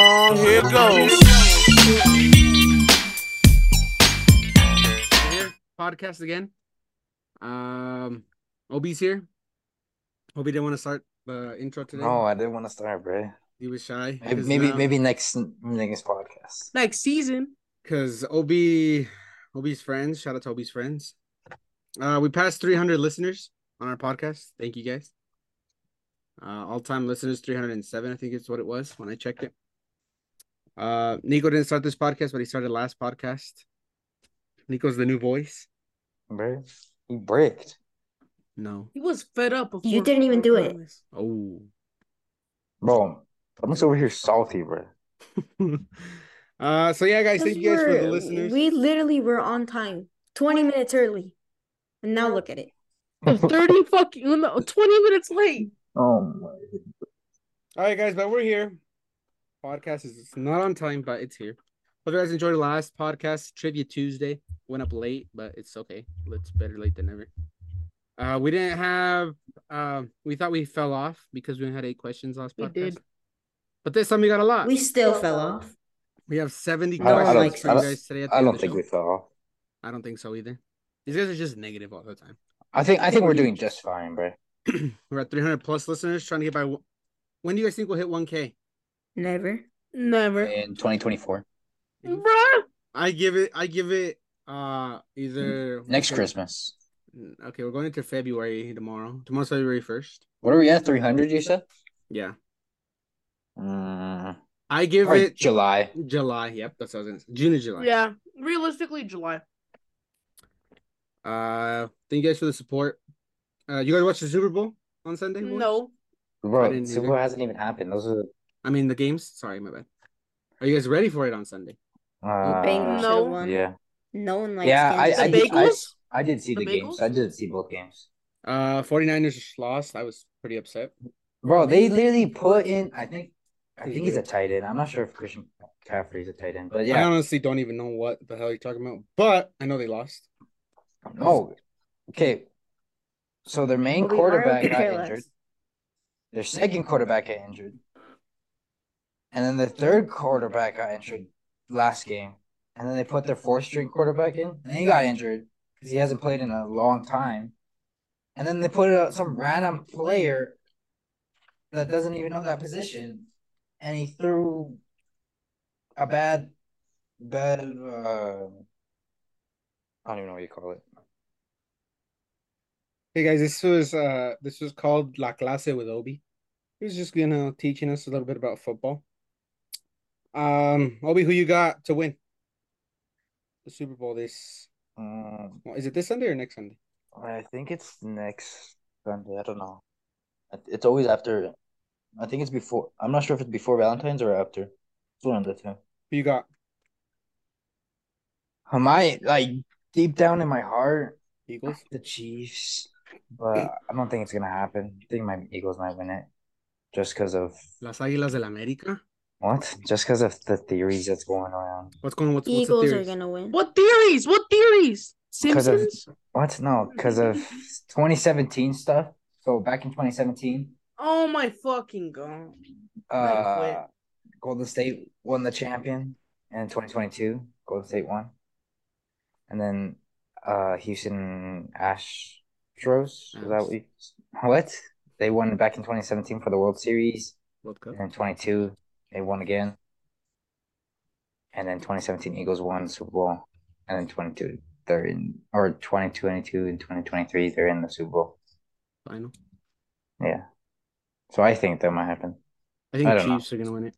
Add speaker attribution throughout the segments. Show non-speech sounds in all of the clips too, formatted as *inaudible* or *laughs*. Speaker 1: it goes.
Speaker 2: here, podcast again. Um, OB's here. Hope he didn't want to start the intro today.
Speaker 1: No, I didn't want to start, bro.
Speaker 2: He was shy.
Speaker 1: Maybe
Speaker 2: 'cause
Speaker 1: maybe,
Speaker 2: now-
Speaker 1: maybe next next podcast.
Speaker 3: next season.
Speaker 2: because OB OB's friends, shout out to OB's friends. Uh, we passed 300 listeners on our podcast. Thank you guys. Uh, all time listeners 307, I think is what it was when I checked it. Uh, Nico didn't start this podcast, but he started last podcast. Nico's the new voice.
Speaker 1: Bro, he bricked.
Speaker 2: No.
Speaker 3: He was fed up. Before
Speaker 4: You didn't even do it.
Speaker 3: Christmas.
Speaker 2: Oh. *laughs*
Speaker 1: Bro, I'm just over here salty, bro.
Speaker 2: *laughs* uh, so yeah, guys, thank you guys for the
Speaker 4: We're-
Speaker 2: listeners.
Speaker 4: We literally were on time, 20 minutes early. And now look at it. *laughs*
Speaker 3: I'm Thirty fucking no, twenty minutes late.
Speaker 1: oh my.
Speaker 2: All right, guys, but we're here. Podcast is it's not on time, but it's here. Hope you guys enjoyed the last podcast, Trivia Tuesday. Went up late, but it's okay. It's better late than never. Uh, we didn't have. Um, we thought we fell off because we only had eight questions last
Speaker 3: We
Speaker 2: podcast.
Speaker 3: did.
Speaker 2: But this time we got a lot.
Speaker 1: Uh,
Speaker 4: We
Speaker 2: We,
Speaker 4: still fell off.
Speaker 2: have seventy
Speaker 1: I don't- I
Speaker 2: questions
Speaker 4: don't- I
Speaker 2: for you
Speaker 4: don't-
Speaker 2: guys today. At the
Speaker 1: I
Speaker 2: end
Speaker 1: don't
Speaker 2: of the
Speaker 1: think
Speaker 2: show.
Speaker 1: we fell off.
Speaker 2: I don't think so either. These guys are just negative all the time.
Speaker 1: I think I think we're doing just fine, bro.
Speaker 2: *clears throat* We're at three hundred plus listeners, trying to get by. one- When do you guys think we'll hit one K?
Speaker 4: Never.
Speaker 3: Never,
Speaker 1: In 2024,
Speaker 3: Bruh.
Speaker 2: I give it. I give it. Uh, either
Speaker 1: next
Speaker 2: Christmas.
Speaker 1: Christmas.
Speaker 2: Mm, Okay, we're going into February tomorrow. Tomorrow's February 1st.
Speaker 1: What are we at? 300? You said?
Speaker 2: Yeah.
Speaker 1: Mm,
Speaker 2: I give
Speaker 1: probably
Speaker 2: it
Speaker 1: July.
Speaker 2: July. Yep, that's what I was going to say. June and July.
Speaker 3: Yeah, realistically, July.
Speaker 2: Uh, thank you guys for the support. Uh, you guys watched the Super Bowl on Sunday? boys?
Speaker 3: No,
Speaker 2: I
Speaker 1: Bro,
Speaker 2: didn't
Speaker 1: Super
Speaker 2: either.
Speaker 1: Bowl hasn't even happened. Those are
Speaker 2: I mean, the games. Sorry, my bad. Are you guys ready for it on Sunday?
Speaker 1: uh,
Speaker 4: Bengals
Speaker 3: no.
Speaker 4: should have won.
Speaker 1: Yeah,
Speaker 4: No one likes
Speaker 1: yeah. I
Speaker 4: Kansas
Speaker 1: I
Speaker 3: The
Speaker 4: City.
Speaker 1: did, I,
Speaker 3: Bagels?
Speaker 1: I did see the,
Speaker 3: The
Speaker 1: games.
Speaker 3: Bagels?
Speaker 1: I did see both games.
Speaker 2: Uh, 49ers lost. I was pretty upset.
Speaker 1: Bro, they literally put in. I think I think he's a tight end. I'm not sure if Christian McCaffrey's a tight end, but
Speaker 2: I
Speaker 1: yeah.
Speaker 2: honestly don't even know what the hell you're talking about, but I know they lost.
Speaker 1: Oh, okay. So their main
Speaker 4: But we are
Speaker 1: quarterback
Speaker 4: okay
Speaker 1: got
Speaker 4: for
Speaker 1: injured.
Speaker 4: less.
Speaker 1: Their second quarterback got injured, and then the third quarterback got injured last game, and then they put their fourth string quarterback in, and he got injured because he hasn't played in a long time, and then they put out some random player that doesn't even know that position, and he threw a bad, bad. Uh, I don't even know what you call it.
Speaker 2: Hey guys, this was uh this was called La Clase with Obi. He was just you know teaching us a little bit about football. Um, Obi, who you got to win the Super Bowl this?
Speaker 1: Um,
Speaker 2: Well, is it this Sunday or next Sunday?
Speaker 1: I think it's next Sunday. I don't know. It- It's always after. I think it's before. I'm not sure if it's before Valentine's or after. It's one of the two.
Speaker 2: Who you got?
Speaker 1: Am I like deep down in my heart
Speaker 2: Eagles.
Speaker 1: the Chiefs? But I don't think it's gonna happen. I think my Eagles might win it, just because of
Speaker 2: Las Águilas del América.
Speaker 1: what? Just because of the theories that's going around.
Speaker 2: What's going? What's, what's the
Speaker 4: Eagles are
Speaker 2: theories?
Speaker 4: going to win.
Speaker 3: what theories? What theories?
Speaker 1: Because of-
Speaker 3: Simpsons.
Speaker 1: What? No, because of 2017 stuff. So back in 2017,
Speaker 3: Oh my fucking god!
Speaker 1: Uh, Golden State won the champion in 2022. Golden State won, and then uh, Houston Astros. Is that what? You, what they won back in 2017 for the World Series,
Speaker 2: World Cup.
Speaker 1: and then 22 they won again, and then 2017 Eagles won the Super Bowl, and then 22 they're in or 2022 and 2023 they're in the Super Bowl.
Speaker 2: Final.
Speaker 1: Yeah, so I think that might happen.
Speaker 2: I think
Speaker 1: I
Speaker 2: the
Speaker 1: don't know.
Speaker 2: Chiefs are gonna win it.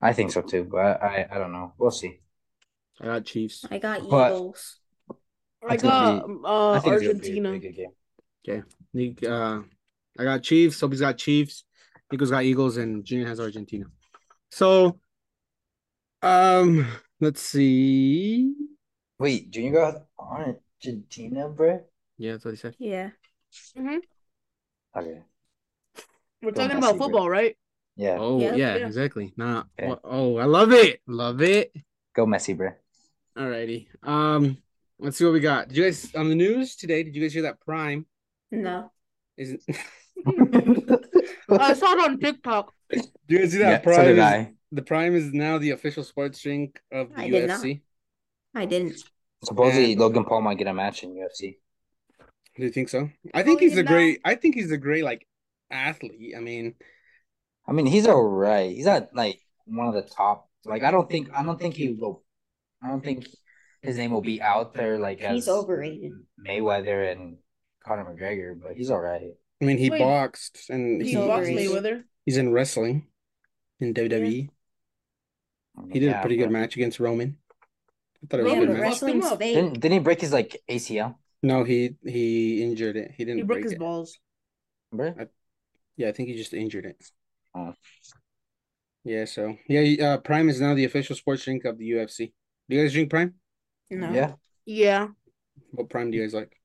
Speaker 1: I think so too, but I, I, I don't know. We'll see.
Speaker 2: I got Chiefs.
Speaker 4: I got
Speaker 1: But-
Speaker 4: Eagles.
Speaker 3: I
Speaker 1: think it'll
Speaker 3: got uh,
Speaker 1: I think it's gonna be a
Speaker 3: Argentina.
Speaker 1: pretty good game.
Speaker 2: Nick, uh, I got Chiefs. Obi's got Chiefs. Nico's got Eagles, and Junior has Argentina. So, um, let's see.
Speaker 1: Wait, Junior got Argentina, bro?
Speaker 2: Yeah, that's what he said.
Speaker 4: Yeah.
Speaker 1: Okay.
Speaker 3: We're
Speaker 1: Don't
Speaker 3: talking
Speaker 1: mess
Speaker 3: about
Speaker 1: it, bro.
Speaker 3: football, right?
Speaker 1: Yeah.
Speaker 2: Oh yeah,
Speaker 4: Yeah.
Speaker 3: Yeah.
Speaker 2: exactly. Nah.
Speaker 1: Okay.
Speaker 2: wha- Oh, I love it. Love it.
Speaker 1: Go Messi, bro.
Speaker 2: Alrighty. Um, let's see what we got. Did you guys on the news today? Did you guys hear that Prime
Speaker 4: No.
Speaker 2: is? *laughs* Did
Speaker 3: *laughs* I saw it on TikTok.
Speaker 2: you guys see that
Speaker 1: so
Speaker 2: Prime
Speaker 1: did
Speaker 2: is
Speaker 1: I.
Speaker 2: the Prime is now the official sports drink of the
Speaker 4: I did not.
Speaker 2: UFC.
Speaker 4: I didn't.
Speaker 1: Supposedly
Speaker 2: And-
Speaker 1: Logan Paul might get a match in UFC.
Speaker 2: Do you think so? I think
Speaker 3: Probably
Speaker 2: he's a
Speaker 3: not.
Speaker 2: great. I think he's a great like athlete. I mean,
Speaker 1: I mean, he's alright. He's not like one of the top. Like I don't think I don't think he will. I don't think his name will be out there like
Speaker 4: He's
Speaker 1: as
Speaker 4: overrated.
Speaker 1: Mayweather and Conor McGregor, but he's alright.
Speaker 2: I mean, he
Speaker 3: Wait.
Speaker 2: boxed and
Speaker 3: He
Speaker 2: he,
Speaker 4: So
Speaker 3: boxed
Speaker 4: overrated.
Speaker 3: Mayweather.
Speaker 2: he's in wrestling in WWE. He did a pretty good match against Roman. I thought it was a
Speaker 4: Yeah,
Speaker 3: Roman
Speaker 2: good
Speaker 4: but
Speaker 2: match.
Speaker 3: wrestled-
Speaker 4: wrestling's
Speaker 3: up.
Speaker 4: fake.
Speaker 1: Didn't didn't he break his like ACL?
Speaker 2: No, he he injured it. He didn't
Speaker 3: He broke
Speaker 2: break
Speaker 3: his
Speaker 2: it.
Speaker 3: balls.
Speaker 1: Remember?
Speaker 2: Yeah, I think he just injured it.
Speaker 1: Oh.
Speaker 2: Yeah, so yeah, he- uh, Prime is now the official sports drink of the UFC. Do you guys drink Prime?
Speaker 4: No,
Speaker 1: Yeah.
Speaker 3: Yeah,
Speaker 2: What Prime do you guys like?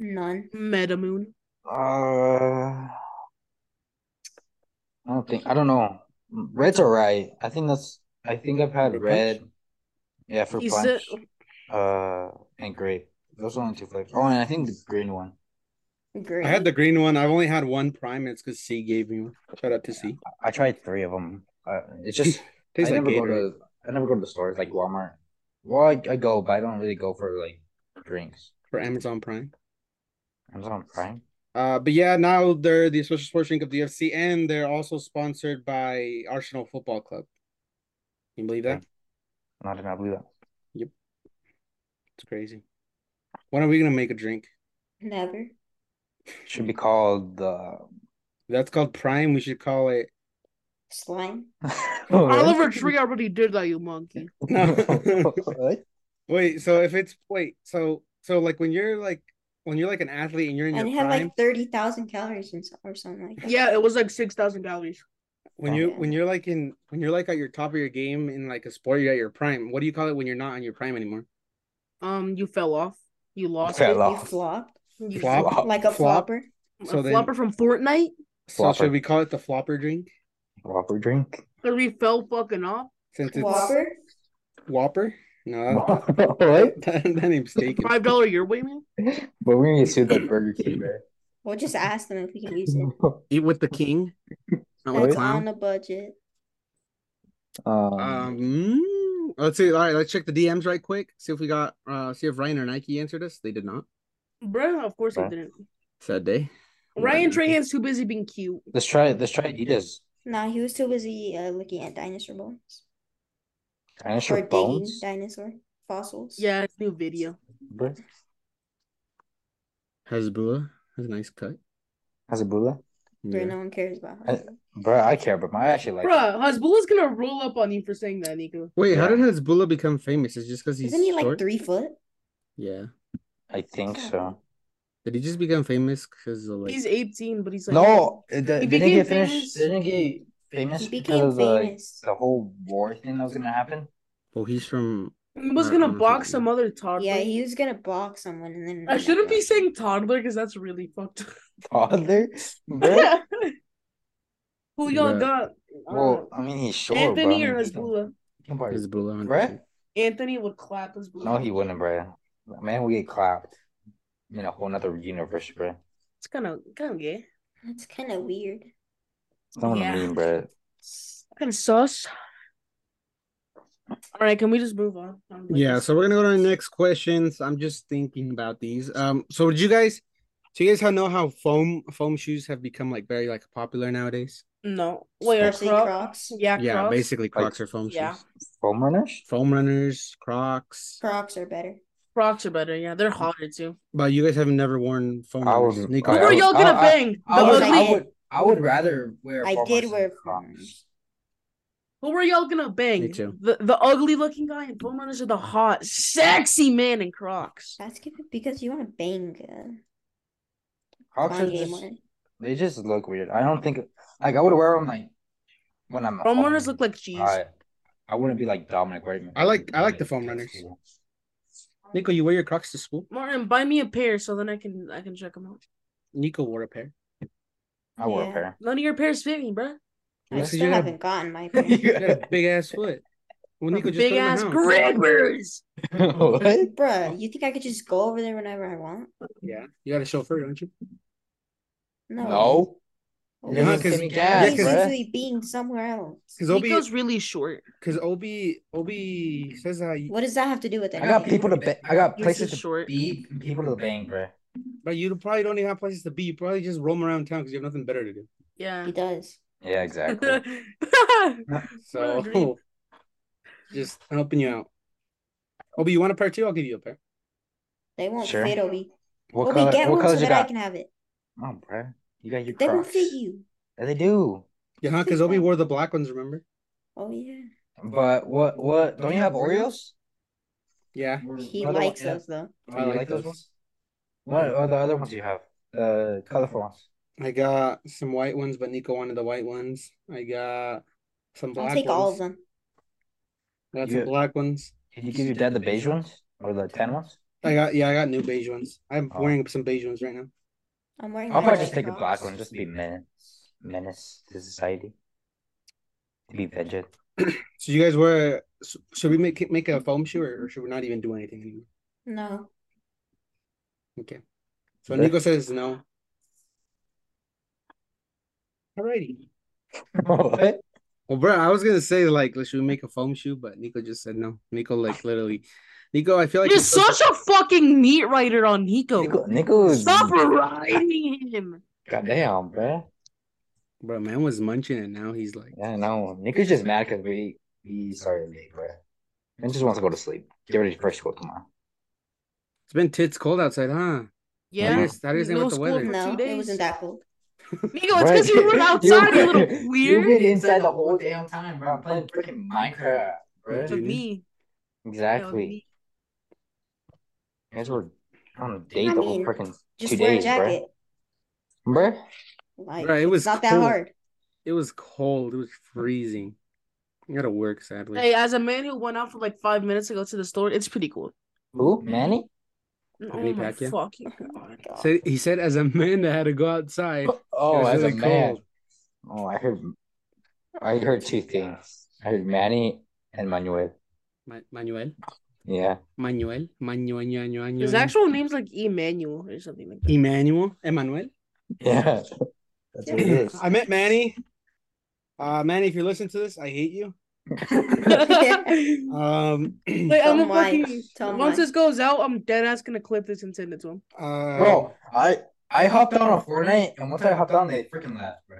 Speaker 4: none.
Speaker 3: Meta Moon.
Speaker 1: Uh, I don't think I don't know. Red's alright. I think that's. I think I've
Speaker 2: For
Speaker 1: had
Speaker 2: punch?
Speaker 1: red. Yeah, for
Speaker 3: He said-
Speaker 1: punch. Uh, and grape. Those are only two flavors. Oh, and I think the green one.
Speaker 4: Great.
Speaker 2: I had the green one. I've only had one Prime. It's because C gave me one. Shout out to C.
Speaker 1: I tried three of them. Uh, it's just
Speaker 2: Tastes
Speaker 1: I
Speaker 2: like
Speaker 1: never go
Speaker 2: Gatorade.
Speaker 1: to. I never go to the stores like Walmart. Well, I, I go, but I don't really go for like drinks.
Speaker 2: for Amazon Prime.
Speaker 1: Amazon Prime.
Speaker 2: Uh, but yeah, now they're the official sports drink of the UFC, and they're also sponsored by Arsenal Football Club. Can you believe that?
Speaker 1: Not gonna believe that.
Speaker 2: It's crazy. When are we gonna make a drink?
Speaker 4: Never.
Speaker 1: Should be called the.
Speaker 2: That's called Prime. We should call it.
Speaker 4: Slime.
Speaker 1: Oh, *laughs*
Speaker 3: Oliver Tree already did that, you monkey.
Speaker 2: No.
Speaker 1: What?
Speaker 2: Wait, so if it's wait, so so like when you're like when you're like an athlete and you're in
Speaker 4: And it
Speaker 2: your
Speaker 4: had
Speaker 2: prime,
Speaker 4: like 30,000 calories and so- or something like that.
Speaker 3: Yeah, it was like six thousand calories.
Speaker 2: when you
Speaker 4: Yeah.
Speaker 2: when you're like in when you're like at your top of your game in like a sport, you're at your prime. What do you call it when you're not on your prime anymore?
Speaker 3: Um, you fell off. You lost.
Speaker 1: fell
Speaker 4: You
Speaker 1: off.
Speaker 4: flopped
Speaker 3: You
Speaker 2: Flop?
Speaker 1: Flop.
Speaker 4: like a
Speaker 2: Flop?
Speaker 4: flopper.
Speaker 3: A
Speaker 2: So then-
Speaker 3: flopper from Fortnite.
Speaker 2: So
Speaker 1: Flopper.
Speaker 2: should we call it the flopper drink?
Speaker 1: Whopper drink.
Speaker 3: Cause we fell fucking off.
Speaker 2: Since it's
Speaker 4: Flopper.
Speaker 2: Whopper? No, that,
Speaker 1: *laughs* What?
Speaker 2: that, that name's taken.
Speaker 3: Five dollar your way, man.
Speaker 1: But we're gonna sue that Burger King,
Speaker 4: We'll just ask them if we can
Speaker 1: *laughs*
Speaker 4: use it.
Speaker 1: right?
Speaker 2: Eat with the king, not with
Speaker 1: with a
Speaker 2: a
Speaker 4: That's
Speaker 2: clown.
Speaker 4: on a budget.
Speaker 1: *laughs* Um,
Speaker 2: Um, let's see. All right, let's check the DMs right quick. See if we got. Uh, see if Ryan or Nike answered us. They did not.
Speaker 3: Bruh, of course I
Speaker 1: Bruh.
Speaker 3: didn't.
Speaker 2: Sad day.
Speaker 3: Ryan
Speaker 2: Right.
Speaker 3: Trahan's too busy being cute.
Speaker 1: let's try. Let's try Adidas.
Speaker 4: Nah, he was too busy uh, looking at dinosaur bones
Speaker 1: Dinosaur
Speaker 4: or
Speaker 1: bones.
Speaker 4: digging dinosaur fossils.
Speaker 3: Yeah, it's new video.
Speaker 1: Bruh.
Speaker 2: Hezbollah has a nice cut.
Speaker 1: Hasabula.
Speaker 4: Where
Speaker 2: Yeah.
Speaker 4: no one cares about.
Speaker 1: I-
Speaker 4: Hubble.
Speaker 1: Bro, I care, but my I actually like.
Speaker 3: Bruh, Hasbullah's gonna roll up on you for saying that, Nico.
Speaker 2: Wait, how
Speaker 1: Yeah.
Speaker 2: did Hezbollah become famous? Is it just because he's
Speaker 4: Isn't he like
Speaker 2: short?
Speaker 4: three foot?
Speaker 1: *laughs*
Speaker 2: Yeah.
Speaker 1: I think so.
Speaker 2: Did he just become famous because of like?
Speaker 3: He's 18, but he's like
Speaker 1: No, it- it-
Speaker 3: He
Speaker 1: didn't
Speaker 3: became
Speaker 1: get
Speaker 3: famous.
Speaker 1: finished. Didn't get famous
Speaker 4: He
Speaker 1: because
Speaker 4: became
Speaker 1: of the
Speaker 4: famous.
Speaker 1: the whole war thing that was gonna happen.
Speaker 2: Well, he's from.
Speaker 3: He was gonna
Speaker 2: I
Speaker 1: Mm-hmm.
Speaker 2: don't know.
Speaker 3: box some other toddler.
Speaker 4: Yeah, he was gonna box someone and then.
Speaker 3: I shouldn't be saying toddler because that's really fucked
Speaker 1: Father,
Speaker 3: *laughs* up. Who y'all
Speaker 2: Bruh.
Speaker 3: got?
Speaker 1: Well,
Speaker 3: Uh,
Speaker 1: I mean, he's short.
Speaker 3: Anthony
Speaker 1: bro.
Speaker 3: or Hasbulla?
Speaker 1: Hasbulla?
Speaker 2: Hezbollah.
Speaker 1: Bruh.
Speaker 3: Anthony would clap Hasbulla.
Speaker 1: No, he wouldn't, bro. Man, we get clapped in a whole nother universe, bro.
Speaker 3: It's kind of kind of gay.
Speaker 4: That's kind of weird.
Speaker 1: Don't want to
Speaker 3: Yeah.
Speaker 1: mean, bro.
Speaker 3: Kind of sus. All right, can we just move on? I'm like-
Speaker 2: Yeah, so we're gonna go to our next questions. I'm just thinking about these. Um, so did you guys, do you guys how know how foam foam shoes have become like very like popular nowadays?
Speaker 3: no. Wait, are
Speaker 4: Especially
Speaker 3: Crocs?
Speaker 4: Crocs.
Speaker 3: Yeah,
Speaker 2: Yeah,
Speaker 3: Crocs.
Speaker 2: basically Crocs are foam
Speaker 3: yeah.
Speaker 2: shoes.
Speaker 1: Foam runners.
Speaker 2: Foam runners, Crocs.
Speaker 4: Crocs are better.
Speaker 3: Crocs are better. Yeah, they're hotter too.
Speaker 2: But you guys have never worn foam
Speaker 1: I
Speaker 2: runners.
Speaker 1: would-
Speaker 2: Nico,
Speaker 1: I
Speaker 3: Who are
Speaker 1: would-
Speaker 3: y'all gonna
Speaker 1: I-
Speaker 3: bang?
Speaker 1: I
Speaker 3: the
Speaker 1: would,
Speaker 4: I
Speaker 3: ugly.
Speaker 1: I would, I would rather wear.
Speaker 4: I
Speaker 1: Foam
Speaker 4: did
Speaker 1: runners
Speaker 4: wear
Speaker 1: than
Speaker 4: foam
Speaker 1: Crocs.
Speaker 4: runners.
Speaker 3: Who are y'all gonna bang?
Speaker 2: Me too.
Speaker 3: The the ugly looking guy and foam runners are the hot, sexy man in Crocs.
Speaker 4: That's good because you want to bang. Uh,
Speaker 1: Crocs are
Speaker 4: Kanye
Speaker 1: just,
Speaker 4: more.
Speaker 1: they just look weird. I don't think like I would wear them like when I'm. at
Speaker 3: Foam runners
Speaker 1: home.
Speaker 3: look like cheese.
Speaker 1: I, I wouldn't be like Dominic Whiteman.
Speaker 2: I like- I like the foam runners. Nico, you wear your Crocs to school?
Speaker 3: Martin, buy me a pair so then I can I can check them out.
Speaker 2: Nico wore a pair.
Speaker 1: I wear a
Speaker 4: Yeah. *laughs*
Speaker 1: pair.
Speaker 3: None of your pairs fit me, bro.
Speaker 4: I
Speaker 2: Yes,
Speaker 4: still
Speaker 2: you have-
Speaker 4: haven't gotten
Speaker 1: *laughs*
Speaker 4: my.
Speaker 2: You
Speaker 4: pair.
Speaker 2: got
Speaker 4: *laughs*
Speaker 2: a big ass foot. Well, Nico just
Speaker 3: Big
Speaker 2: put 'em
Speaker 3: ass
Speaker 2: out.
Speaker 3: grabbers.
Speaker 1: what?
Speaker 4: Bruh, you think I could just go over there whenever I want?
Speaker 2: Yeah, you got a chauffeur, don't you?
Speaker 4: No.
Speaker 1: No. You're
Speaker 2: Yeah,
Speaker 1: just
Speaker 2: 'cause-
Speaker 1: giving
Speaker 2: yeah,
Speaker 1: gas,
Speaker 2: 'cause-
Speaker 1: bruh.
Speaker 4: easily being somewhere else.
Speaker 2: Because Obi,
Speaker 3: Nico's really short.
Speaker 2: because Obi, Obi says that, you,
Speaker 4: What does that have to do with it?
Speaker 1: I got people to ba- I got
Speaker 3: Yours is
Speaker 1: places to
Speaker 3: short.
Speaker 1: be and people to bang, bruh.
Speaker 2: but you probably don't even have places to be. You probably just roam around town because you have nothing better to do.
Speaker 3: Yeah.
Speaker 4: He does. *laughs*
Speaker 1: Yeah, exactly.
Speaker 3: *laughs* What a dream.
Speaker 2: So, *laughs* just helping you out. Obi, you want a pair too? I'll give you a pair.
Speaker 4: They won't
Speaker 1: Sure.
Speaker 4: fit Obi.
Speaker 1: What
Speaker 4: Obi,
Speaker 1: color?
Speaker 4: get
Speaker 1: What
Speaker 4: one so
Speaker 1: colors you
Speaker 4: that I
Speaker 1: got?
Speaker 4: can have it.
Speaker 1: Oh, bruh. You got your
Speaker 4: They won't
Speaker 1: Crocs.
Speaker 4: fit you.
Speaker 1: Yeah, they do.
Speaker 2: Yeah, huh? Because Obi wore the black ones, remember?
Speaker 4: Oh yeah.
Speaker 1: But what? What? Don't you have Oreos?
Speaker 2: Yeah.
Speaker 4: He
Speaker 1: Another one-
Speaker 4: likes
Speaker 1: yeah.
Speaker 4: those though.
Speaker 1: Oh, you like those ones? What are the other ones you have? The colorful ones.
Speaker 2: I got some white ones, but Nico wanted the white ones. I got some black
Speaker 4: I'll take
Speaker 2: ones.
Speaker 4: all of them.
Speaker 2: I got some
Speaker 1: Yeah.
Speaker 2: black ones.
Speaker 1: Did you give your dad the beige ones or the tan ones?
Speaker 2: I got yeah, I got new beige ones. I'm
Speaker 1: Oh.
Speaker 2: wearing some beige ones right now.
Speaker 4: I'm wearing.
Speaker 1: I'll
Speaker 4: my
Speaker 1: probably
Speaker 4: white
Speaker 1: just take a black
Speaker 4: Crocs.
Speaker 1: one, just to be menace, menace to society, to be vengeance. *laughs*
Speaker 2: So you guys were s- should we make make a foam shoe or, or should we not even do anything anymore?
Speaker 4: No.
Speaker 2: Okay. So
Speaker 1: Okay.
Speaker 2: Nico says no. Alrighty.
Speaker 1: what?
Speaker 2: Well, bro, I was gonna say like should we make a foam shoe, but Nico just said no. Nico like literally, Nico, I feel like
Speaker 3: You're
Speaker 2: you're supposed
Speaker 3: such a fucking meat writer on Nico.
Speaker 1: Nico, Nico is
Speaker 3: Stop riding him.
Speaker 1: goddamn, bro.
Speaker 2: to- bro. Man was munching and now he's like,
Speaker 1: Yeah, no, Nico's just mad because we we started late, bro. And just wants to go to sleep. Get ready for school tomorrow.
Speaker 2: it's been tits cold outside, huh? How do
Speaker 3: Yeah.
Speaker 2: you, how do you
Speaker 3: There's
Speaker 2: think
Speaker 3: no
Speaker 2: with the
Speaker 3: school
Speaker 2: weather?
Speaker 3: for
Speaker 4: No,
Speaker 3: two
Speaker 4: it
Speaker 3: days.
Speaker 4: wasn't that cold.
Speaker 3: Nico, it's because
Speaker 1: *laughs*
Speaker 3: you were outside, you little
Speaker 1: You've been
Speaker 3: weird.
Speaker 1: inside the whole damn time, bro. I'm playing freaking Minecraft, bro.
Speaker 3: It was me. That was
Speaker 1: Exactly.
Speaker 3: me.
Speaker 1: You guys were on a date
Speaker 4: I
Speaker 1: the whole
Speaker 4: mean,
Speaker 1: freaking
Speaker 4: Just
Speaker 1: two
Speaker 4: wear a
Speaker 1: days,
Speaker 4: jacket.
Speaker 1: bro. Bro,
Speaker 4: Like
Speaker 2: Bro, it was
Speaker 4: it's not that
Speaker 2: cold.
Speaker 4: hard.
Speaker 2: It was cold. It was freezing. I gotta work sadly.
Speaker 3: Hey, as a man who went out for like five minutes to go to the store, it's pretty cool.
Speaker 1: who? Manny?
Speaker 3: Oh
Speaker 2: be
Speaker 3: my
Speaker 2: back, yeah.
Speaker 3: fucking god.
Speaker 4: God.
Speaker 2: So he said, as a man that had to go outside, it
Speaker 1: Oh,
Speaker 2: was
Speaker 1: as
Speaker 2: really
Speaker 1: a man.
Speaker 2: cold.
Speaker 1: Oh, I heard. I heard two things. I heard Manny and Manuel.
Speaker 2: Ma- Manuel,
Speaker 1: Yeah.
Speaker 2: Manuel, Manuel, Manuel,
Speaker 3: His
Speaker 2: Manuel.
Speaker 3: actual name's like Emmanuel or something
Speaker 2: *laughs*
Speaker 3: like that.
Speaker 2: Emmanuel, Emmanuel.
Speaker 1: *laughs* Yeah. That's what it is.
Speaker 2: I met Manny. Uh, Manny, if you listen to this, I hate you.
Speaker 3: like,
Speaker 2: Um,
Speaker 3: I'm
Speaker 2: *clears throat*
Speaker 3: a
Speaker 4: Tell Mike.
Speaker 3: fucking.
Speaker 4: Tell
Speaker 3: Once
Speaker 4: Mike.
Speaker 3: this goes out, I'm dead ass gonna clip this and send it to him.
Speaker 2: uh, *laughs*
Speaker 1: Bro, I I hopped on a Fortnite, and once I hopped on, they freaking laughed, bro.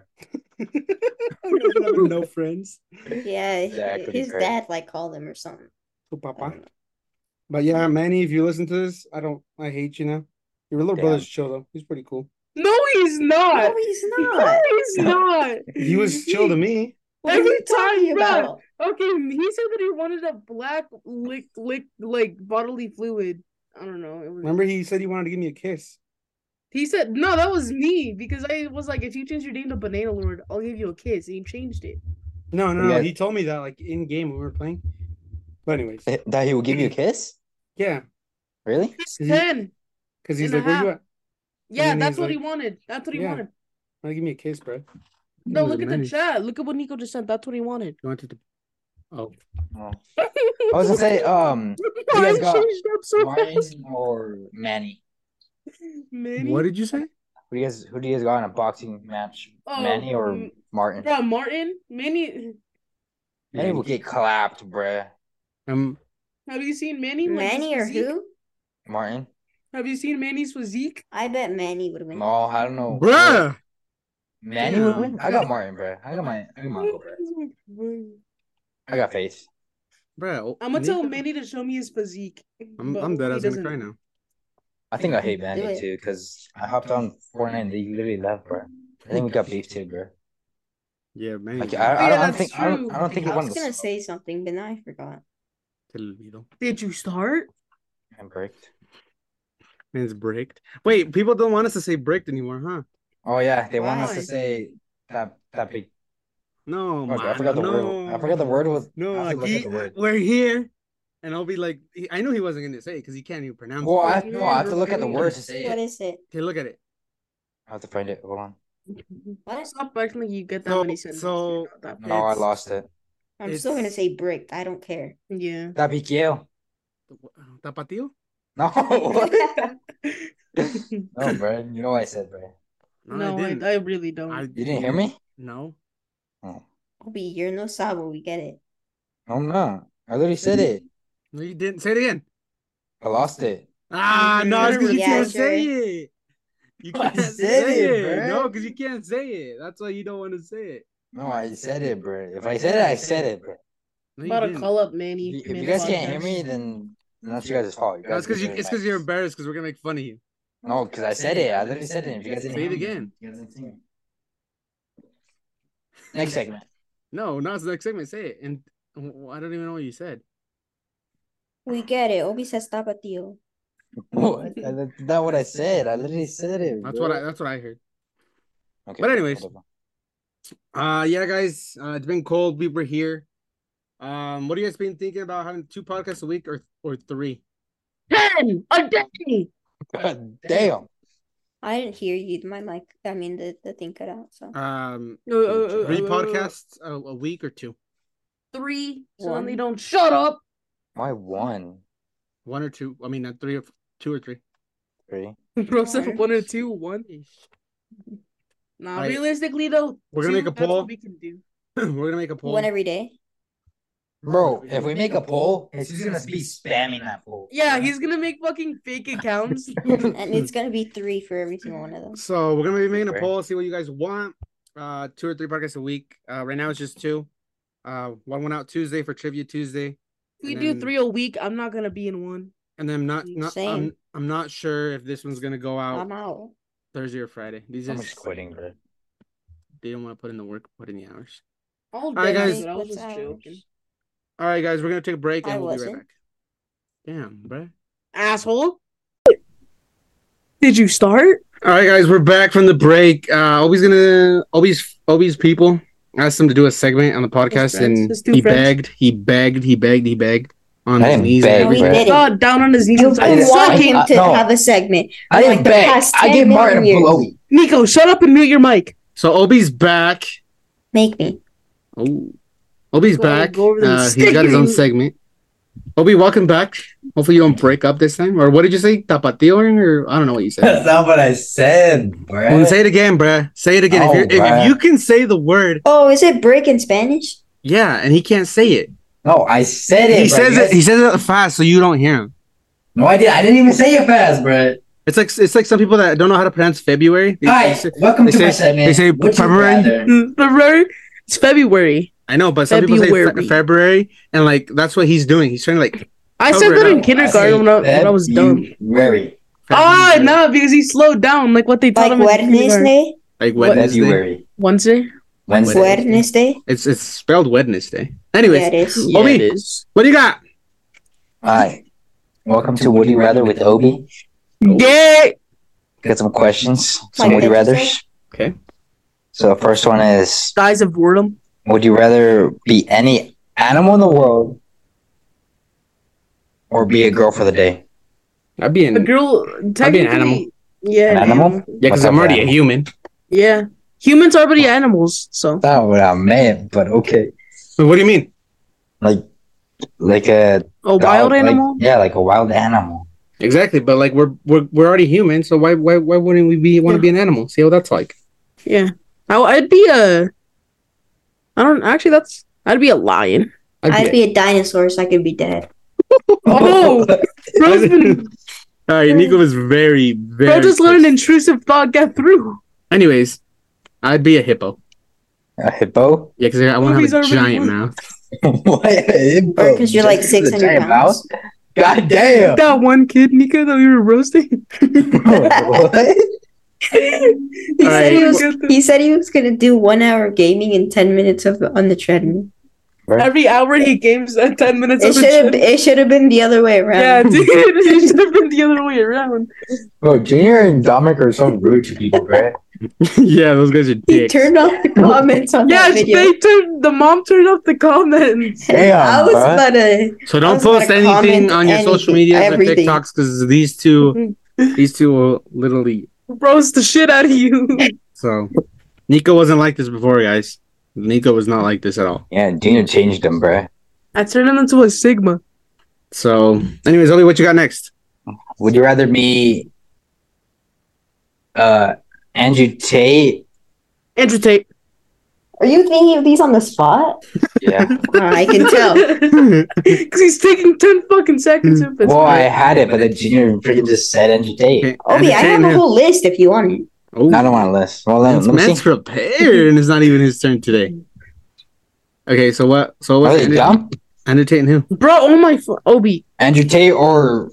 Speaker 2: no friends.
Speaker 4: Yeah, he-
Speaker 1: Exactly,
Speaker 4: his
Speaker 1: correct.
Speaker 4: dad like called him or something.
Speaker 2: Oh,
Speaker 4: I don't
Speaker 2: papa.
Speaker 4: know.
Speaker 2: But yeah, Manny, if you listen to this, I don't, I hate you now. Your little
Speaker 1: Damn.
Speaker 2: brother's chill though. He's pretty cool.
Speaker 3: No, he's not.
Speaker 4: No, he's
Speaker 3: No,
Speaker 4: not.
Speaker 3: he's not.
Speaker 2: He *laughs* was chill to me.
Speaker 4: What are you
Speaker 3: Every time,
Speaker 4: talking
Speaker 3: bro.
Speaker 4: about?
Speaker 3: Okay, he said that he wanted a black lick, lick, like bodily fluid. I don't know. It was,
Speaker 2: Remember, he said he wanted to give me a kiss.
Speaker 3: He said no. That was me because I was like, if you change your name to Banana Lord, I'll give you a kiss. And he changed it.
Speaker 2: No, no,
Speaker 1: You
Speaker 2: no.
Speaker 1: guys-
Speaker 2: He told me that like in game when we were playing. But anyways,
Speaker 1: Eh, That he will give you a kiss?
Speaker 2: yeah,
Speaker 1: Really?
Speaker 3: He's
Speaker 2: He-
Speaker 3: ten.
Speaker 2: because he's
Speaker 3: And a
Speaker 2: like, "Where you
Speaker 3: half.
Speaker 2: at?
Speaker 3: Yeah,
Speaker 2: then
Speaker 3: that's
Speaker 2: he's
Speaker 3: what he
Speaker 2: like-
Speaker 3: wanted. That's what he
Speaker 2: Yeah.
Speaker 3: wanted.
Speaker 2: Wanna give me a kiss, bro?"
Speaker 3: No, look at the chat. Look at what Nico just sent. That's what he wanted. *laughs*
Speaker 2: You wanted to. Oh,
Speaker 1: No. I was gonna say, um, You guys
Speaker 3: Mine
Speaker 1: got
Speaker 3: changed up so
Speaker 1: Martin
Speaker 3: fast.
Speaker 1: or Manny.
Speaker 3: Manny?
Speaker 2: what did you say?
Speaker 1: Who do you guys? Who do you guys got in a boxing match?
Speaker 3: Oh,
Speaker 1: Manny or
Speaker 3: mm,
Speaker 1: Martin?
Speaker 3: Bro, Martin, Manny.
Speaker 1: Manny will get clapped, bruh.
Speaker 2: Um,
Speaker 3: Have you seen Manny? like, his
Speaker 4: Manny or
Speaker 3: physique?
Speaker 4: who?
Speaker 1: Martin.
Speaker 3: Have you seen Manny's physique?
Speaker 4: I bet Manny would win.
Speaker 1: No, I don't know.
Speaker 2: bruh.
Speaker 1: Manny would win. I got Martin, bruh. I got my. I got
Speaker 3: *laughs*
Speaker 1: my. I got Faith.
Speaker 2: Bro,
Speaker 3: I'm gonna tell Manny to show me his physique.
Speaker 2: oh, I'm,
Speaker 3: but
Speaker 2: I'm dead
Speaker 3: he
Speaker 2: as I'm
Speaker 3: doesn't.
Speaker 2: crying now.
Speaker 1: I think I hate
Speaker 4: Do
Speaker 1: Manny
Speaker 4: it.
Speaker 1: too because I hopped on Fortnite and they literally left, bruh. I think we got beef too, bruh.
Speaker 2: Yeah, man.
Speaker 1: Like,
Speaker 2: Like,
Speaker 1: I, I,
Speaker 3: yeah,
Speaker 1: I don't
Speaker 3: that's
Speaker 1: think I don't,
Speaker 3: true.
Speaker 1: I don't think he
Speaker 4: I
Speaker 1: won
Speaker 4: was
Speaker 1: the
Speaker 4: gonna say something, but now I forgot.
Speaker 3: Did you start?
Speaker 1: I'm bricked.
Speaker 2: Man's bricked. Wait, people don't want us to say bricked anymore, huh?
Speaker 1: Oh yeah, they want us
Speaker 3: Why?
Speaker 1: to say that that big.
Speaker 2: No,
Speaker 1: Okay, Oh, I
Speaker 2: mano,
Speaker 1: forgot the
Speaker 2: Oh, no.
Speaker 1: word. I forgot the word was.
Speaker 2: No,
Speaker 1: I have to look
Speaker 2: like,
Speaker 1: at
Speaker 2: he-
Speaker 1: the word.
Speaker 2: we're here, and I'll be like, he, I knew he wasn't gonna say because he can't even pronounce.
Speaker 1: Well,
Speaker 2: it.
Speaker 1: I no, I have to look at the
Speaker 3: What
Speaker 1: words to say
Speaker 4: What
Speaker 1: it.
Speaker 4: is it?
Speaker 2: Okay, look at it.
Speaker 1: I have to find it. Hold on.
Speaker 4: What?
Speaker 3: Stop acting like you get that
Speaker 2: So-
Speaker 3: many sentences.
Speaker 2: so-
Speaker 3: You're not that
Speaker 1: No, I
Speaker 2: It's-
Speaker 1: lost it.
Speaker 4: I'm still gonna
Speaker 2: It's-
Speaker 4: say bricked. I don't
Speaker 1: *laughs*
Speaker 4: care.
Speaker 3: bad. *laughs* yeah.
Speaker 1: That big *laughs* Yale.
Speaker 2: Tapatio.
Speaker 4: *laughs*
Speaker 1: No, what? no, bro. You know what I said, bro.
Speaker 2: No,
Speaker 3: no,
Speaker 2: I didn't.
Speaker 3: I, I really don't.
Speaker 2: I-
Speaker 1: You didn't hear me?
Speaker 2: No.
Speaker 4: Obi, you're no Sabo. We get it.
Speaker 1: I'm not. I literally said it.
Speaker 2: No, you didn't. Say it again.
Speaker 1: I lost it.
Speaker 2: Ah,
Speaker 3: you
Speaker 2: no, it's 'cause you
Speaker 4: Yeah,
Speaker 2: can't
Speaker 4: sure.
Speaker 2: say it. You
Speaker 1: *laughs* I
Speaker 2: can't
Speaker 1: said
Speaker 2: say
Speaker 1: it,
Speaker 2: it.
Speaker 1: bruh.
Speaker 2: No, because you can't say it. That's why you don't want to say it.
Speaker 1: No, I said it, bro. If I said it, I said it, bro.
Speaker 2: No, you
Speaker 3: about to
Speaker 2: didn't.
Speaker 3: call up Manny.
Speaker 1: If you
Speaker 3: Manny
Speaker 1: guys can't hear
Speaker 3: podcast.
Speaker 1: me, then then that's you guys' fault. You
Speaker 2: No, it's
Speaker 1: guys
Speaker 2: because you.
Speaker 1: can
Speaker 2: It's
Speaker 1: hear
Speaker 2: because you're
Speaker 1: me.
Speaker 2: embarrassed because we're gonna make fun of you.
Speaker 1: No, because I said it. I literally said it. If you guys didn't
Speaker 2: Say
Speaker 1: hear
Speaker 2: it
Speaker 1: me,
Speaker 2: again.
Speaker 1: you guys didn't see me. Next segment. *laughs*
Speaker 2: No, no, it's the next segment. Say it, and w- I don't even know what you said.
Speaker 4: We get it. Obi says Tapatio.
Speaker 1: No, I- I- that's not what I said. I literally said it.
Speaker 2: That's
Speaker 1: bro.
Speaker 2: what I. That's what I heard.
Speaker 1: Okay,
Speaker 2: but anyways.
Speaker 1: whatever.
Speaker 2: Uh, yeah, guys. Uh, it's been cold. We were here. Um, what have you guys been thinking about having two podcasts a week or or three?
Speaker 3: Ten a day.
Speaker 1: God damn.
Speaker 4: I didn't hear you. My mic, I mean, the, the thing cut out. So
Speaker 2: Um,
Speaker 1: uh,
Speaker 2: three podcasts a, a week or two,
Speaker 3: Three. So
Speaker 4: One.
Speaker 3: then they don't shut up.
Speaker 1: Why one,
Speaker 2: one or two. I mean, not three or f- two or three. *clears throat*
Speaker 1: three?
Speaker 3: Bro said one or two, one. Nah,
Speaker 2: Alright.
Speaker 3: realistically though,
Speaker 2: We're gonna
Speaker 3: two,
Speaker 2: make a
Speaker 3: that's
Speaker 2: poll.
Speaker 3: what we can do.
Speaker 2: we're gonna make a poll.
Speaker 4: one every day.
Speaker 1: *laughs* Bro, if we make a poll, he's gonna be spamming that poll.
Speaker 3: Yeah, he's gonna make fucking
Speaker 2: *laughs*
Speaker 3: fake accounts.
Speaker 4: And it's going to be three for every single one of them.
Speaker 2: So we're gonna be making a
Speaker 1: Okay.
Speaker 2: poll, see what you guys want. Uh, two or three podcasts a week. Uh, right now it's just two. Uh, one went out Tuesday for Trivia Tuesday,
Speaker 3: If we
Speaker 2: And
Speaker 3: do
Speaker 2: then-
Speaker 3: three a week, I'm not gonna be in one.
Speaker 2: and then I'm not not I'm,
Speaker 4: Same.
Speaker 2: I'm not sure if this one's gonna go
Speaker 1: Oh.
Speaker 2: out
Speaker 4: I'm out.
Speaker 2: Thursday or Friday. These
Speaker 1: I'm
Speaker 2: just
Speaker 1: just quitting, bro.
Speaker 2: they don't want to put in the work, put in the hours.
Speaker 3: All day,
Speaker 2: Alright, guys.
Speaker 3: but I was just
Speaker 4: What's
Speaker 3: joking.
Speaker 2: All right, guys, we're gonna take a break and
Speaker 4: I
Speaker 2: we'll be
Speaker 4: wasn't.
Speaker 2: right back. Damn, bruh.
Speaker 3: Asshole. Did you start?
Speaker 2: All right, guys, we're back from the break. Uh, Obi's gonna Obi's Obi's people asked him to do a segment on the podcast,
Speaker 3: friends.
Speaker 2: and
Speaker 3: Let's do
Speaker 2: he
Speaker 3: friends.
Speaker 2: begged, he begged, he begged, he begged on
Speaker 1: I
Speaker 2: his
Speaker 1: didn't
Speaker 2: knees.
Speaker 1: beg,
Speaker 2: and
Speaker 4: No, he
Speaker 2: everything.
Speaker 4: didn't. Hey.
Speaker 3: God, down on his knees.
Speaker 4: You
Speaker 1: I didn't-
Speaker 4: want him
Speaker 1: I-
Speaker 4: to
Speaker 1: no.
Speaker 4: have a segment.
Speaker 1: I
Speaker 4: Like
Speaker 1: didn't
Speaker 4: the
Speaker 1: beg.
Speaker 4: past
Speaker 1: I
Speaker 4: 10
Speaker 1: gave Martin a
Speaker 4: million years.
Speaker 1: blowy.
Speaker 3: Nico, shut up and mute your mic.
Speaker 2: So Obi's back.
Speaker 4: Make me.
Speaker 2: Oh, Obi's
Speaker 3: Go-
Speaker 2: back.
Speaker 3: go over there and
Speaker 2: Uh,
Speaker 3: stick
Speaker 2: he's got his
Speaker 3: it
Speaker 2: own
Speaker 3: in.
Speaker 2: segment. Obi, welcome back. Hopefully you don't break up this time. Or what did you say? Tapatioing or I don't know what you said.
Speaker 1: not what I said, bro.
Speaker 2: *laughs* Well, then say it again, bruh. Say it again.
Speaker 1: Oh,
Speaker 2: if, you're, if,
Speaker 1: bruh.
Speaker 2: if you can say the word,
Speaker 4: Oh, is it break in Spanish?
Speaker 2: yeah, and he can't say it.
Speaker 1: No, I said it.
Speaker 2: He
Speaker 1: bro.
Speaker 2: says
Speaker 1: You
Speaker 2: it. He
Speaker 1: guys-
Speaker 2: says it fast, so you don't hear him.
Speaker 1: No, I did. I didn't even say it fast, bro.
Speaker 2: It's like it's like some people that don't know how to pronounce February. They-
Speaker 1: All
Speaker 2: they
Speaker 1: right,
Speaker 2: say-
Speaker 1: welcome
Speaker 2: they
Speaker 1: to my
Speaker 2: say-
Speaker 1: segment.
Speaker 2: they say
Speaker 1: Would you
Speaker 2: February.
Speaker 1: rather?
Speaker 3: February. It's February.
Speaker 2: I know, but some people say
Speaker 3: February.
Speaker 2: fe- February, and like that's what he's doing. He's trying to like.
Speaker 3: I
Speaker 2: Cover
Speaker 3: said
Speaker 2: it
Speaker 3: that in
Speaker 2: up.
Speaker 3: kindergarten when I, when I was dumb.
Speaker 1: February.
Speaker 3: Ah, no, because he slowed down like what they taught
Speaker 4: Like
Speaker 3: him in kindergarten.
Speaker 4: Wednesday?
Speaker 2: Like Wednesday.
Speaker 1: February.
Speaker 3: Wednesday.
Speaker 1: Wednesday.
Speaker 4: Wednesday?
Speaker 2: It's it's spelled Wednesday. Anyways,
Speaker 4: Yeah, it is.
Speaker 2: Obi, what do you got?
Speaker 1: Hi. Welcome to Woody Rather with Obi.
Speaker 3: Yeah.
Speaker 1: Got some questions. Some
Speaker 4: Like
Speaker 1: Woody
Speaker 4: what you
Speaker 1: Rathers.
Speaker 2: Okay.
Speaker 1: So the first one is
Speaker 3: Guys of boredom.
Speaker 1: Would you rather be any animal in the world or be a girl for the day?
Speaker 2: I'd be
Speaker 3: A girl. Technically,
Speaker 2: animal.
Speaker 3: Yeah.
Speaker 1: An animal?
Speaker 2: Yeah,
Speaker 1: 'cause I'm already a
Speaker 2: human.
Speaker 3: Yeah. Humans are already animals, so
Speaker 1: Not what I meant, but okay.
Speaker 2: what do you mean?
Speaker 1: Like, like a
Speaker 3: a
Speaker 1: dog,
Speaker 3: Oh, wild
Speaker 1: like-
Speaker 3: animal.
Speaker 1: yeah, like a wild animal.
Speaker 2: Exactly, but like we're we're we're already human, so why why why wouldn't we be want to
Speaker 3: Yeah.
Speaker 2: be an animal? See what that's like.
Speaker 3: Yeah. I, I'd be a. I don't actually. That's I'd be a lion.
Speaker 2: I'd
Speaker 4: I'd
Speaker 2: be
Speaker 4: be a dinosaur so I could be dead.
Speaker 3: Oh, *laughs* bro's been,
Speaker 2: All right, Nico was very very.
Speaker 3: bro just learned
Speaker 2: pissed.
Speaker 3: intrusive thought get through.
Speaker 2: Anyways, I'd be a hippo.
Speaker 1: *laughs* a hippo? *laughs*
Speaker 2: Yeah, because I want
Speaker 3: Movies
Speaker 2: to have a
Speaker 3: already
Speaker 2: giant
Speaker 3: won.
Speaker 2: mouth.
Speaker 1: what? A hippo?
Speaker 4: Or because you're
Speaker 1: *laughs*
Speaker 4: like
Speaker 1: Just 'cause it's
Speaker 4: 600
Speaker 1: a Oh,
Speaker 4: pounds.
Speaker 1: giant mouse? God damn. *laughs*
Speaker 3: That one kid, Nico, that we were *laughs* roasting. *laughs*
Speaker 1: what?
Speaker 4: *laughs* He said
Speaker 2: Alright.
Speaker 4: he was. He said he was gonna do one hour of gaming and ten minutes of on the treadmill.
Speaker 3: Every hour he games at ten minutes.
Speaker 4: It
Speaker 3: of the
Speaker 4: should have.
Speaker 3: trip.
Speaker 4: It should have been the other way around.
Speaker 3: Yeah, dude, *laughs* it should have been the other way around.
Speaker 1: Bro, Junior and Dominic are so rude to people, bro.
Speaker 2: *laughs* yeah, those guys are
Speaker 4: he
Speaker 2: dicks.
Speaker 4: turned off
Speaker 1: *laughs*
Speaker 4: the comments on
Speaker 3: Yeah,
Speaker 4: that video.
Speaker 3: they turned the mom turned off the comments.
Speaker 1: Damn,
Speaker 4: *laughs* *laughs* I was
Speaker 1: bruh.
Speaker 4: about to.
Speaker 2: so
Speaker 4: I
Speaker 2: don't
Speaker 4: was gonna
Speaker 2: post anything
Speaker 4: comment
Speaker 2: on your
Speaker 4: anything,
Speaker 2: social medias
Speaker 4: everything.
Speaker 2: or TikToks because these two, these two will literally.
Speaker 3: Roast the shit out of you.
Speaker 2: So, Nico wasn't like this before, guys. Nico was not like this at all.
Speaker 1: Yeah, Junior changed them, bro.
Speaker 3: *laughs* I turned him into a sigma.
Speaker 2: So, anyways, Obi, what you got next?
Speaker 1: Would you rather be uh Andrew Tate.
Speaker 3: Andrew *laughs* Tate.
Speaker 5: Are you thinking of these on the spot?
Speaker 1: Yeah.
Speaker 4: Uh, I can
Speaker 5: *laughs*
Speaker 4: tell.
Speaker 3: *laughs* Because he's taking 10 fucking seconds of it.
Speaker 1: well,
Speaker 3: *laughs*
Speaker 1: I had it, but the junior freaking just said Andrew Tate.
Speaker 5: Obi, I have a whole list if you want it.
Speaker 2: Oh,
Speaker 1: I don't want to list. Well, then,
Speaker 2: that's
Speaker 1: let me
Speaker 2: man's
Speaker 1: see.
Speaker 2: prepared, and it's not even his turn today. Okay, so what? So
Speaker 1: Are
Speaker 2: what?
Speaker 1: they dumb?
Speaker 2: Entertain who?
Speaker 3: Bro, oh my. Fu- Obi.
Speaker 1: Andrew Tate or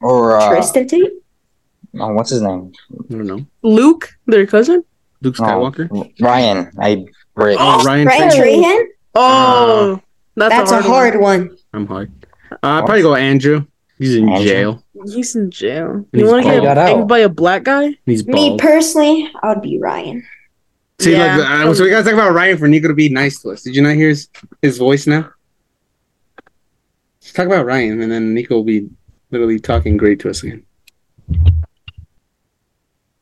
Speaker 1: or uh,
Speaker 5: Tristan Tate?
Speaker 1: oh, what's his name?
Speaker 2: I don't know.
Speaker 3: Luke, their cousin?
Speaker 2: Luke
Speaker 1: Oh,
Speaker 2: Skywalker.
Speaker 1: Ryan. I break.
Speaker 2: Oh, Ryan.
Speaker 5: Brian
Speaker 2: Fran-
Speaker 5: Trahan?
Speaker 1: Uh,
Speaker 3: Oh. that's,
Speaker 5: That's a hard one.
Speaker 2: I'm hard. Uh, I probably go Andrew. He's in
Speaker 1: Andrew.
Speaker 2: jail.
Speaker 3: one. He's in jail.
Speaker 2: He's
Speaker 3: You want to
Speaker 1: bald.
Speaker 3: get
Speaker 1: Got out.
Speaker 3: banged by a black guy?
Speaker 2: He's
Speaker 5: Me
Speaker 2: bald.
Speaker 5: personally, I would be Ryan.
Speaker 2: See,
Speaker 3: Yeah.
Speaker 2: like, uh, so we gotta talk about Ryan for Nico to be nice to us. Did you not hear his, his voice now? Let's talk about Ryan, and then Nico will be literally talking great to us again.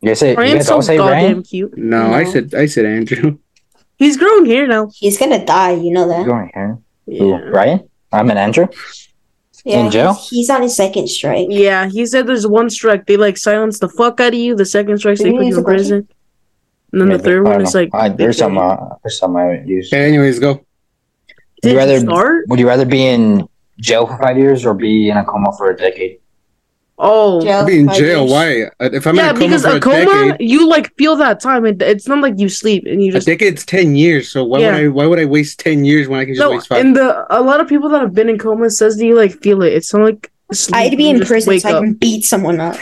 Speaker 1: You guys say you
Speaker 3: Ryan's
Speaker 1: guys
Speaker 3: so
Speaker 1: all say
Speaker 3: goddamn
Speaker 1: Ryan.
Speaker 3: cute.
Speaker 2: No, I
Speaker 5: No.
Speaker 2: said I said Andrew. *laughs*
Speaker 3: He's grown here now.
Speaker 5: He's gonna die, you know
Speaker 1: You
Speaker 5: that.
Speaker 1: going here? Who,
Speaker 3: Yeah.
Speaker 1: Ryan? I'm an Andrew.
Speaker 5: Yeah,
Speaker 1: In jail?
Speaker 5: he's- He's on his second strike.
Speaker 3: Yeah, he said there's one strike. They like silence the fuck out of you. The second strike, they
Speaker 5: Didn't
Speaker 3: put
Speaker 5: he
Speaker 3: you
Speaker 5: use
Speaker 3: in
Speaker 5: the question?
Speaker 3: prison. And then the
Speaker 1: Maybe.
Speaker 3: third
Speaker 1: I
Speaker 3: one
Speaker 1: don't
Speaker 3: is
Speaker 1: know.
Speaker 3: like.
Speaker 1: I, there's some uh, there's some I would use.
Speaker 2: Okay, anyways, go.
Speaker 1: Would
Speaker 3: Did
Speaker 1: you
Speaker 3: it
Speaker 1: rather
Speaker 3: start?
Speaker 1: would you rather be in jail for five years or be in a coma for a decade? *laughs*
Speaker 3: Oh.
Speaker 5: Jail,
Speaker 2: I'll be in
Speaker 5: five
Speaker 2: jail.
Speaker 5: years.
Speaker 2: Why? Uh, If I'm
Speaker 3: yeah,
Speaker 2: in a coma
Speaker 3: because
Speaker 2: for
Speaker 3: a
Speaker 2: a
Speaker 3: coma,
Speaker 2: decade,
Speaker 3: you like feel that time. It, it's not like you sleep and you
Speaker 2: a
Speaker 3: just
Speaker 2: decade's ten years. So why
Speaker 3: Yeah.
Speaker 2: would I? Why would I waste ten years when I can just
Speaker 3: no.
Speaker 2: waste five?
Speaker 3: And the a lot of people that have been in coma says that you like feel it. It's not like sleep,
Speaker 5: I'd be
Speaker 3: you
Speaker 5: in
Speaker 3: just
Speaker 5: prison
Speaker 3: Wake
Speaker 5: so I
Speaker 3: up.
Speaker 5: can beat someone up.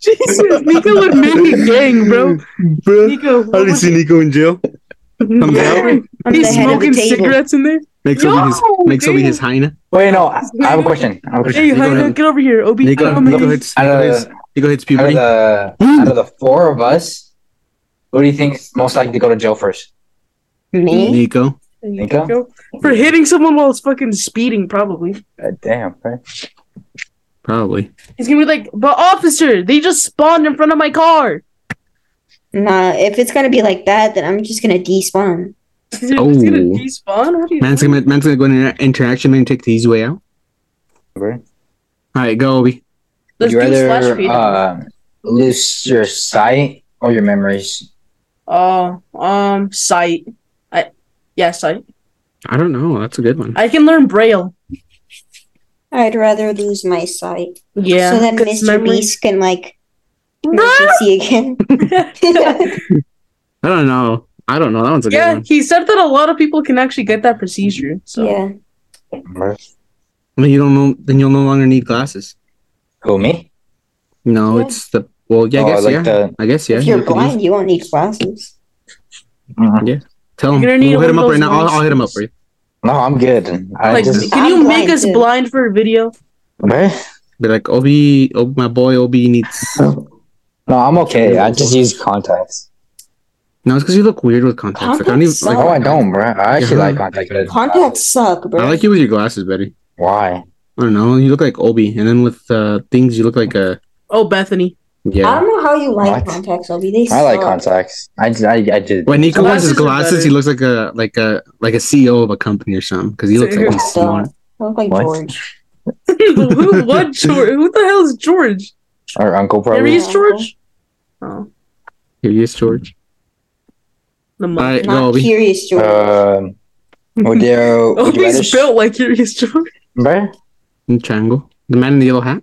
Speaker 3: Jesus, Nico would make
Speaker 2: *laughs*
Speaker 3: a gang, bro.
Speaker 2: Bro,
Speaker 3: Nico,
Speaker 2: I
Speaker 3: what
Speaker 2: didn't
Speaker 3: was
Speaker 2: see Nico in jail. I'm down.
Speaker 5: I'm
Speaker 3: He's
Speaker 5: the head of the
Speaker 3: smoking
Speaker 5: table.
Speaker 3: cigarettes in there.
Speaker 2: Makes
Speaker 3: Yo,
Speaker 2: Obi his makes Obi
Speaker 3: damn.
Speaker 2: his hyena.
Speaker 1: Wait, no, I, I have a question. I have a question.
Speaker 3: Hey,
Speaker 2: Nico
Speaker 3: Hyena,
Speaker 2: had-
Speaker 3: get over here, Obi.
Speaker 2: Nico,
Speaker 3: Come
Speaker 2: Nico
Speaker 3: here.
Speaker 2: hits.
Speaker 1: Out
Speaker 2: Nico
Speaker 1: of
Speaker 2: hits.
Speaker 1: the,
Speaker 2: Nico hits
Speaker 1: out of
Speaker 2: puberty.
Speaker 1: the
Speaker 3: Hmm.
Speaker 1: out of the four of us, who do you think is most likely to go to jail first?
Speaker 5: Me?
Speaker 2: Nico.
Speaker 1: Nico?
Speaker 3: For hitting someone while it's fucking speeding, probably.
Speaker 1: God damn, right?
Speaker 2: Probably.
Speaker 3: He's gonna be like, but officer, they just spawned in front of my car.
Speaker 5: Nah, if it's gonna be like that, then I'm just gonna despawn.
Speaker 3: He's gonna
Speaker 2: Oh.
Speaker 3: despawn? What are you
Speaker 2: Man's gonna man's gonna go into interaction and take the easy way out.
Speaker 1: Would
Speaker 2: All right, go Obi.
Speaker 3: Let's
Speaker 1: you
Speaker 3: do slash
Speaker 1: rather
Speaker 3: feed.
Speaker 1: uh, lose your sight or your memories?
Speaker 3: Oh, um, sight. I, yeah, sight.
Speaker 2: I don't know. That's a good one.
Speaker 3: I can learn braille.
Speaker 5: I'd rather lose my sight.
Speaker 3: Yeah.
Speaker 5: so that
Speaker 3: 'cause
Speaker 5: Mr. Beast can like make
Speaker 3: memory-
Speaker 5: you see again. *laughs*
Speaker 2: I don't know. I don't know. That one's a
Speaker 3: *laughs*
Speaker 2: good
Speaker 3: yeah,
Speaker 5: *laughs*
Speaker 2: one.
Speaker 3: he said that a lot of people can actually get that procedure. So
Speaker 5: yeah.
Speaker 1: Remember?
Speaker 2: I mean, you don't know. Then you'll no longer need glasses.
Speaker 1: Who me?
Speaker 2: No,
Speaker 5: Yeah.
Speaker 2: it's the well. Yeah, I
Speaker 1: Oh,
Speaker 2: guess
Speaker 1: like
Speaker 2: yeah.
Speaker 1: the-
Speaker 2: I guess yeah.
Speaker 5: if you're
Speaker 2: you could use-
Speaker 5: blind, you won't need glasses.
Speaker 1: Mm-mm.
Speaker 2: tell him.
Speaker 3: You're gonna need
Speaker 2: We'll hit
Speaker 3: one
Speaker 2: him
Speaker 3: of
Speaker 2: up
Speaker 3: those
Speaker 2: right now. I'll, I'll hit him up
Speaker 3: ones.
Speaker 2: for you.
Speaker 1: No, I'm good. I
Speaker 3: like
Speaker 1: just
Speaker 3: can you
Speaker 5: I'm
Speaker 3: make
Speaker 5: blind,
Speaker 3: us
Speaker 5: too.
Speaker 3: blind for a video?
Speaker 1: Right?
Speaker 2: Be like Obi, Obi my boy Obi needs.
Speaker 1: No, I'm okay. I just use contacts.
Speaker 2: No, it's because you look weird with contacts. Like, I don't even,
Speaker 5: Contacts
Speaker 2: like,
Speaker 5: suck.
Speaker 1: No, I don't, bro. I actually
Speaker 2: Yeah.
Speaker 1: like contacts. but-
Speaker 5: Contacts suck, bro.
Speaker 2: I like you with your glasses, Betty.
Speaker 1: Why?
Speaker 2: I don't know. You look like Obi, and then with uh, things, you look like a
Speaker 3: Oh,
Speaker 1: *laughs*
Speaker 3: Bethany.
Speaker 5: I
Speaker 2: yeah.
Speaker 5: don't know how you like
Speaker 1: What?
Speaker 5: contacts, Obi. They
Speaker 1: I like
Speaker 5: suck.
Speaker 1: contacts. I I, I did.
Speaker 2: When Nico wears
Speaker 3: Glasses
Speaker 2: his
Speaker 3: are
Speaker 2: glasses,
Speaker 3: better.
Speaker 2: he looks like a like a like a CEO of a company or something. Because he looks like he's
Speaker 5: Stop.
Speaker 2: smart.
Speaker 5: I look like
Speaker 1: What?
Speaker 5: George.
Speaker 3: *laughs* Who?
Speaker 1: *laughs*
Speaker 3: What George? Who the hell is George?
Speaker 1: Or uncle
Speaker 3: Never
Speaker 1: probably.
Speaker 5: you-
Speaker 3: use George. Oh,
Speaker 2: Here he is, George.
Speaker 3: the
Speaker 2: All
Speaker 3: mother.
Speaker 2: right, go
Speaker 5: Not
Speaker 2: Obi.
Speaker 5: curious, George.
Speaker 1: Um,
Speaker 3: *laughs*
Speaker 1: would you?
Speaker 3: *laughs* Oh,
Speaker 1: Would you rather?
Speaker 3: he's built like Curious George.
Speaker 1: Bruh,
Speaker 2: In the triangle. The man in the yellow hat.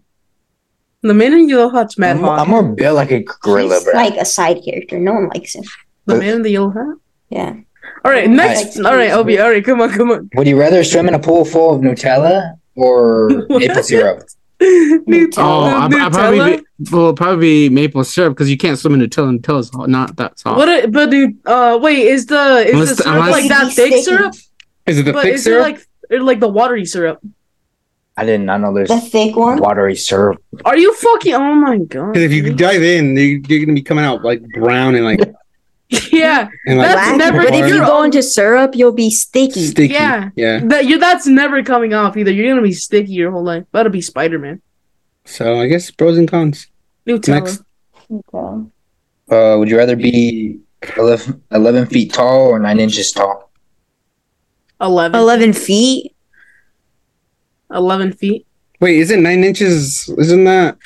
Speaker 3: The man in yellow hat's Mad
Speaker 1: I'm, I'm
Speaker 3: Hawk.
Speaker 1: more built like a gorilla,
Speaker 5: He's
Speaker 1: bro.
Speaker 5: like a side character. No one likes him.
Speaker 3: The man in the yellow hat.
Speaker 5: Yeah.
Speaker 3: All right,
Speaker 5: Alright.
Speaker 3: next. All right, Obi. All right, come on, come on. *laughs*
Speaker 1: Would you rather swim in a pool full of Nutella or
Speaker 3: What?
Speaker 1: maple syrup?
Speaker 3: Nutella.
Speaker 2: Oh, I, I
Speaker 3: Nutella.
Speaker 2: probably be, well probably be maple syrup because you can't swim in Nutella. Nutella's hot- not that soft.
Speaker 3: What? A, but the uh, wait, is the is
Speaker 2: Oh. Unless-
Speaker 3: the syrup
Speaker 2: unless-
Speaker 3: like that
Speaker 5: He's
Speaker 3: thick
Speaker 5: sticky.
Speaker 3: syrup?
Speaker 2: is it the
Speaker 3: But
Speaker 2: thick
Speaker 3: is
Speaker 2: syrup?
Speaker 3: it like or like the watery syrup?
Speaker 1: I did not know there's
Speaker 5: The thick one.
Speaker 1: watery syrup.
Speaker 3: Are you fucking? Oh my god!
Speaker 2: Because if you dive in, you- you're gonna be coming out like brown and like
Speaker 3: *laughs* yeah,
Speaker 2: and like
Speaker 3: That's
Speaker 4: Black,
Speaker 3: never-
Speaker 4: but if
Speaker 2: hard,
Speaker 4: you
Speaker 3: you're-
Speaker 4: go into syrup, you'll be sticky.
Speaker 2: sticky.
Speaker 3: Yeah.
Speaker 2: yeah.
Speaker 3: that you that's never coming off either. You're gonna be sticky your whole life. That'll be Spider Man.
Speaker 2: So I guess pros and cons.
Speaker 3: Nutella.
Speaker 2: Next.
Speaker 5: Okay.
Speaker 1: Uh, would you rather be 11, 11 feet tall or nine inches tall?
Speaker 3: Eleven.
Speaker 4: 11 feet.
Speaker 3: Eleven feet.
Speaker 2: Wait, isn't nine inches? Isn't that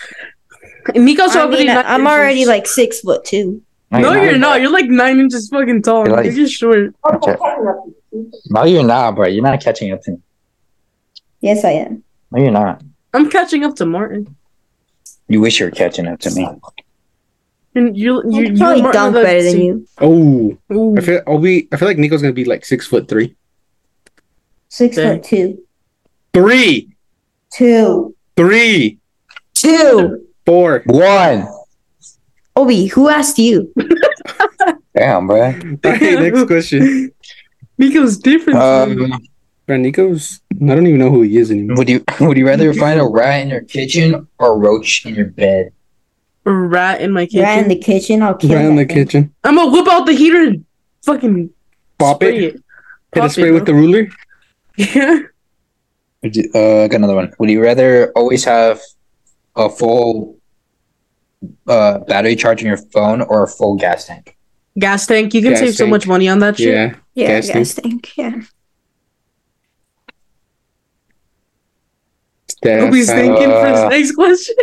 Speaker 3: Mika's
Speaker 5: I
Speaker 3: already.
Speaker 5: mean,
Speaker 3: nine
Speaker 5: I'm
Speaker 3: inches.
Speaker 5: already like six foot two.
Speaker 3: No, you're not. You're like nine inches fucking tall.
Speaker 1: You're
Speaker 3: You're,
Speaker 1: like-
Speaker 3: just short.
Speaker 1: Okay. No, you're not, bro. You're not catching up to me.
Speaker 5: Yes, I am.
Speaker 1: No, you're not.
Speaker 3: I'm catching up to Martin.
Speaker 1: You wish you were catching up to me.
Speaker 3: And you,
Speaker 5: I
Speaker 3: you,
Speaker 5: could
Speaker 3: you
Speaker 5: probably
Speaker 3: Martin
Speaker 5: dunk
Speaker 3: are the
Speaker 5: better than
Speaker 3: same-
Speaker 5: you.
Speaker 2: Oh,
Speaker 3: Ooh.
Speaker 2: I feel I'll be. I feel like Nico's gonna be like six foot three.
Speaker 5: Six
Speaker 3: Okay.
Speaker 5: foot two.
Speaker 2: Three,
Speaker 5: Two.
Speaker 2: three,
Speaker 5: Two.
Speaker 2: four. *laughs*
Speaker 1: One.
Speaker 5: Obi, who asked you?
Speaker 1: Damn, bro.
Speaker 2: All right, next question.
Speaker 3: Mika's different.
Speaker 1: Um,
Speaker 2: Friend Nico's. I don't even know who he is anymore.
Speaker 1: Would you *laughs* would you rather find a rat in your kitchen or a roach in your bed?
Speaker 3: a rat in my kitchen.
Speaker 5: Right in the kitchen. I'll kill
Speaker 2: Right in
Speaker 5: that
Speaker 2: the
Speaker 5: thing.
Speaker 2: kitchen.
Speaker 3: I'm gonna whip out the heater and fucking
Speaker 2: Pop
Speaker 3: spray
Speaker 2: it.
Speaker 3: it.
Speaker 2: Hit a
Speaker 3: Pop
Speaker 2: spray
Speaker 3: it,
Speaker 2: with the ruler.
Speaker 3: *laughs* Yeah.
Speaker 1: Would you- Uh, I got another one. Would you rather always have a full uh battery charge in your phone or a full gas tank?
Speaker 3: Gas tank. You can
Speaker 2: Gas
Speaker 3: save so
Speaker 2: tank.
Speaker 3: much money on that shit.
Speaker 2: Yeah.
Speaker 5: Yeah,
Speaker 2: Gas
Speaker 5: gas tank. *laughs* Yeah.
Speaker 2: That's
Speaker 3: Nobody's
Speaker 2: how-
Speaker 3: thinking for
Speaker 1: Uh,
Speaker 3: his next question.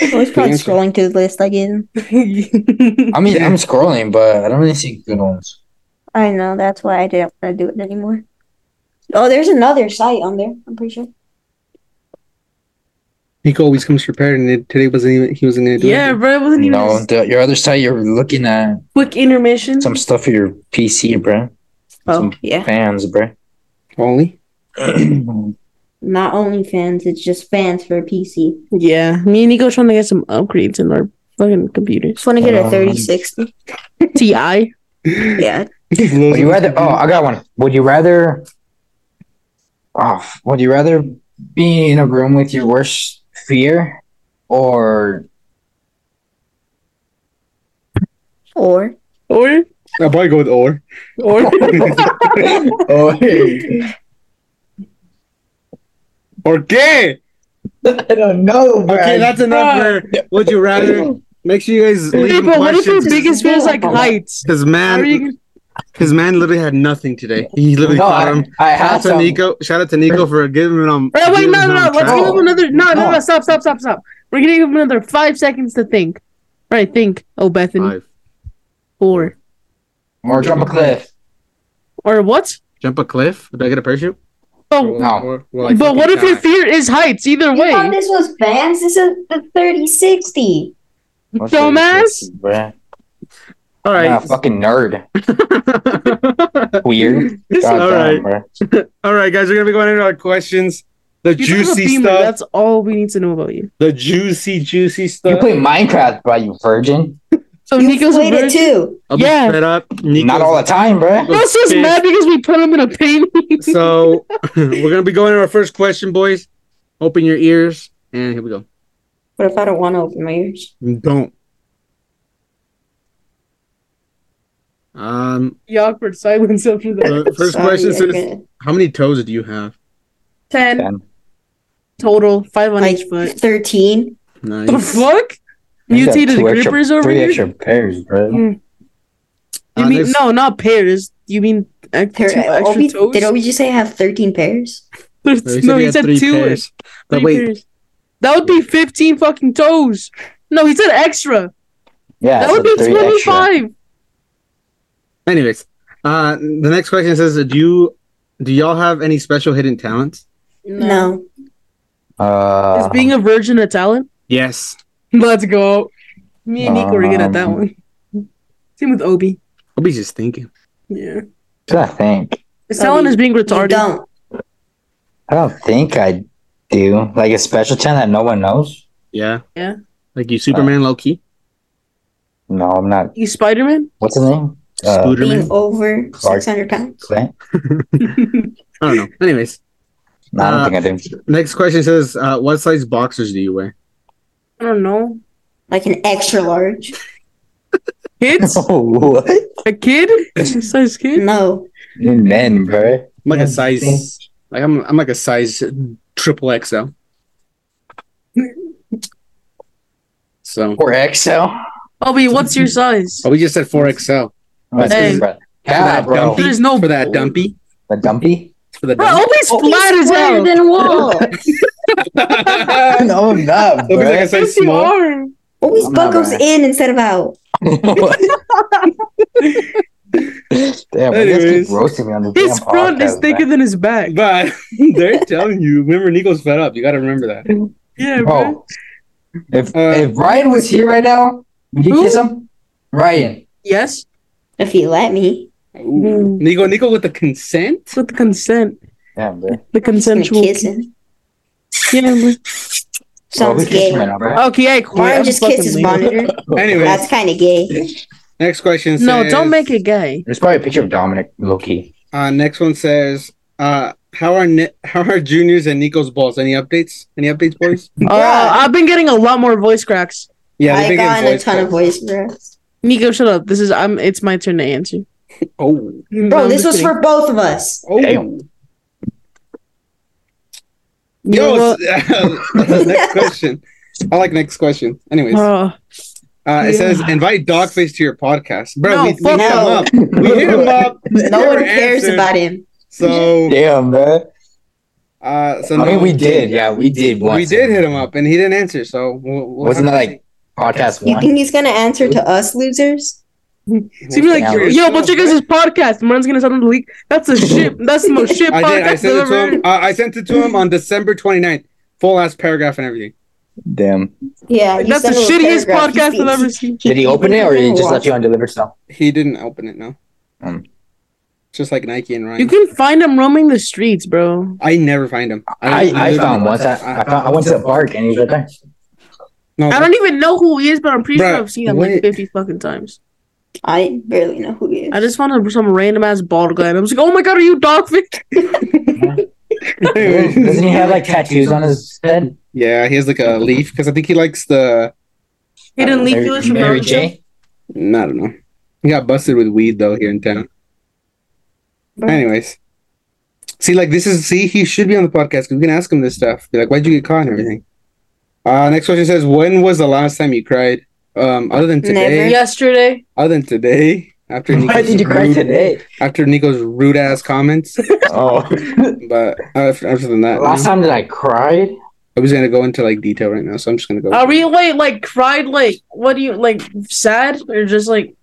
Speaker 5: I was probably
Speaker 2: Answer.
Speaker 5: scrolling through the list I gave him.
Speaker 3: *laughs*
Speaker 1: I mean, I'm scrolling, but I don't really see good ones.
Speaker 5: I know. That's why I didn't want to do it anymore. Oh, there's another site on there. I'm pretty sure.
Speaker 2: Nico always comes prepared, and it- today wasn't even. He wasn't gonna do
Speaker 3: yeah,
Speaker 2: it.
Speaker 3: bro. It wasn't even
Speaker 1: No,
Speaker 3: just
Speaker 1: the, your other side, you're looking at
Speaker 3: quick intermission.
Speaker 1: some stuff for your PC, bro.
Speaker 5: Oh,
Speaker 1: Some
Speaker 5: yeah.
Speaker 1: fans, bro.
Speaker 2: Only. *laughs*
Speaker 5: Not only fans, it's just fans for PC.
Speaker 3: Yeah, me and Nico trying to get some upgrades in our fucking computers.
Speaker 5: Just want to get a
Speaker 1: Um,
Speaker 5: 3060.
Speaker 3: Ti.
Speaker 5: Yeah.
Speaker 1: Would you rather? Oh, I got one. Would you rather? Oh, f- would you rather be in a room with your worst fear, or
Speaker 5: Or
Speaker 3: Or
Speaker 2: I'll probably go with or.
Speaker 3: or
Speaker 2: *laughs*
Speaker 1: or
Speaker 2: Okay.
Speaker 1: I don't know.
Speaker 2: Okay, that's enough. For, would you rather? Make sure you guys leave
Speaker 3: Hey,
Speaker 2: them
Speaker 3: but what if your
Speaker 2: questions.
Speaker 3: biggest fear is like heights?
Speaker 2: Because
Speaker 3: How are you
Speaker 2: man, because man literally had nothing today. He literally
Speaker 1: no,
Speaker 2: caught
Speaker 1: I,
Speaker 2: him.
Speaker 1: I
Speaker 2: Shout
Speaker 1: had
Speaker 2: out to
Speaker 1: some.
Speaker 2: Nico. Shout out to Nico for giving him. Um,
Speaker 3: Wait, wait,
Speaker 2: giving
Speaker 3: no,
Speaker 2: him
Speaker 3: no, no.
Speaker 2: on
Speaker 3: Let's
Speaker 2: track.
Speaker 3: give him another. No, no,
Speaker 1: No.
Speaker 3: no. Stop, stop, stop, stop. We're gonna give him another five seconds to think. All right, think. Oh, Bethany.
Speaker 2: Five.
Speaker 3: Or
Speaker 1: Or jump a cliff.
Speaker 3: or what?
Speaker 2: Jump a cliff? Do I get a parachute?
Speaker 3: Oh,
Speaker 1: No.
Speaker 2: Or will I
Speaker 3: but what if
Speaker 2: fucking
Speaker 3: your
Speaker 2: die?
Speaker 3: fear is heights? Either
Speaker 5: you thought
Speaker 3: way,
Speaker 5: this was fans? This is the 3060.
Speaker 3: dumbass.
Speaker 1: Bruh.
Speaker 2: All
Speaker 1: Nah,
Speaker 2: right.
Speaker 1: fucking nerd. Weird.
Speaker 3: This
Speaker 1: God
Speaker 2: all
Speaker 1: damn,
Speaker 2: right.
Speaker 1: bruh.
Speaker 2: *laughs* All right, guys, we're gonna be going into our questions. The
Speaker 3: You don't have a
Speaker 2: juicy
Speaker 3: femur,
Speaker 2: stuff.
Speaker 3: That's all we need to know about you.
Speaker 2: The juicy, juicy
Speaker 1: You
Speaker 2: stuff.
Speaker 1: play Minecraft, bro, you virgin.
Speaker 3: So
Speaker 5: you
Speaker 3: Nico's a
Speaker 5: played it
Speaker 3: virgin.
Speaker 5: too.
Speaker 2: I'll be
Speaker 3: Yeah.
Speaker 2: fed up.
Speaker 1: Not all the time, bro.
Speaker 3: Russ is
Speaker 2: Nico's
Speaker 3: mad because we put him in a painting.
Speaker 2: so *laughs* we're gonna be going to our first question, boys. Open your ears, and here we go.
Speaker 5: What if I don't want to open my ears?
Speaker 2: Don't. Um.
Speaker 3: The awkward silence after that. *laughs*
Speaker 2: the First
Speaker 5: Sorry,
Speaker 2: question
Speaker 5: I
Speaker 2: says,
Speaker 5: couldn't.
Speaker 2: "How many toes do you have?"
Speaker 3: Ten
Speaker 1: Damn.
Speaker 3: total, five on
Speaker 5: Like
Speaker 3: each foot.
Speaker 5: 13.
Speaker 3: The
Speaker 2: Nice.
Speaker 3: fuck?
Speaker 1: You got
Speaker 3: Mutated
Speaker 1: two extra-
Speaker 3: grippers over
Speaker 1: Three
Speaker 3: here.
Speaker 1: extra pairs, bro.
Speaker 3: You
Speaker 2: Uh,
Speaker 3: mean
Speaker 2: next-
Speaker 3: no, not pairs. You mean ex-
Speaker 5: Thir-
Speaker 3: two extra
Speaker 5: Obi,
Speaker 3: toes?
Speaker 5: did Obi just say I have 13 pairs?
Speaker 3: There's-
Speaker 2: No,
Speaker 3: no, he
Speaker 2: had
Speaker 3: said
Speaker 2: three
Speaker 3: two.
Speaker 2: pairs. But
Speaker 3: three
Speaker 2: wait,
Speaker 3: pairs. That would be fifteen fucking toes. No, he said extra.
Speaker 1: Yeah,
Speaker 3: that
Speaker 1: so
Speaker 3: would be
Speaker 1: three extra.
Speaker 3: twenty-five.
Speaker 2: Anyways, uh, the next question says, "Do you, do y'all have any special hidden talents?"
Speaker 5: No.
Speaker 1: Uh,
Speaker 3: Is being a virgin a talent? *laughs*
Speaker 2: Yes.
Speaker 3: Let's go. Me and Nico were good at that
Speaker 1: Um,
Speaker 3: one. *laughs* Same with Obi.
Speaker 2: I'll be just thinking.
Speaker 3: Yeah.
Speaker 1: I think.
Speaker 3: His talent
Speaker 5: Obi,
Speaker 3: is being
Speaker 5: You
Speaker 3: retarded.
Speaker 5: don't.
Speaker 1: I don't think I do. Like a special talent that no one knows.
Speaker 2: Yeah.
Speaker 3: Yeah.
Speaker 2: Like you, Superman,
Speaker 1: Uh,
Speaker 2: low key,
Speaker 1: No, I'm not.
Speaker 3: You Spider Man?
Speaker 1: What's his name? Uh,
Speaker 2: Spooderman.
Speaker 5: Being over
Speaker 1: Sorry.
Speaker 5: 600 pounds.
Speaker 1: Clint?
Speaker 2: I don't know. Anyways,
Speaker 1: No, I don't
Speaker 2: Uh,
Speaker 1: think I do.
Speaker 2: next question says, uh, "What size boxers do you wear?"
Speaker 3: I don't know.
Speaker 5: Like an extra large.
Speaker 3: Kids?
Speaker 2: Uh,
Speaker 1: *laughs* what?
Speaker 3: a kid? Size *laughs* kid?
Speaker 5: No.
Speaker 1: Men, bro.
Speaker 2: I'm like
Speaker 1: Yeah,
Speaker 2: a size, like I'm, I'm like a size triple XL. so,
Speaker 1: Or XL.
Speaker 3: Obi, what's your size?
Speaker 2: oh, we just said four XL
Speaker 1: That's
Speaker 3: Hey.
Speaker 1: hey. Yeah,
Speaker 2: that
Speaker 1: bro.
Speaker 2: dumpy.
Speaker 3: There's no
Speaker 2: for that dumpy
Speaker 1: The dumpy? *laughs*
Speaker 2: for the
Speaker 3: Bro,
Speaker 2: *laughs* dump.
Speaker 3: Obi's flat as hell. *laughs*
Speaker 5: than a wall.
Speaker 2: That
Speaker 1: no,
Speaker 2: *laughs*
Speaker 1: I'm not,
Speaker 2: means I
Speaker 1: bro.
Speaker 2: can say
Speaker 3: Yes, you
Speaker 2: small.
Speaker 3: are.
Speaker 4: Always
Speaker 1: I'm not
Speaker 4: buckles
Speaker 1: bad.
Speaker 4: in instead of out.
Speaker 1: *laughs* Damn, you guys
Speaker 2: Anyways.
Speaker 1: keep roasting me on this
Speaker 3: His
Speaker 1: damn
Speaker 3: front is
Speaker 1: podcast,
Speaker 3: thicker
Speaker 1: man.
Speaker 3: than his back.
Speaker 2: But *laughs* they're telling you. Remember, Nico's fed up. You got to remember that.
Speaker 3: Yeah, bro.
Speaker 1: Bro, if
Speaker 2: Uh,
Speaker 1: if Ryan was here right now, would you
Speaker 3: Who?
Speaker 1: kiss him? Ryan.
Speaker 3: Yes,
Speaker 5: If you let me,
Speaker 3: Ooh.
Speaker 2: Nico, Nico with the Mm, consent.
Speaker 3: with consent,
Speaker 1: Damn, bro.
Speaker 3: the
Speaker 5: I'm just
Speaker 3: consensual.
Speaker 5: gonna kiss him.
Speaker 3: Yeah, bro.
Speaker 1: Bro, we
Speaker 5: Sounds gay.
Speaker 1: kissing right now, bro.
Speaker 3: Okay, hey,
Speaker 5: Why
Speaker 3: quiet.
Speaker 5: don't just kiss his monitor?
Speaker 3: *laughs*
Speaker 2: Anyways,
Speaker 5: That's kind of gay.
Speaker 2: next question. Says,
Speaker 3: No, don't make it gay.
Speaker 1: There's probably a picture of Dominic low key.
Speaker 2: Uh, next one says, uh, "How are ne- how are juniors and Nico's balls? Any updates? Any updates, boys?
Speaker 1: *laughs*
Speaker 3: Uh,
Speaker 5: Yeah.
Speaker 3: I've been getting a lot more voice cracks.
Speaker 2: Yeah,
Speaker 5: I
Speaker 2: they've been
Speaker 5: got
Speaker 2: getting
Speaker 5: in a ton of
Speaker 2: calls.
Speaker 5: voice, bro.
Speaker 3: Nico, shut up. This is I'm. It's my turn to answer.
Speaker 2: Oh,
Speaker 5: Bro, this was for both of us.
Speaker 2: oh,
Speaker 1: Damn.
Speaker 2: *laughs* yo! next question. I like next question. Anyways, uh,
Speaker 3: Uh,
Speaker 2: it says,
Speaker 3: yeah.
Speaker 2: "Invite Dogface to your podcast, bro.
Speaker 3: No,
Speaker 2: we, we
Speaker 3: fuck
Speaker 2: hit him
Speaker 5: no.
Speaker 2: up. We hit him up.
Speaker 5: *laughs* No
Speaker 2: Never
Speaker 5: one cares
Speaker 2: answered.
Speaker 5: about him.
Speaker 2: So,
Speaker 1: Damn, bro.
Speaker 2: uh, so
Speaker 1: I mean,
Speaker 2: no-
Speaker 1: we did. Yeah, we did once.
Speaker 2: we did hit him up, and he didn't answer. So, we'll, we'll
Speaker 1: Wasn't
Speaker 2: have
Speaker 1: that
Speaker 2: to
Speaker 1: like podcast
Speaker 5: You
Speaker 1: one?
Speaker 5: think he's gonna answer to us losers?
Speaker 2: see.
Speaker 3: seemed like
Speaker 1: Yeah.
Speaker 3: yo, but check out this podcast. Man's gonna sound on the leak. That's a ship. That's the most ship
Speaker 2: *laughs* I did. I
Speaker 3: podcast
Speaker 2: sent it
Speaker 3: I've
Speaker 2: to
Speaker 3: ever
Speaker 2: him.
Speaker 3: heard.
Speaker 2: Uh, I sent it to him on December 29th. Full last paragraph and everything.
Speaker 1: Damn.
Speaker 5: Yeah, you
Speaker 3: That's the
Speaker 5: sent him a
Speaker 3: shittiest
Speaker 5: paragraph. He
Speaker 3: podcast I've
Speaker 5: thinks-
Speaker 3: ever seen.
Speaker 1: Did he open it or he
Speaker 5: thinks
Speaker 1: just
Speaker 5: he'll
Speaker 1: left you
Speaker 5: watch
Speaker 1: undelivered stuff?
Speaker 2: He didn't open it. No.
Speaker 1: Mm.
Speaker 2: Just like Nike and Ryan.
Speaker 3: You can find him roaming the streets, bro.
Speaker 2: I never find him.
Speaker 1: I, I
Speaker 2: literally-
Speaker 1: found once. I, I found I went to the park and he was right there.
Speaker 2: No,
Speaker 3: I
Speaker 1: *laughs*
Speaker 3: don't even know who he is, but I'm pretty sure
Speaker 2: Bruh,
Speaker 3: I've seen him
Speaker 2: wait.
Speaker 3: like 50 fucking times.
Speaker 5: it. I barely know who he is.
Speaker 3: I just found him some random ass bald guy, and I was like, "Oh my god, are you Dogfish?"
Speaker 2: Anyways.
Speaker 1: Doesn't he have like tattoos on his head?
Speaker 2: Yeah, he has like a leaf because I think he likes the.
Speaker 3: Hidden leaf
Speaker 1: Mary-
Speaker 3: village from
Speaker 1: Mary
Speaker 3: Mountain Dew.
Speaker 1: J.
Speaker 2: I don't know. He got busted with weed though here in town.
Speaker 5: Bro.
Speaker 2: Anyways, see, like this is see, he should be on the podcast. 'cause We can ask him this stuff. Be like, why'd you get caught and everything. Uh, next question says, when was the last time you cried? Um, other than today,
Speaker 5: Never.
Speaker 3: Yesterday,
Speaker 2: other than today, after
Speaker 1: Why
Speaker 2: Nico's
Speaker 1: did you cry
Speaker 2: rude-
Speaker 1: today?
Speaker 2: After Nico's rude ass comments,
Speaker 1: Oh,
Speaker 2: but uh, after, after than that,
Speaker 1: *laughs* last
Speaker 2: no.
Speaker 1: time that I cried,
Speaker 2: I was gonna go into like detail right now, so I'm just gonna go.
Speaker 3: are we wait like cried like what do you like sad or just like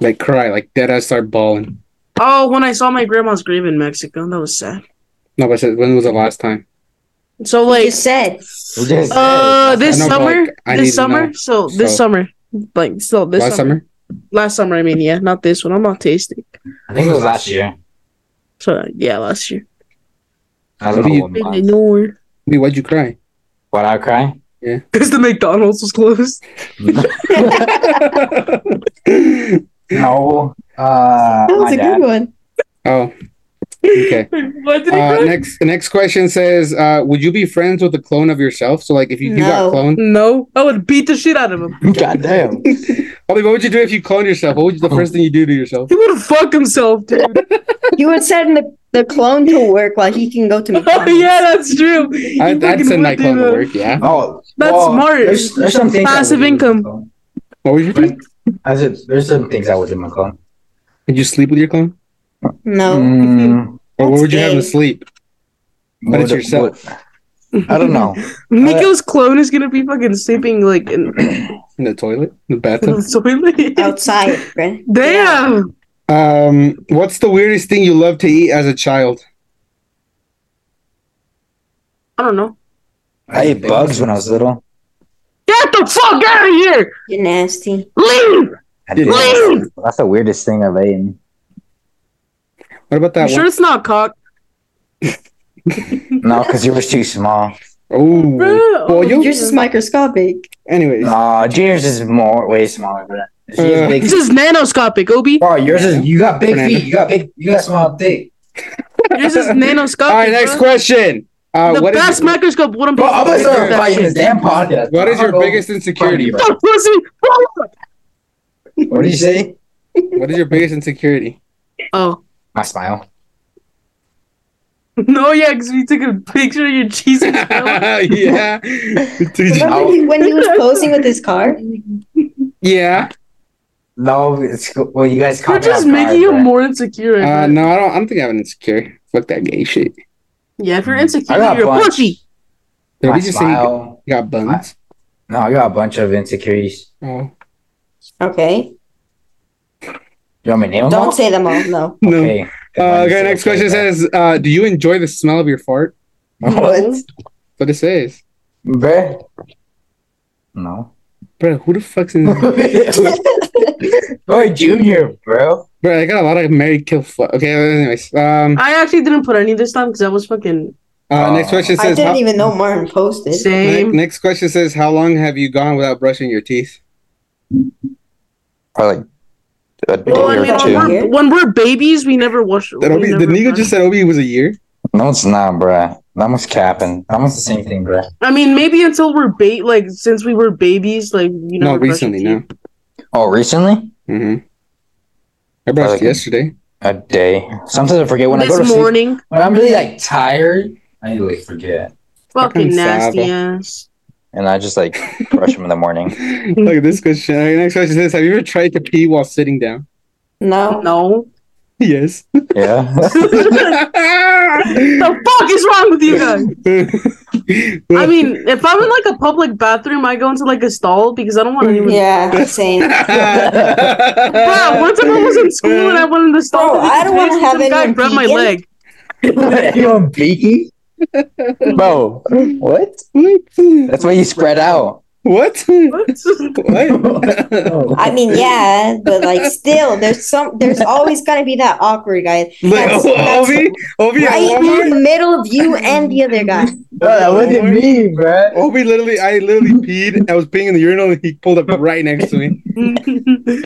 Speaker 2: like cry, like dead ass start bawling.
Speaker 3: oh when I saw my grandma's grave in Mexico that was sad.
Speaker 2: No, but I said, when was the last time?
Speaker 3: So
Speaker 5: He
Speaker 3: like
Speaker 5: just said.
Speaker 1: we just
Speaker 3: Uh, this
Speaker 2: I know, but,
Speaker 3: summer,
Speaker 2: like, I need
Speaker 3: this
Speaker 2: to
Speaker 3: summer.
Speaker 2: know.
Speaker 3: So this
Speaker 2: So-
Speaker 3: summer, like so this
Speaker 2: last
Speaker 3: summer.
Speaker 2: summer?
Speaker 3: Last summer, I mean, yeah, not this one. I'm not tasting.
Speaker 1: I think it was last year.
Speaker 3: So yeah, last year.
Speaker 1: I don't know what month.
Speaker 2: Wait, why'd you cry?
Speaker 1: What I cry?
Speaker 3: Because the McDonald's was closed.
Speaker 1: No, uh,
Speaker 5: That was
Speaker 1: my
Speaker 5: a
Speaker 1: dad.
Speaker 5: good one.
Speaker 2: *laughs* oh,
Speaker 3: *laughs*
Speaker 2: okay.
Speaker 3: Why did I
Speaker 2: Uh,
Speaker 3: cry?
Speaker 2: next, next question says, uh, would you be friends with a clone of yourself? So, like, if you, you got
Speaker 5: No.
Speaker 2: cloned,
Speaker 3: No, I would beat the shit out of him.
Speaker 1: God damn.
Speaker 2: Ollie, what would you do if you cloned yourself? What would
Speaker 3: Oh.
Speaker 2: you, the first thing you do to
Speaker 3: *laughs*
Speaker 2: yourself?
Speaker 3: He would have fucked himself, dude.
Speaker 5: You would send the, the clone to work while he can
Speaker 3: *laughs*
Speaker 5: go to
Speaker 3: *laughs* Oh, yeah,
Speaker 5: McDonald's.
Speaker 3: that's true. He
Speaker 2: I'd, I'd
Speaker 3: fucking
Speaker 2: send
Speaker 3: would
Speaker 2: my
Speaker 3: do
Speaker 2: clone to
Speaker 3: that.
Speaker 2: work.
Speaker 3: *laughs*
Speaker 2: Yeah.
Speaker 1: Oh,
Speaker 3: That's
Speaker 1: well,
Speaker 3: smart.
Speaker 1: There's, there's some things I
Speaker 3: Passive
Speaker 1: wouldn't do
Speaker 3: income.
Speaker 1: with my clone.
Speaker 2: What would you do?
Speaker 1: I said, there's some things I would do with my clone.
Speaker 2: Would you sleep with your clone?
Speaker 5: No.
Speaker 1: Mm,
Speaker 2: Or where
Speaker 5: That's
Speaker 2: would you have him
Speaker 5: gay.
Speaker 2: sleep? But it's
Speaker 1: would-
Speaker 2: yourself.
Speaker 1: would- I don't know.
Speaker 2: Uh,
Speaker 3: Nico's clone is gonna be fucking sleeping like
Speaker 2: *laughs*
Speaker 3: in,
Speaker 2: In the toilet? In
Speaker 3: in *laughs*
Speaker 2: the bathtub?
Speaker 3: the toilet.
Speaker 5: Outside, bro.
Speaker 3: Damn.
Speaker 2: Um, what's the weirdest thing you love to eat as a child?
Speaker 3: I don't know.
Speaker 1: I ate bugs when I was little.
Speaker 3: Get the fuck out of here!
Speaker 5: You're nasty.
Speaker 3: Leave!
Speaker 1: I
Speaker 2: Dude,
Speaker 1: did.
Speaker 3: leave!
Speaker 1: That's the weirdest thing I've eaten.
Speaker 2: What about
Speaker 3: You
Speaker 2: that
Speaker 3: sure it's not cock?
Speaker 1: No, because you were too small.
Speaker 2: one?
Speaker 3: Bro.
Speaker 2: Oh, well, you.
Speaker 3: *laughs*
Speaker 5: Yours is microscopic.
Speaker 2: Anyways,
Speaker 1: No, Junior's is more, way smaller. But she
Speaker 2: Uh,
Speaker 1: is
Speaker 3: This is
Speaker 1: big.
Speaker 3: nanoscopic,
Speaker 2: *laughs*
Speaker 3: Obi.
Speaker 1: Bro, yours is you got big
Speaker 2: Fernando.
Speaker 1: feet. You got big. You got small dick.
Speaker 3: This is nanoscopic.
Speaker 2: all right. Next
Speaker 3: bro.
Speaker 2: question. Uh,
Speaker 3: the
Speaker 2: what is-
Speaker 3: best microscope wouldn't
Speaker 1: Bro, I'm gonna
Speaker 2: What is
Speaker 1: start
Speaker 2: your-
Speaker 1: fighting this damn podcast.
Speaker 2: What is
Speaker 1: bro.
Speaker 2: your
Speaker 3: Oh.
Speaker 2: biggest insecurity?
Speaker 1: bro?
Speaker 3: Stop, pussy.
Speaker 1: What did you say?
Speaker 2: What is your biggest insecurity?
Speaker 3: Oh
Speaker 1: My smile.
Speaker 3: *laughs* no, yeah, because we took a picture of your cheese.
Speaker 1: *laughs*
Speaker 3: and salad.
Speaker 2: *laughs* yeah. *laughs*
Speaker 5: Remember he, when he was posing with his car?
Speaker 2: yeah.
Speaker 1: No, it's well. You guys
Speaker 3: We're
Speaker 1: caught me
Speaker 3: just
Speaker 1: off guard,
Speaker 3: making you
Speaker 1: bro.
Speaker 3: more insecure.
Speaker 2: Uh,
Speaker 3: Uh,
Speaker 2: no, I don't. I don't think I have an insecure. Fuck that gay shit.
Speaker 3: Yeah, if you're
Speaker 1: I
Speaker 3: insecure,
Speaker 1: got
Speaker 3: you're a
Speaker 1: punched.
Speaker 3: pussy.
Speaker 2: Did
Speaker 1: My
Speaker 2: he just say he got-
Speaker 1: smile.
Speaker 2: he got buns?
Speaker 1: No, I got a bunch of insecurities.
Speaker 2: Oh.
Speaker 5: Okay.
Speaker 1: You want me to name them all?
Speaker 5: Don't say them all. No.
Speaker 2: No.
Speaker 1: Okay.
Speaker 2: Uh, okay, next question says, uh, do you enjoy the smell of your fart?
Speaker 1: What?
Speaker 2: That's what it says.
Speaker 1: Bruh.
Speaker 3: *laughs*
Speaker 1: No.
Speaker 2: Bro, who the fuck's
Speaker 1: *laughs*
Speaker 2: in
Speaker 1: Or Junior, bro.
Speaker 2: Bro, I got a lot of Mary Kill fuck. Okay, anyways. Um,
Speaker 3: I actually didn't put any this time because I was fucking
Speaker 2: uh, next question
Speaker 5: I
Speaker 2: says,
Speaker 5: didn't
Speaker 2: how,
Speaker 5: even know Martin posted.
Speaker 2: ne-
Speaker 3: same.
Speaker 2: next question says, how long have you gone without brushing your teeth?
Speaker 6: Probably a day
Speaker 3: Well, I
Speaker 6: or
Speaker 3: mean,
Speaker 5: Or
Speaker 6: two.
Speaker 3: when we're, when we're babies, we never wash.
Speaker 2: That
Speaker 3: we
Speaker 2: Obi,
Speaker 3: never
Speaker 2: the nigga
Speaker 3: brush.
Speaker 2: just said Obi was a year.
Speaker 6: No, it's not, bruh. That was capping.
Speaker 1: That was the same thing, bro.
Speaker 3: I mean, maybe until we're ba- like since we were babies, like you know.
Speaker 2: no, recently, no.
Speaker 1: Oh, recently?
Speaker 2: hmm I brushed
Speaker 6: Like-
Speaker 2: yesterday.
Speaker 1: A day. Sometimes I forget when I go to
Speaker 3: this
Speaker 1: sleep.
Speaker 3: morning,
Speaker 1: When I'm really like tired, I like forget.
Speaker 3: fucking
Speaker 2: Fucking
Speaker 3: nasty
Speaker 2: Saba.
Speaker 3: ass.
Speaker 6: And I just like brush them in the
Speaker 1: *laughs*
Speaker 6: morning.
Speaker 2: Look at this question. Okay, next question says, have you ever tried to pee while sitting down?
Speaker 5: No.
Speaker 3: No,
Speaker 2: *laughs* Yes.
Speaker 6: Yeah.
Speaker 3: the fuck is wrong with you guys? I
Speaker 2: I *laughs*
Speaker 3: mean, if I'm in like a public bathroom, I go into like a stall because I don't want anyone.
Speaker 5: Yeah, same.
Speaker 3: Bro, one time I was in school and I went in the stall.
Speaker 5: Bro,
Speaker 3: to get
Speaker 5: I don't wanna
Speaker 3: pissed,
Speaker 5: have
Speaker 3: some guy
Speaker 5: anyone
Speaker 3: grabbed my
Speaker 5: peeking. *laughs*
Speaker 3: leg.
Speaker 1: Anyone peeking? bro, what? That's why you spread out.
Speaker 2: *laughs* *laughs* What? *laughs* What?
Speaker 1: *laughs* Oh.
Speaker 5: I *laughs* mean, yeah, but like, still, there's some. There's always gonna be that awkward guy
Speaker 2: Like
Speaker 5: That's- that's
Speaker 2: Obi, Obi, at
Speaker 5: right in
Speaker 2: Walmart,
Speaker 5: the middle of you and the other guy.
Speaker 1: Bro, that wasn't me, bro.
Speaker 2: Obi literally, I literally peed. I was peeing in the urinal, and he pulled up right next to me,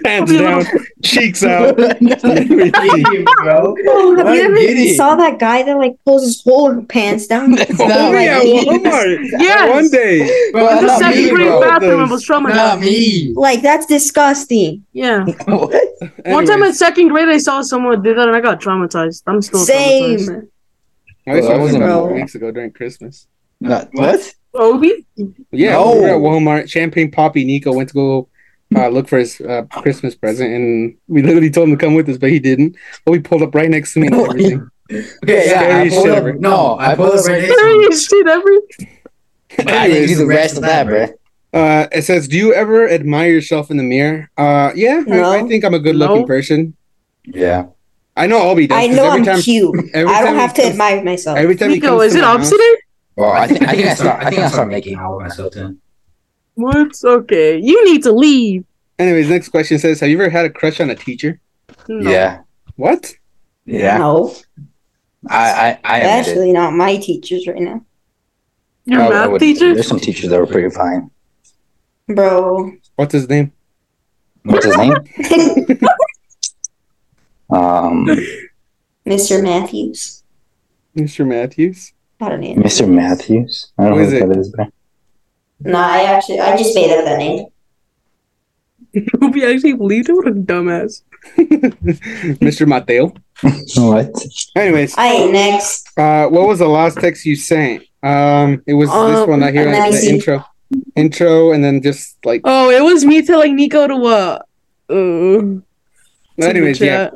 Speaker 2: hands
Speaker 3: Obi,
Speaker 2: down, cheeks out. everything.
Speaker 1: bro.
Speaker 5: Oh, have
Speaker 1: Why
Speaker 5: you ever
Speaker 1: did he?
Speaker 5: saw that guy that like pulls his whole pants
Speaker 2: *laughs*
Speaker 5: down?
Speaker 1: That's
Speaker 5: Oh
Speaker 1: not
Speaker 5: my
Speaker 2: Obi
Speaker 1: me.
Speaker 2: at
Speaker 5: goodness.
Speaker 2: Walmart.
Speaker 3: Yes.
Speaker 2: One day.
Speaker 1: Bro,
Speaker 3: In
Speaker 1: that's
Speaker 3: the
Speaker 1: not
Speaker 3: second
Speaker 1: me,
Speaker 3: grade
Speaker 1: bro.
Speaker 3: bathroom, I
Speaker 2: Those-
Speaker 3: was traumatized.
Speaker 1: Not me.
Speaker 5: Like that's disgusting.
Speaker 3: Yeah.
Speaker 1: *laughs* What?
Speaker 3: One time in
Speaker 2: Anyways.
Speaker 3: second grade, I saw someone do that and I got traumatized. I'm still traumatized.
Speaker 5: Same.
Speaker 2: I guess I was in
Speaker 1: Bro.
Speaker 2: Walmart weeks ago during Christmas.
Speaker 1: Not, what?
Speaker 3: Obi?
Speaker 2: Yeah,
Speaker 1: No.
Speaker 2: we were at Walmart. Champagne Poppy Nico went to go uh, look for his uh, Christmas present, and we literally told him to come with us, but he didn't. But we pulled up right next to me and
Speaker 1: *laughs* No,
Speaker 2: everything. *laughs*
Speaker 1: Okay, yeah.
Speaker 2: Scary
Speaker 1: I pulled
Speaker 2: shit
Speaker 1: up,
Speaker 2: ever.
Speaker 1: no, I pulled
Speaker 3: *laughs*
Speaker 1: up right next to him.
Speaker 3: Serious shit, every.
Speaker 1: But I didn't do the rest of that, bro.
Speaker 2: Uh, it says, "Do you ever admire yourself in the mirror?" Uh, yeah,
Speaker 5: No.
Speaker 2: I, I think I'm a good-looking
Speaker 3: No.
Speaker 2: person.
Speaker 1: Yeah.
Speaker 2: I know Obi does.
Speaker 5: I
Speaker 2: 'cause
Speaker 5: know
Speaker 2: every
Speaker 5: I'm
Speaker 2: time,
Speaker 5: cute.
Speaker 2: every
Speaker 5: I
Speaker 2: time
Speaker 5: don't
Speaker 2: he
Speaker 5: have to
Speaker 2: comes-
Speaker 5: admire myself.
Speaker 2: Every time he
Speaker 3: Nico,
Speaker 2: comes
Speaker 3: is
Speaker 2: to
Speaker 3: it
Speaker 2: my
Speaker 3: opposite?
Speaker 2: house-
Speaker 1: Well, I think I think I start I think I start making out with myself then.
Speaker 3: What's okay? You need to leave.
Speaker 2: Anyways, next question says, "Have you ever had a crush on a teacher?"
Speaker 3: No.
Speaker 1: Yeah.
Speaker 2: What?
Speaker 1: Yeah.
Speaker 5: No,
Speaker 1: I I I admit it. Oh,
Speaker 5: actually not my teachers right now,
Speaker 3: Your
Speaker 1: I- I
Speaker 3: math
Speaker 1: would-
Speaker 3: teacher?
Speaker 1: There's some teachers that were pretty fine.
Speaker 5: bro. *laughs*
Speaker 2: What's his name?
Speaker 1: What's his name?
Speaker 5: Mr.
Speaker 1: Um,
Speaker 5: Matthews.
Speaker 2: Mr. Matthews. *laughs*
Speaker 5: I don't even.
Speaker 1: Mr. Matthews. I don't
Speaker 2: Who
Speaker 1: know
Speaker 2: is
Speaker 1: who
Speaker 2: it?
Speaker 1: that is. Bro.
Speaker 5: No, I actually I just made up that name.
Speaker 3: *laughs* Obi actually believed it? What a dumbass.
Speaker 2: Mr. Mateo.
Speaker 1: What?
Speaker 2: Anyways,
Speaker 5: I ain't next.
Speaker 2: uh, what was the last text you sent? Um, it was this
Speaker 3: Um,
Speaker 2: one right here on
Speaker 5: let
Speaker 2: the
Speaker 5: me see.
Speaker 2: intro, intro, and then just like.
Speaker 3: Oh, it was me telling Nico to uh, uh to the
Speaker 2: anyways, yeah,
Speaker 3: chat.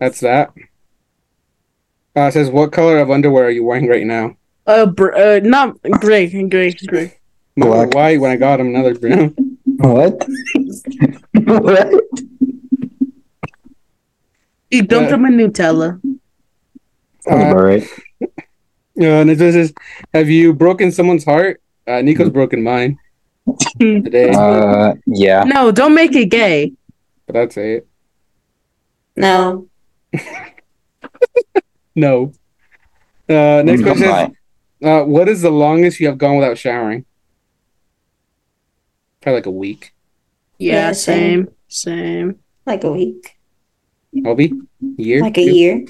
Speaker 2: that's that. Uh, it says, "What color of underwear are you wearing right now?"
Speaker 3: Uh, br- uh, not gray, gray, gray.
Speaker 2: Mine were
Speaker 1: Black.
Speaker 2: white when I got him another
Speaker 1: *laughs*
Speaker 2: brown.
Speaker 1: What?
Speaker 2: *laughs*
Speaker 1: what?
Speaker 3: He dumped
Speaker 2: Yeah.
Speaker 3: him in Nutella.
Speaker 1: Sounds
Speaker 2: Uh,
Speaker 1: about right.
Speaker 2: uh, and it says, "Have you broken someone's heart?" Uh, Nico's
Speaker 3: *laughs*
Speaker 2: broken mine today,
Speaker 1: Mm-hmm. Uh, yeah.
Speaker 3: No, don't make it gay.
Speaker 2: but that's it.
Speaker 5: No.
Speaker 2: No. Uh, next
Speaker 1: Come
Speaker 2: question
Speaker 1: by.
Speaker 2: is, uh, "What is the longest you have gone without showering?" Probably like a week.
Speaker 3: Yeah,
Speaker 5: Yeah,
Speaker 3: same,
Speaker 5: same.
Speaker 3: same.
Speaker 5: Like a week.
Speaker 2: Obi, year,
Speaker 5: Like a
Speaker 2: Two?
Speaker 5: year.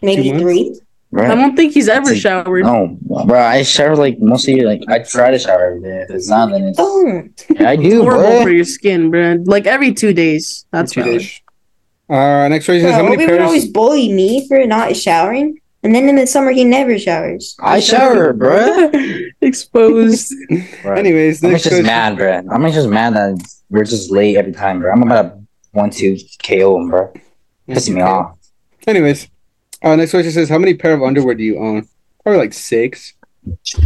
Speaker 5: Maybe
Speaker 2: months?
Speaker 5: three.
Speaker 3: I
Speaker 1: Right.
Speaker 3: don't think he's ever
Speaker 1: That's a-
Speaker 3: showered.
Speaker 1: No, bro. I shower like mostly like I try to shower every day. If it's not, then it's.
Speaker 5: Oh. Don't.
Speaker 1: I do,
Speaker 3: Horrible for
Speaker 1: bro.
Speaker 3: your skin, bro. Like every two days. That's
Speaker 2: Two
Speaker 3: valid.
Speaker 2: days. Uh, next question is, "How
Speaker 5: Bro,
Speaker 2: many
Speaker 5: Obi would
Speaker 2: pairs?"
Speaker 5: always bully me for not showering. And then in the summer he never showers.
Speaker 3: *laughs*
Speaker 1: I shower, bro.
Speaker 3: Exposed.
Speaker 2: Anyways,
Speaker 1: I'm
Speaker 2: next
Speaker 1: just
Speaker 2: question.
Speaker 1: mad, bro. I'm just mad that we're just late every time, bro. I'm about to one two KO him, bro. Pissing me off.
Speaker 2: Anyways, uh, next question says, "How many pair of underwear do you own?" Probably like six.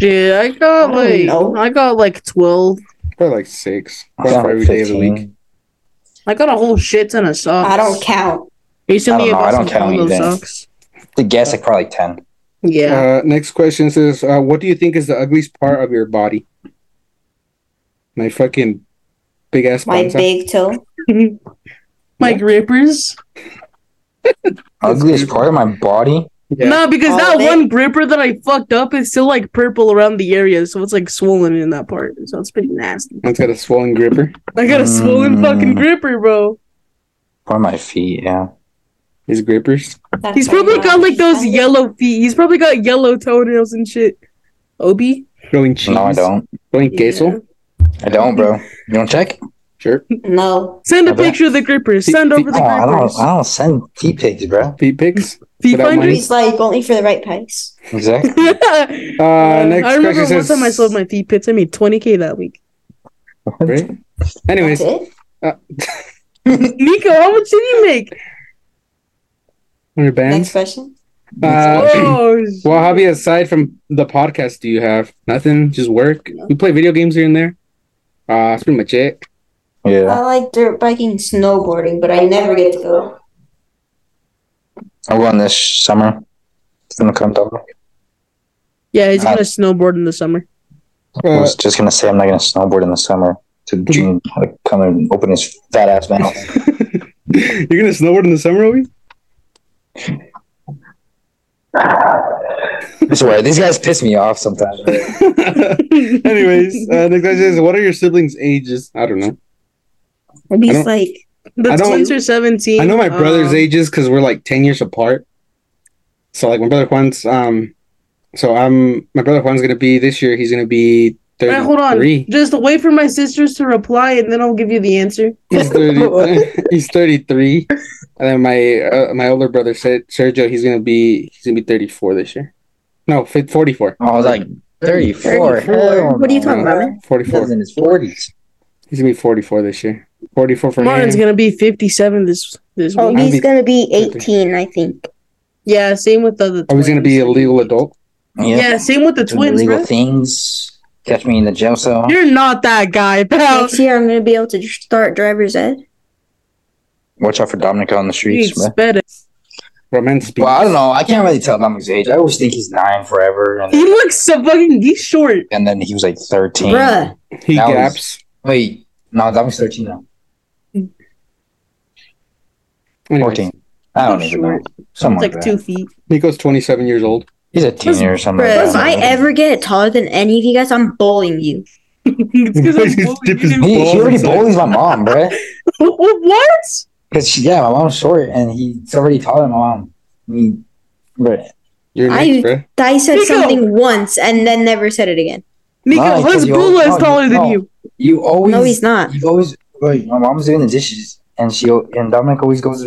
Speaker 3: Yeah, I
Speaker 1: Oh,
Speaker 3: got
Speaker 7: I don't
Speaker 3: like
Speaker 7: know.
Speaker 3: I got like twelve.
Speaker 2: Probably like six.
Speaker 1: I
Speaker 2: Probably
Speaker 1: got
Speaker 2: for every
Speaker 1: like
Speaker 2: day of the week.
Speaker 1: 15.
Speaker 3: I got a whole shit ton of
Speaker 2: Oh.
Speaker 3: socks.
Speaker 7: I don't count.
Speaker 3: Recently,
Speaker 1: I don't know, I
Speaker 3: I
Speaker 1: don't
Speaker 3: got some
Speaker 1: count
Speaker 3: Congo
Speaker 1: either.
Speaker 3: socks.
Speaker 1: The guess like probably ten.
Speaker 3: Yeah,
Speaker 2: Uh, next question says, uh, "What do you think is the ugliest part of your body?" My fucking big ass
Speaker 7: My
Speaker 2: bonsai.
Speaker 7: big toe.
Speaker 3: my grippers.
Speaker 1: Ugliest part of my body.
Speaker 2: Yeah.
Speaker 3: No, because
Speaker 7: Oh,
Speaker 3: that
Speaker 7: they-
Speaker 3: one gripper that I fucked up is still like purple around the area, so it's like swollen in that part. So it's pretty nasty.
Speaker 2: It's got a swollen gripper.
Speaker 3: I got a swollen fucking
Speaker 1: Mm.
Speaker 3: gripper, bro.
Speaker 1: Part of my feet. Yeah.
Speaker 2: His grippers.
Speaker 7: That's
Speaker 3: He's
Speaker 7: pretty
Speaker 3: probably got
Speaker 7: much-
Speaker 3: like those
Speaker 7: that's-
Speaker 3: yellow feet. He's probably got yellow toenails and shit. Obi,
Speaker 2: Growing cheese.
Speaker 1: No, I don't.
Speaker 2: Growing
Speaker 3: Yeah.
Speaker 2: queso.
Speaker 1: I don't, bro. You don't check?
Speaker 2: Sure.
Speaker 7: No.
Speaker 3: send a
Speaker 1: Okay.
Speaker 3: picture of the grippers.
Speaker 2: Feet-
Speaker 3: Send
Speaker 2: feet-
Speaker 3: over the
Speaker 1: Oh, I
Speaker 3: grippers.
Speaker 1: don't. I don't send feet pics, bro.
Speaker 2: Feet pics.
Speaker 3: Feet
Speaker 2: but I don't
Speaker 3: finders.
Speaker 7: It's like only for the right price.
Speaker 1: Exactly.
Speaker 3: *laughs* Uh,
Speaker 2: next
Speaker 3: I remember
Speaker 2: question
Speaker 3: one
Speaker 2: says-
Speaker 3: time I sold my feet pits. I made 20k that week. *laughs*
Speaker 2: Right. Anyways,
Speaker 7: That's it.
Speaker 3: Nico, how much did you make?
Speaker 2: your
Speaker 7: Next
Speaker 2: bands.
Speaker 7: question.
Speaker 2: *clears throat* Uh,
Speaker 3: oh,
Speaker 2: what hobby aside from the podcast do you have? Nothing. Just work. We play video games here and there. Uh, that's pretty much it.
Speaker 1: Yeah.
Speaker 7: I like dirt biking, and snowboarding, but I never get to go.
Speaker 1: I'm going this summer. It's gonna come down.
Speaker 3: yeah, he's
Speaker 1: Uh,
Speaker 3: gonna snowboard in the summer.
Speaker 1: I
Speaker 2: Uh,
Speaker 1: was just gonna say I'm not gonna snowboard in the summer. To June, like come and open his fat ass mouth.
Speaker 2: *laughs* you're gonna snowboard in the summer, Obi? *laughs*
Speaker 1: I swear, these guys piss me off sometimes.
Speaker 2: Anyways,
Speaker 3: *laughs*
Speaker 2: uh, next question is what are your siblings' ages? I don't know.
Speaker 7: Maybe
Speaker 2: I
Speaker 7: it's
Speaker 2: don't-
Speaker 7: like
Speaker 3: The
Speaker 2: I don't-
Speaker 3: twins are 17.
Speaker 2: I know my brother's
Speaker 3: um,
Speaker 2: ages because we're like ten years apart. So like my brother Juan's um, so I'm my brother Juan's gonna be this year. He's gonna be
Speaker 3: all right, hold on.
Speaker 2: thirty-three.
Speaker 3: Just wait for my sisters to reply, and then I'll give you the answer.
Speaker 1: *laughs*
Speaker 2: He's thirty. *laughs* he's thirty-three. And then my uh, my older brother Ser- Sergio. He's gonna be he's gonna be thirty-four this year. No, fi- forty-four.
Speaker 1: I was like 34. Hell
Speaker 5: What are you
Speaker 1: no.
Speaker 5: talking about, man?
Speaker 1: He was
Speaker 2: Forty-four.
Speaker 1: in his 40s.
Speaker 2: He's gonna be forty-four this year. Forty-four for
Speaker 3: Martin's
Speaker 2: him.
Speaker 3: gonna be 57 this this
Speaker 5: Oh,
Speaker 3: week.
Speaker 2: I'd
Speaker 5: he's
Speaker 2: be-
Speaker 5: gonna be
Speaker 2: I'd be-
Speaker 5: 18, I think.
Speaker 3: Yeah, same with the other.
Speaker 2: Oh, he's gonna be a
Speaker 3: twins.
Speaker 2: legal adult.
Speaker 1: Yeah.
Speaker 3: Yeah, same with the
Speaker 1: Doing
Speaker 3: twins,
Speaker 1: illegal
Speaker 3: bro.
Speaker 1: things. Catch me in the jail cell.
Speaker 3: You're not that guy, pal.
Speaker 5: Next year, I'm gonna be able to just start driver's ed.
Speaker 1: Watch out for Dominic on the streets,
Speaker 3: Jeez,
Speaker 1: bro.
Speaker 3: better.
Speaker 2: Romance.
Speaker 1: Well, I don't know. I can't really tell Dominic's age. I always think he's nine forever.
Speaker 3: He
Speaker 1: And,
Speaker 3: looks so fucking. He's short.
Speaker 1: and then he was like 13.
Speaker 5: Bruh.
Speaker 2: He
Speaker 1: That was-
Speaker 2: gaps.
Speaker 1: Wait, no, Dominic's 13 now.
Speaker 2: Anyways,
Speaker 1: 14. I don't
Speaker 3: He's
Speaker 1: even know.
Speaker 3: short.
Speaker 1: Something
Speaker 3: It's
Speaker 1: like,
Speaker 3: like
Speaker 1: that.
Speaker 3: two feet. *laughs*
Speaker 2: Nico's 27 years old.
Speaker 1: He's a teenager or something.
Speaker 5: Bruh,
Speaker 1: like
Speaker 5: if I
Speaker 1: that.
Speaker 5: ever get taller than any of you guys, I'm bullying you.
Speaker 3: It's 'cause I'm
Speaker 2: He's dipped his
Speaker 3: bullied.
Speaker 1: He, he already
Speaker 2: Balls.
Speaker 1: bullies my mom, bro.
Speaker 3: *laughs* what?
Speaker 1: Because, yeah, my mom's short and he's already taller than my mom. I mean, bruh.
Speaker 2: You're
Speaker 5: I-
Speaker 2: next, bro.
Speaker 5: I said
Speaker 3: Nico!
Speaker 5: something once and then never said it again.
Speaker 3: Nico,
Speaker 1: No,
Speaker 3: his
Speaker 1: because you
Speaker 3: bull
Speaker 1: always-
Speaker 3: is
Speaker 1: no,
Speaker 3: taller
Speaker 1: you-
Speaker 3: than
Speaker 1: no.
Speaker 3: you.
Speaker 1: You always
Speaker 5: No, he's not.
Speaker 1: You always like my mom's doing the dishes, and she and Dominic always goes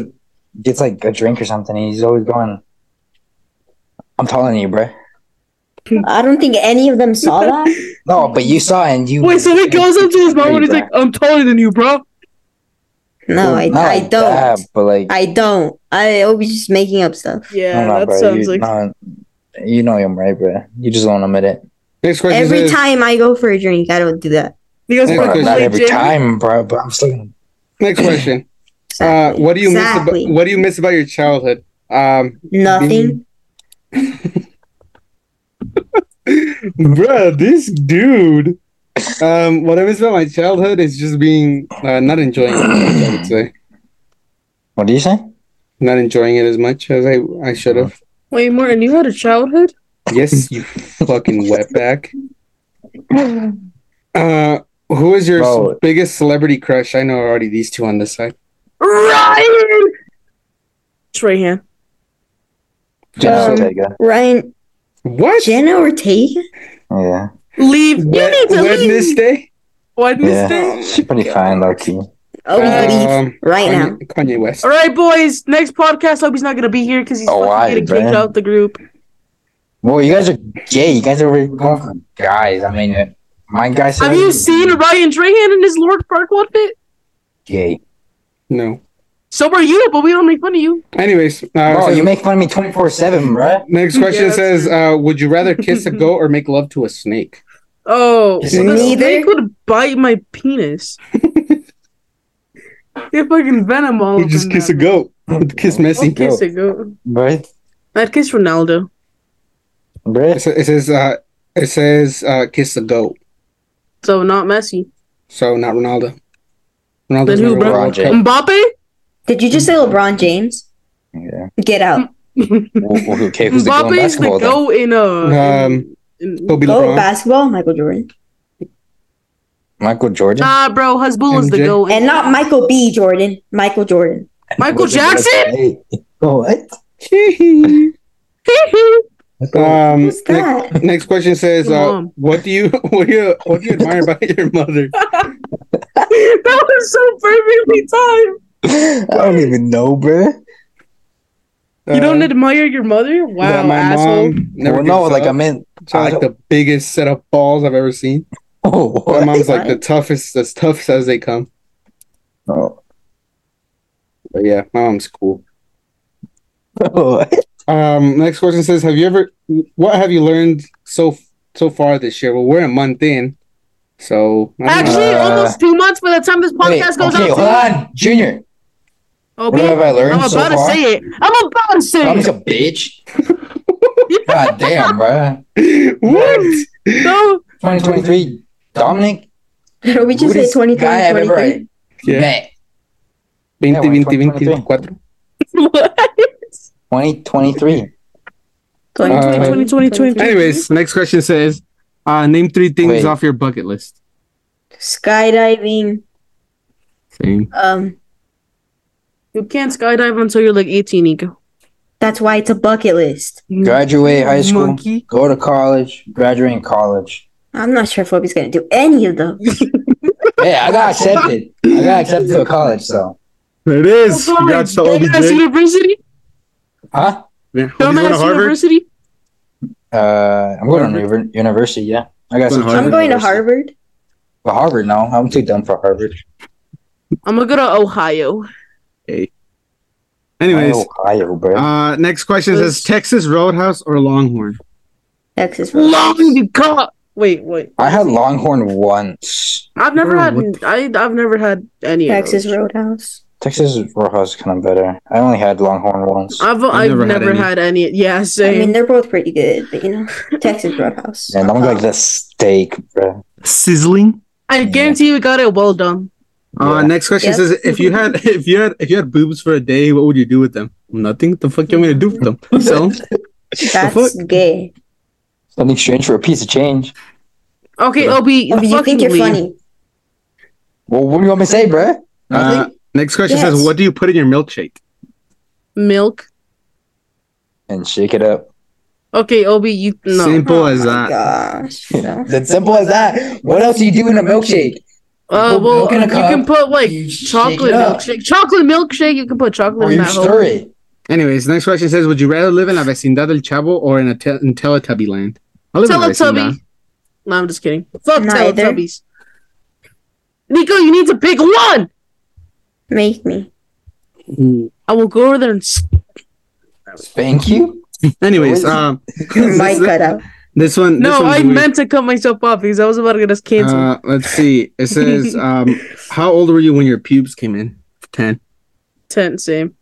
Speaker 1: gets like a drink or something. And he's always going, "I'm telling you, bruh."
Speaker 5: I don't think any of them *laughs* saw that.
Speaker 1: No, but you saw and you.
Speaker 3: Wait, so he goes up to his mom and he's
Speaker 1: Bruh.
Speaker 3: like, I'm taller than you, bro.
Speaker 5: No, I,
Speaker 1: Not
Speaker 5: I
Speaker 1: like that,
Speaker 5: don't.
Speaker 1: but like,
Speaker 5: I don't. I always just making up stuff.
Speaker 3: Yeah,
Speaker 1: no, no,
Speaker 3: that
Speaker 1: bruh,
Speaker 3: sounds
Speaker 1: you,
Speaker 3: like.
Speaker 1: no, you know him, right, bruh? You just don't admit it.
Speaker 2: Next question
Speaker 5: Every
Speaker 2: is,
Speaker 5: time I go for a drink, I don't do that.
Speaker 3: He goes,
Speaker 2: Yeah,
Speaker 3: "Fuck,
Speaker 1: Not,
Speaker 2: because-
Speaker 1: not
Speaker 3: play
Speaker 1: every
Speaker 3: gym."
Speaker 1: time, bro. But I'm still. gonna-
Speaker 2: Next question. Uh,
Speaker 5: Exactly.
Speaker 2: what do you
Speaker 5: exactly.
Speaker 2: miss? About, what do you miss about your childhood? Um,
Speaker 5: Nothing.
Speaker 2: bro, this dude. Um, what I miss about my childhood is just being uh, not enjoying it. As much, I would say
Speaker 1: What do you say?
Speaker 2: not enjoying it as much as I I should have.
Speaker 3: Wait, Martin, you had a childhood?
Speaker 2: Yes, you fucking wetback. Uh, who is your
Speaker 1: Bro.
Speaker 2: biggest celebrity crush? I know already these two on this side.
Speaker 3: Ryan! It's Rayhan.
Speaker 1: Jenna
Speaker 5: Um,
Speaker 1: Ortega.
Speaker 5: Ryan,
Speaker 2: What?
Speaker 5: Jenna Ortega?
Speaker 1: Yeah,
Speaker 3: Leave. You
Speaker 2: Wed-
Speaker 3: need to leave.
Speaker 2: Wednesday.
Speaker 3: Wednesday?
Speaker 1: she's pretty fine, Lucky.
Speaker 5: Oh, leave
Speaker 2: Um,
Speaker 5: right now.
Speaker 2: Kanye, Kanye West.
Speaker 3: All right, boys. Next podcast, I hope he's not going to be here because he's
Speaker 1: Oh,
Speaker 3: fucking
Speaker 1: why,
Speaker 3: getting kicked
Speaker 1: man?
Speaker 3: out the group.
Speaker 1: Well, you guys are gay. You guys are really going for guys. I mean, uh, my guy said.
Speaker 3: Have you seen Ryan Trahan in his Lord Park outfit?
Speaker 1: gay?
Speaker 2: No.
Speaker 3: So are you, but we don't make fun of you.
Speaker 2: Anyways, uh,
Speaker 1: Bro,
Speaker 2: so
Speaker 1: you make fun of me 24 7, bro.
Speaker 2: next
Speaker 3: Yeah,
Speaker 2: question
Speaker 3: that's
Speaker 2: says, uh, would you rather kiss a goat or make love to a snake?
Speaker 3: Oh,
Speaker 1: Is
Speaker 3: well,
Speaker 1: it
Speaker 3: the
Speaker 4: neither?
Speaker 3: snake would bite my
Speaker 1: *laughs*
Speaker 3: penis. they fucking venom all
Speaker 2: You
Speaker 3: up
Speaker 2: just
Speaker 3: in
Speaker 2: kiss a
Speaker 3: that.
Speaker 2: goat. *laughs* Kiss Messi.
Speaker 3: I'd Oh, kiss a goat.
Speaker 1: Right?
Speaker 3: I'd kiss Ronaldo.
Speaker 2: It
Speaker 1: Right?
Speaker 2: sa- it says, uh, it says, uh, kiss a goat.
Speaker 3: So not Messi.
Speaker 2: So not Ronaldo.
Speaker 3: Then
Speaker 2: Ronaldo's
Speaker 3: who,
Speaker 2: never won a
Speaker 3: bro?
Speaker 2: World Cup.
Speaker 3: Mbappe?
Speaker 5: Did you just say LeBron James?
Speaker 6: Yeah.
Speaker 5: Get out.
Speaker 1: Well, okay, who's the goat
Speaker 3: Mbappe's
Speaker 1: in
Speaker 3: the
Speaker 1: basketball? then?
Speaker 3: goat in uh
Speaker 2: Um,
Speaker 3: in- in-
Speaker 2: It'll be
Speaker 5: Oh,
Speaker 2: LeBron.
Speaker 5: basketball, Michael Jordan.
Speaker 1: Michael Jordan?
Speaker 3: Nah, bro, Hezbollah's the
Speaker 2: MJ?
Speaker 3: goat. in-
Speaker 5: And not Michael B. Jordan. Michael Jordan.
Speaker 3: Michael
Speaker 1: Was it gonna
Speaker 3: Jackson?
Speaker 1: say- *laughs*
Speaker 2: *laughs*
Speaker 1: What?
Speaker 2: um,
Speaker 5: Who's *laughs* that?
Speaker 2: ne- next question says,
Speaker 3: Your
Speaker 2: uh,
Speaker 3: mom.
Speaker 2: what do you, *laughs* what do you, what do you admire about your mother?
Speaker 3: *laughs* that was so perfectly timed.
Speaker 1: I don't even know, bro.
Speaker 3: *laughs* You don't
Speaker 2: Uh,
Speaker 3: admire your mother?
Speaker 2: that
Speaker 3: Wow,
Speaker 2: my
Speaker 3: asshole.
Speaker 2: mom never
Speaker 1: Well, no,
Speaker 2: gives
Speaker 1: like
Speaker 2: up.
Speaker 1: I meant. *laughs*
Speaker 2: She has, like the biggest set of balls I've ever seen.
Speaker 1: Oh,
Speaker 2: My
Speaker 1: what?
Speaker 2: mom's like the
Speaker 5: What?
Speaker 2: toughest, as tough as they come.
Speaker 1: Oh,
Speaker 2: But yeah, my mom's cool.
Speaker 1: what?
Speaker 2: Um, next question says, "Have you ever? What have you learned so so far this year?" Well, we're a month in, so I don't know.
Speaker 3: Actually,
Speaker 1: Uh,
Speaker 3: almost two months by the time this
Speaker 1: Wait,
Speaker 3: podcast goes
Speaker 1: okay,
Speaker 3: out.
Speaker 1: hold on, Junior.
Speaker 3: Oh,
Speaker 1: What have I learned
Speaker 3: I'm about
Speaker 1: so
Speaker 3: to
Speaker 1: far?
Speaker 3: say it. I'm about to say
Speaker 1: Mom's
Speaker 3: it.
Speaker 1: a bitch. God damn, bro.
Speaker 2: *laughs* what?
Speaker 3: *laughs* No,
Speaker 1: 2023, Dominic.
Speaker 5: Did we just say
Speaker 1: rudest
Speaker 5: 20,
Speaker 1: guy I've ever
Speaker 5: 23?
Speaker 2: Yeah.
Speaker 1: met.
Speaker 2: Veinte,
Speaker 1: we're in
Speaker 2: veinte, veinte, 24.
Speaker 3: what?
Speaker 1: 2023.
Speaker 5: 20,
Speaker 2: Uh,
Speaker 3: 20, 20, 20.
Speaker 2: Anyways, next question says, uh, "Name three things
Speaker 1: Wait.
Speaker 2: off your bucket list."
Speaker 5: Skydiving.
Speaker 2: Same.
Speaker 5: Um,
Speaker 3: You can't skydive until you're like 18, Nico.
Speaker 5: that's why it's a bucket list.
Speaker 3: You
Speaker 1: Graduate high school.
Speaker 3: Monkey.
Speaker 1: Go to college. Graduate college.
Speaker 5: I'm not sure if Obi's gonna do any of those.
Speaker 1: Hey, I got accepted. I got accepted to a college, so.
Speaker 2: It is.
Speaker 3: Oh,
Speaker 2: Congrats to OBJ.
Speaker 3: Dumbass university.
Speaker 1: Huh?
Speaker 2: Yeah, he's going to
Speaker 3: Dumbass
Speaker 2: Harvard.
Speaker 3: university.
Speaker 1: Uh, I'm going to univer- university, yeah. I
Speaker 2: Going
Speaker 1: got
Speaker 2: to
Speaker 1: some.
Speaker 2: Harvard?
Speaker 5: I'm going to Harvard.
Speaker 1: But Harvard, no. I'm too dumb for Harvard.
Speaker 3: I'm gonna go to Ohio.
Speaker 2: Anyways,
Speaker 1: Oh, Ohio, bro.
Speaker 2: uh, next question says,
Speaker 3: This-
Speaker 2: "Texas Roadhouse or Longhorn?"
Speaker 5: Texas.
Speaker 3: Long cut. Wait, wait.
Speaker 1: I had Longhorn once.
Speaker 3: I've never
Speaker 2: Bro,
Speaker 3: had.
Speaker 2: what
Speaker 3: I I've never had any of
Speaker 5: Texas
Speaker 3: those.
Speaker 5: Roadhouse.
Speaker 1: Texas Roadhouse is kind of better. I only had Longhorn once.
Speaker 3: I've I've, never, had, any. Yeah,
Speaker 5: I mean,
Speaker 3: same.
Speaker 5: they're both pretty good,
Speaker 2: *laughs*
Speaker 5: but you know, Texas Roadhouse.
Speaker 1: and I'm like the steak, bro.
Speaker 2: Sizzling.
Speaker 3: I guarantee you got it well done.
Speaker 2: Uh,
Speaker 1: Yeah.
Speaker 2: next question
Speaker 5: Yep.
Speaker 2: says if you had *laughs* if you had if you had boobs for a day, what would you do with them? Nothing. The fuck am I gonna do
Speaker 1: *laughs*
Speaker 2: with them? So
Speaker 5: That's gay.
Speaker 1: In exchange for a piece of change.
Speaker 3: Okay,
Speaker 2: Yeah.
Speaker 3: Ob, you,
Speaker 5: Oh, but you think you're funny?
Speaker 1: Well, what do you want me to say, bro? Nothing?
Speaker 2: uh, next question
Speaker 5: Yes.
Speaker 2: says what do you put in your milkshake?
Speaker 3: Milk.
Speaker 1: and shake it up.
Speaker 3: Okay, Ob, you no.
Speaker 2: Simple
Speaker 5: Oh
Speaker 2: as
Speaker 5: my
Speaker 2: that. *laughs*
Speaker 5: Gosh. no.
Speaker 1: It's as simple as that. What else do you do in a milkshake?
Speaker 3: Uh,
Speaker 1: Put
Speaker 3: well,
Speaker 1: milk in a
Speaker 3: you can
Speaker 1: cup,
Speaker 3: put like
Speaker 1: you shake
Speaker 3: chocolate
Speaker 1: it up.
Speaker 3: milkshake, chocolate milkshake. You can put chocolate
Speaker 1: Or
Speaker 3: in
Speaker 1: you
Speaker 3: that whole-
Speaker 1: stir it.
Speaker 2: Anyways, next question says would you rather live in La Vecindad del Chavo or in a te- in Teletubby land? I live in La
Speaker 3: Teletubby.
Speaker 2: Vecindad.
Speaker 3: No, I'm just kidding. Fuck
Speaker 5: Neither.
Speaker 3: Teletubbies. Nico, you need to pick one.
Speaker 5: Make me.
Speaker 2: Mm.
Speaker 3: I will go over there and. s-
Speaker 1: Spank you?
Speaker 3: *laughs*
Speaker 2: Anyways,
Speaker 1: Always.
Speaker 2: um,
Speaker 5: Mic
Speaker 2: this,
Speaker 5: cut out.
Speaker 2: this one. this
Speaker 3: Oh. No,
Speaker 2: one's
Speaker 3: I
Speaker 2: weird.
Speaker 3: meant to cut myself off because I was about to get us canceled.
Speaker 2: Uh, let's see.
Speaker 3: *laughs*
Speaker 2: It says, um, how old were you when your pubes came in? Ten.
Speaker 3: Ten, same.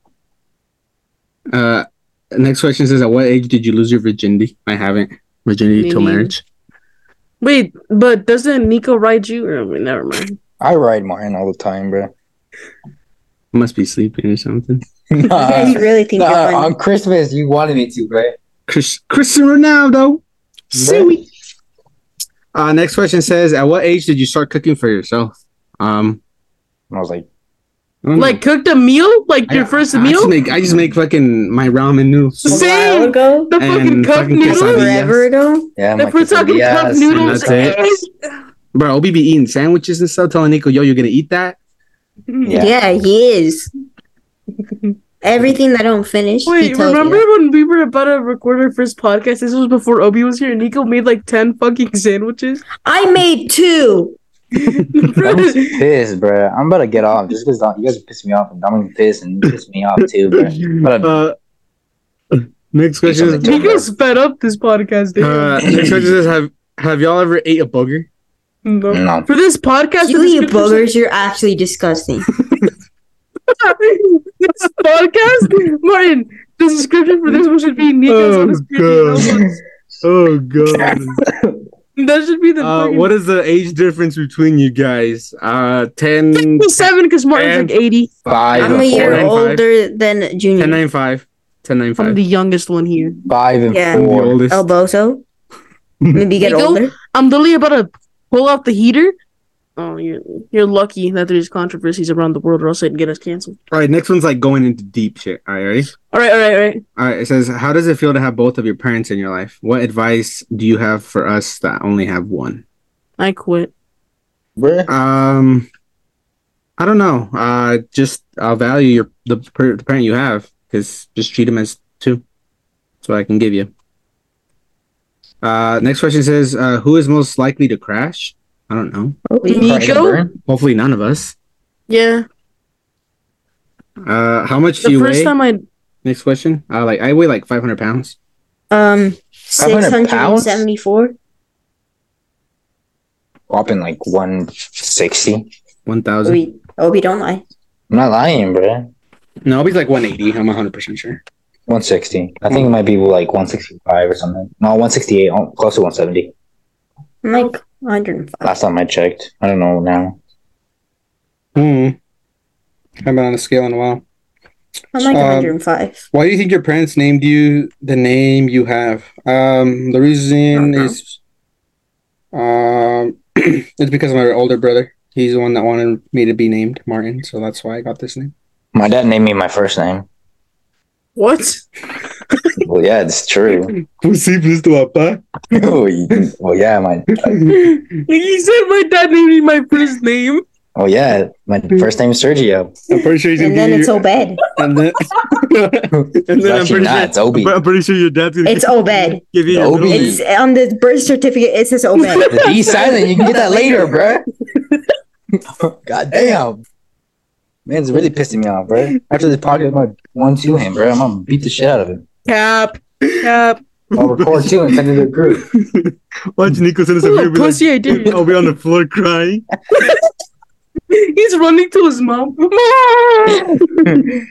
Speaker 2: Uh, next question says, at what age did you lose your virginity? I haven't. Virginity till
Speaker 3: Me neither.
Speaker 2: marriage.
Speaker 3: Wait, but doesn't Nico ride you? Or, wait, never mind.
Speaker 1: I ride mine all the time, bro. *laughs*
Speaker 2: Must be sleeping or something.
Speaker 3: *laughs*
Speaker 5: You
Speaker 2: Uh,
Speaker 5: guys
Speaker 1: Nah,
Speaker 5: really think
Speaker 1: nah,
Speaker 5: you're
Speaker 1: on
Speaker 5: funny.
Speaker 1: Christmas, you wanted me to, bro.
Speaker 2: Chris, Cristiano Ronaldo.
Speaker 1: Bro,
Speaker 2: Suey. Uh, next question says, at what age did you start cooking for yourself? Um,
Speaker 1: And I was like,
Speaker 2: I don't know.
Speaker 3: Like cooked a meal, like your first
Speaker 2: Mm. I
Speaker 3: meal.
Speaker 2: just make I just make fucking my ramen noodles.
Speaker 5: A
Speaker 3: Same.
Speaker 5: while ago,
Speaker 3: the fucking
Speaker 2: and
Speaker 3: cup
Speaker 2: fucking
Speaker 3: noodles.
Speaker 2: quesadillas. Oh
Speaker 5: forever ago,
Speaker 1: yeah, I'm
Speaker 3: If
Speaker 1: like,
Speaker 3: we're talking
Speaker 1: yes,
Speaker 3: cup
Speaker 1: and
Speaker 3: noodles,
Speaker 2: that's it. Bro, I'll be be eating sandwiches and stuff. Telling Nico, yo, you're gonna eat that.
Speaker 1: Yeah.
Speaker 5: yeah. he *laughs* is. Everything that I don't finish, he
Speaker 3: Wait,
Speaker 5: tells
Speaker 3: remember
Speaker 5: you.
Speaker 3: when we were about to record our first *laughs*
Speaker 2: *laughs*
Speaker 3: podcast? This was before Obi was here. and Nico made like ten fucking sandwiches.
Speaker 5: I made two.
Speaker 1: I'm just pissed, bro. I'm about to get off just because you guys are pissing me off, and Dominic pissed and you pissed me off
Speaker 2: *laughs*
Speaker 1: too, bro. But
Speaker 2: Uh, next question is
Speaker 3: You guys sped up this podcast, dude.
Speaker 2: uh, next question is have have y'all ever ate a booger?
Speaker 3: no.
Speaker 1: no,
Speaker 3: For this podcast,
Speaker 5: You
Speaker 3: this
Speaker 5: eat
Speaker 3: good-
Speaker 5: boogers, you're actually disgusting.
Speaker 3: *laughs* this podcast, Martin. The description for this one should be Nico's
Speaker 2: Oh,
Speaker 3: on his period. *laughs*
Speaker 2: Oh god.
Speaker 3: That should be the
Speaker 2: Uh,
Speaker 3: fucking-
Speaker 2: what is the age difference between you guys? Uh, 10, 10,
Speaker 3: Well, seven because Martin's
Speaker 2: And-
Speaker 3: like eighty.
Speaker 1: five
Speaker 5: I'm a
Speaker 1: and
Speaker 5: year
Speaker 1: four,
Speaker 2: 495.
Speaker 5: older than Junior.
Speaker 2: 9, 5. 10, 9, 5.
Speaker 3: I'm the youngest one here.
Speaker 1: five and
Speaker 5: Yeah.
Speaker 2: I'm the
Speaker 1: four.
Speaker 2: oldest.
Speaker 5: El Oh, Bozo. Maybe get
Speaker 3: Nico?
Speaker 5: older.
Speaker 3: I'm literally about to pull out the heater. Oh, you're you're lucky that there's controversies around the world, or else it'd get us canceled.
Speaker 2: All right, next one's like going into deep shit. All right, ready?
Speaker 3: All right, all right, all right.
Speaker 2: All right, it says, How does it feel to have both of your parents in your life? What advice do you have for us that only have one?
Speaker 3: I quit.
Speaker 1: Bro,
Speaker 2: Um, I don't know. Uh, just uh, value your the, per- the parent you have because just treat them as two. That's what I can give you. Uh, next question says, uh, Who is most likely to crash? I don't know.
Speaker 5: Oh,
Speaker 3: Nico.
Speaker 2: Hopefully, none of us.
Speaker 3: Yeah.
Speaker 2: Uh, how much do
Speaker 3: The
Speaker 2: you
Speaker 3: first
Speaker 2: weigh?
Speaker 3: time I
Speaker 2: Next question. Uh, like I weigh like 500 pounds.
Speaker 5: Um,
Speaker 1: 500 pounds?
Speaker 5: 674.
Speaker 1: whopping like one sixty.
Speaker 2: 1,000.
Speaker 5: Obi, Obi, don't lie.
Speaker 1: I'm not lying, bro.
Speaker 2: No, he's like 180. I'm 100% sure.
Speaker 1: One sixty. I think it might be like one sixty five or something. No, one sixty eight. Close to one seventy.
Speaker 5: I'm like 105.
Speaker 1: Last time I checked. I don't know now.
Speaker 2: Hmm. Haven't been on a scale in a while.
Speaker 5: I'm like
Speaker 2: Um,
Speaker 5: 105.
Speaker 2: Why do you think your parents named you the name you have? Um, the reason
Speaker 5: Uh-huh.
Speaker 2: is um, *clears throat* it's because of my older brother. He's the one that wanted me to be named Martin, so that's why I got this name.
Speaker 1: My dad named me my first name.
Speaker 2: *laughs*
Speaker 3: what?
Speaker 1: well, yeah, it's true.
Speaker 5: *laughs*
Speaker 1: Oh, well, yeah, my.
Speaker 3: He said my dad named me my first name.
Speaker 1: Oh yeah, my first name is Sergio.
Speaker 2: I'm pretty sure he's
Speaker 5: And then it's Obed.
Speaker 2: *laughs* and then, and
Speaker 1: It's
Speaker 2: then I'm
Speaker 1: actually
Speaker 2: pretty
Speaker 1: not.
Speaker 2: sure.
Speaker 1: It's Obi.
Speaker 2: I'm pretty sure your dad's gonna
Speaker 5: It's Obed.
Speaker 2: give you your
Speaker 1: Obi.
Speaker 2: middle name.
Speaker 5: It's on the birth certificate. It says Obed.
Speaker 1: Be silent. You can get that *laughs* later, bruh. God damn. Man's really pissing me off, bro. After this podcast, I'm gonna one two him, bro. I'm gonna beat the shit out of him.
Speaker 3: Cap. Cap.
Speaker 1: I'll record two and send it to the group.
Speaker 2: Watch Nico send us a
Speaker 3: What a
Speaker 2: video. be like,
Speaker 3: Oh,
Speaker 2: oh.
Speaker 3: pussy I did.
Speaker 2: I'll be on the floor crying.
Speaker 3: He's running to his mom. *laughs* Mom!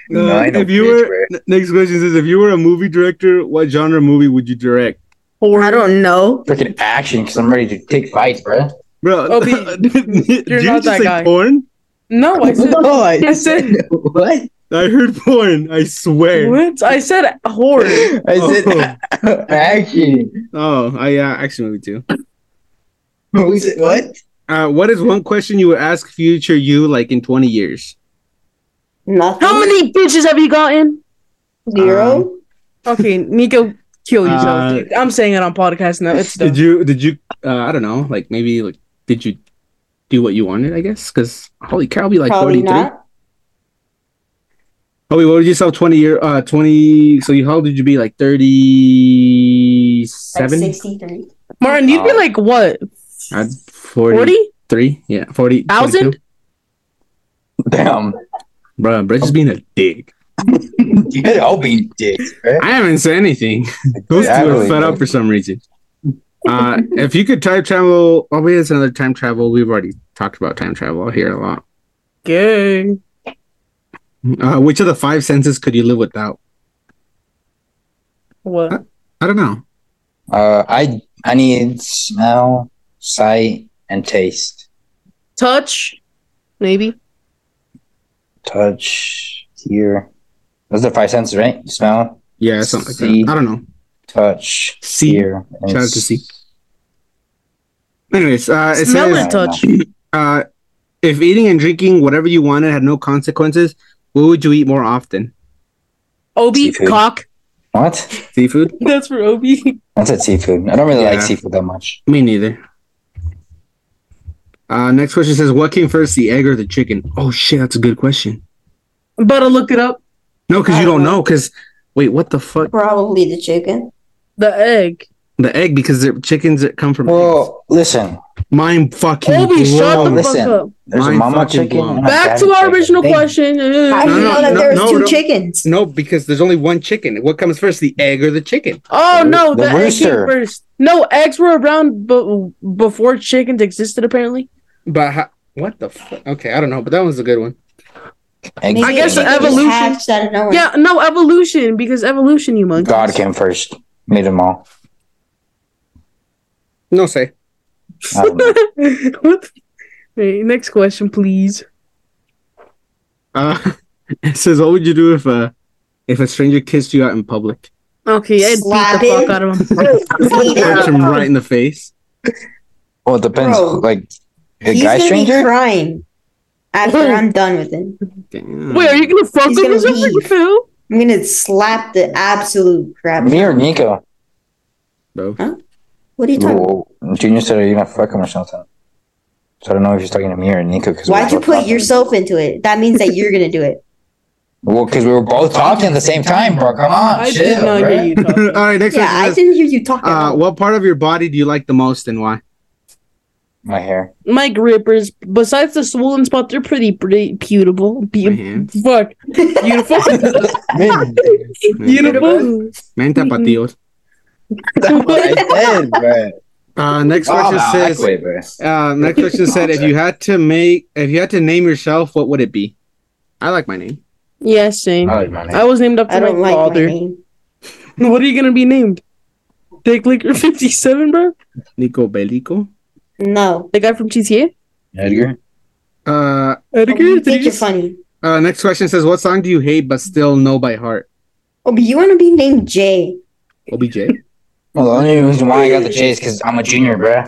Speaker 1: No,
Speaker 2: Uh,
Speaker 1: I know
Speaker 2: if you
Speaker 1: bitch,
Speaker 2: were n- next question says if you were a movie director, what genre movie would you direct?
Speaker 5: *laughs* I don't know.
Speaker 1: Freaking action, because I'm ready to take fights, bro.
Speaker 2: Bro,
Speaker 3: Obi,
Speaker 2: *laughs* did you
Speaker 3: Oh, you're not
Speaker 2: just
Speaker 3: that
Speaker 2: say
Speaker 3: guy.
Speaker 2: porn?
Speaker 3: No, I
Speaker 1: *laughs*
Speaker 3: said.
Speaker 2: *laughs*
Speaker 1: Oh, I
Speaker 3: I said
Speaker 1: what?
Speaker 2: I heard porn. I swear.
Speaker 3: what? I said horror.
Speaker 1: I said *laughs* action.
Speaker 2: Oh, *laughs* I uh, action movie too.
Speaker 1: We said what?
Speaker 2: Uh, what is one question you would ask future you like in twenty years?
Speaker 8: Nothing.
Speaker 3: How many bitches have you gotten?
Speaker 8: Zero.
Speaker 2: Um,
Speaker 3: Okay, Nico, kill yourself.
Speaker 2: Uh,
Speaker 3: dude. I'm saying it on podcast now. It's done.
Speaker 2: Did you? Did you? Uh, I don't know. Like maybe like did you do what you wanted? I guess because holy cow, I'll be like
Speaker 8: Probably
Speaker 2: forty three.
Speaker 8: not.
Speaker 2: Oh wait, what would you sell twenty year uh twenty so you how old did you be? Like thirty
Speaker 8: Like
Speaker 2: seven?
Speaker 8: 63.
Speaker 3: Martin, you'd be
Speaker 1: Uh,
Speaker 3: like what?
Speaker 2: I'd
Speaker 3: 40?
Speaker 2: forty three. Yeah, forty
Speaker 3: Thousand?
Speaker 2: 42.
Speaker 1: Damn.
Speaker 2: Bro, Brett's just being a dick.
Speaker 1: You guys all be dicks, bro.
Speaker 2: I haven't said anything. *laughs* Those two are
Speaker 1: Exactly.
Speaker 2: fed up for some reason. Uh if you could time travel oh wait, that's another time travel. We've already talked about time travel here a lot.
Speaker 3: Okay.
Speaker 2: Uh which of the five senses could you live without?
Speaker 3: What?
Speaker 2: I don't know.
Speaker 1: Uh, I I need smell, sight, and taste.
Speaker 3: Touch? Maybe.
Speaker 1: Touch, hear. Those are five senses, right? Smell,
Speaker 2: Yeah, something like
Speaker 1: See.
Speaker 2: that. I don't know.
Speaker 1: touch,
Speaker 2: See.
Speaker 1: hear. and
Speaker 2: Shout out to
Speaker 1: s-
Speaker 2: see. Anyways, uh it
Speaker 3: Smell
Speaker 2: says,
Speaker 3: and touch.
Speaker 2: Uh, if eating and drinking whatever you wanted had no consequences, what would you eat more often?
Speaker 3: Obi,
Speaker 1: Seafood.
Speaker 3: cock. *laughs*
Speaker 1: What?
Speaker 2: Seafood?
Speaker 3: That's for Obi.
Speaker 1: That's a seafood. I don't really like
Speaker 2: Yeah.
Speaker 1: seafood that much.
Speaker 2: Me neither. Uh, next question says, what came first, the egg or the chicken? Oh shit, that's a good question.
Speaker 3: I'm about to look it up.
Speaker 2: No, because
Speaker 8: I
Speaker 2: you
Speaker 8: don't
Speaker 2: don't
Speaker 8: know.
Speaker 2: know. Because wait, what the fuck?
Speaker 8: Probably the chicken.
Speaker 3: The egg.
Speaker 2: The egg because their chickens that come from eggs.
Speaker 1: Well, listen.
Speaker 2: Mind fucking.
Speaker 3: Obi, shut the
Speaker 2: blown.
Speaker 3: fuck
Speaker 1: listen.
Speaker 3: up.
Speaker 1: There's
Speaker 2: Mind
Speaker 1: a mama
Speaker 2: fucking
Speaker 1: chicken.
Speaker 2: blown.
Speaker 1: and a
Speaker 3: Back
Speaker 1: daddy
Speaker 3: to our
Speaker 1: chicken.
Speaker 3: original
Speaker 1: They-
Speaker 3: question. Mm-hmm.
Speaker 2: No,
Speaker 5: How do you
Speaker 2: no,
Speaker 5: know that
Speaker 2: no,
Speaker 5: there was
Speaker 2: no,
Speaker 5: two
Speaker 2: no.
Speaker 5: chickens?
Speaker 2: No, because there's only one chicken. What comes first, the egg or the chicken?
Speaker 3: Oh
Speaker 1: The-
Speaker 3: no,
Speaker 1: the
Speaker 3: the, egg came
Speaker 1: rooster.
Speaker 3: first. No, eggs were around b- before chickens existed. Apparently,
Speaker 2: But how, what the fuck? Okay, I don't know, but that was a good one.
Speaker 1: Egg
Speaker 5: Maybe
Speaker 3: I guess
Speaker 5: they
Speaker 1: chicken.
Speaker 5: just
Speaker 3: evolution-
Speaker 5: hatched out of nowhere.
Speaker 3: yeah, no evolution because evolution, you monkeys. *laughs*
Speaker 1: God came first. Made them all.
Speaker 2: No say.
Speaker 1: I don't know.
Speaker 3: what? the- Wait, next question, please.
Speaker 2: Uh, *laughs* it says, what would you do if a if a stranger kissed you out in
Speaker 3: *laughs*
Speaker 2: public?
Speaker 3: Okay, I beat
Speaker 5: Slap
Speaker 3: the
Speaker 5: it.
Speaker 3: fuck out of him.
Speaker 2: *laughs*
Speaker 5: Leave him
Speaker 2: Punch him
Speaker 5: alone.
Speaker 2: right in the face.
Speaker 1: Well, it depends.
Speaker 5: Bro.
Speaker 1: Like, a
Speaker 5: He's
Speaker 1: guy
Speaker 5: gonna be
Speaker 1: stranger?
Speaker 5: crying after I'm done with him.
Speaker 2: Damn.
Speaker 3: Wait, are you gonna fuck
Speaker 5: He's
Speaker 3: with
Speaker 5: gonna
Speaker 3: this
Speaker 5: leave.
Speaker 3: Phil?
Speaker 5: I'm gonna slap the absolute crap.
Speaker 1: Me or Nico?
Speaker 2: Bro.
Speaker 5: What are you talking? about?
Speaker 1: Whoa, Junior said, are you going to fuck him or something? So I don't know if you're talking to me or Nico. Cause we
Speaker 5: Why'd
Speaker 1: were
Speaker 5: you
Speaker 1: both
Speaker 5: put
Speaker 1: talking.
Speaker 5: yourself into it? That means that you're gonna do it.
Speaker 1: Well, because we were both talking at the same time, bro. Come
Speaker 2: Oh,
Speaker 1: on.
Speaker 3: I
Speaker 1: chill,
Speaker 3: did not
Speaker 1: bro.
Speaker 3: hear you
Speaker 2: *laughs*
Speaker 3: *laughs*
Speaker 2: All
Speaker 3: talking.
Speaker 2: right, next
Speaker 5: Yeah, I
Speaker 2: one. says,
Speaker 5: didn't hear you talking.
Speaker 2: uh,
Speaker 5: *laughs*
Speaker 2: what part of your body do you like the most and why?
Speaker 1: My
Speaker 3: *laughs*
Speaker 1: hair.
Speaker 3: My grippers, besides the swollen spot, they're pretty pretty beautiful. Be-
Speaker 2: My hands.
Speaker 3: Fuck,
Speaker 5: *laughs*
Speaker 3: beautiful,
Speaker 1: Man,
Speaker 3: beautiful. Mm-hmm.
Speaker 2: Man, tapatíos.
Speaker 1: that's what I said, bro.
Speaker 2: Uh, next
Speaker 1: Wow,
Speaker 2: question
Speaker 1: Oh, nah, I
Speaker 2: says,
Speaker 1: quit, bro.
Speaker 2: Uh, next question said, if you had to make, if you had to name yourself, what would it be? I like my name.
Speaker 3: Yeah, same.
Speaker 1: I
Speaker 2: Oh,
Speaker 1: like my name.
Speaker 3: I was named
Speaker 5: I
Speaker 3: after
Speaker 5: don't
Speaker 3: my
Speaker 5: like my
Speaker 3: father.
Speaker 5: name.
Speaker 3: what are you gonna be named? Dick Licker fifty seven, bro.
Speaker 2: Nico Bellico.
Speaker 5: No,
Speaker 3: The guy from GTA.
Speaker 1: Edgar?
Speaker 2: Uh,
Speaker 3: Edgar,
Speaker 5: you
Speaker 3: did
Speaker 5: think
Speaker 3: you-
Speaker 5: you're funny.
Speaker 2: uh, next question says, what song do you hate but still know by heart?
Speaker 5: Oh, but you want to be named Jay?
Speaker 2: OBJ.
Speaker 1: Well, the only reason why I got the J is because I'm a junior, bro.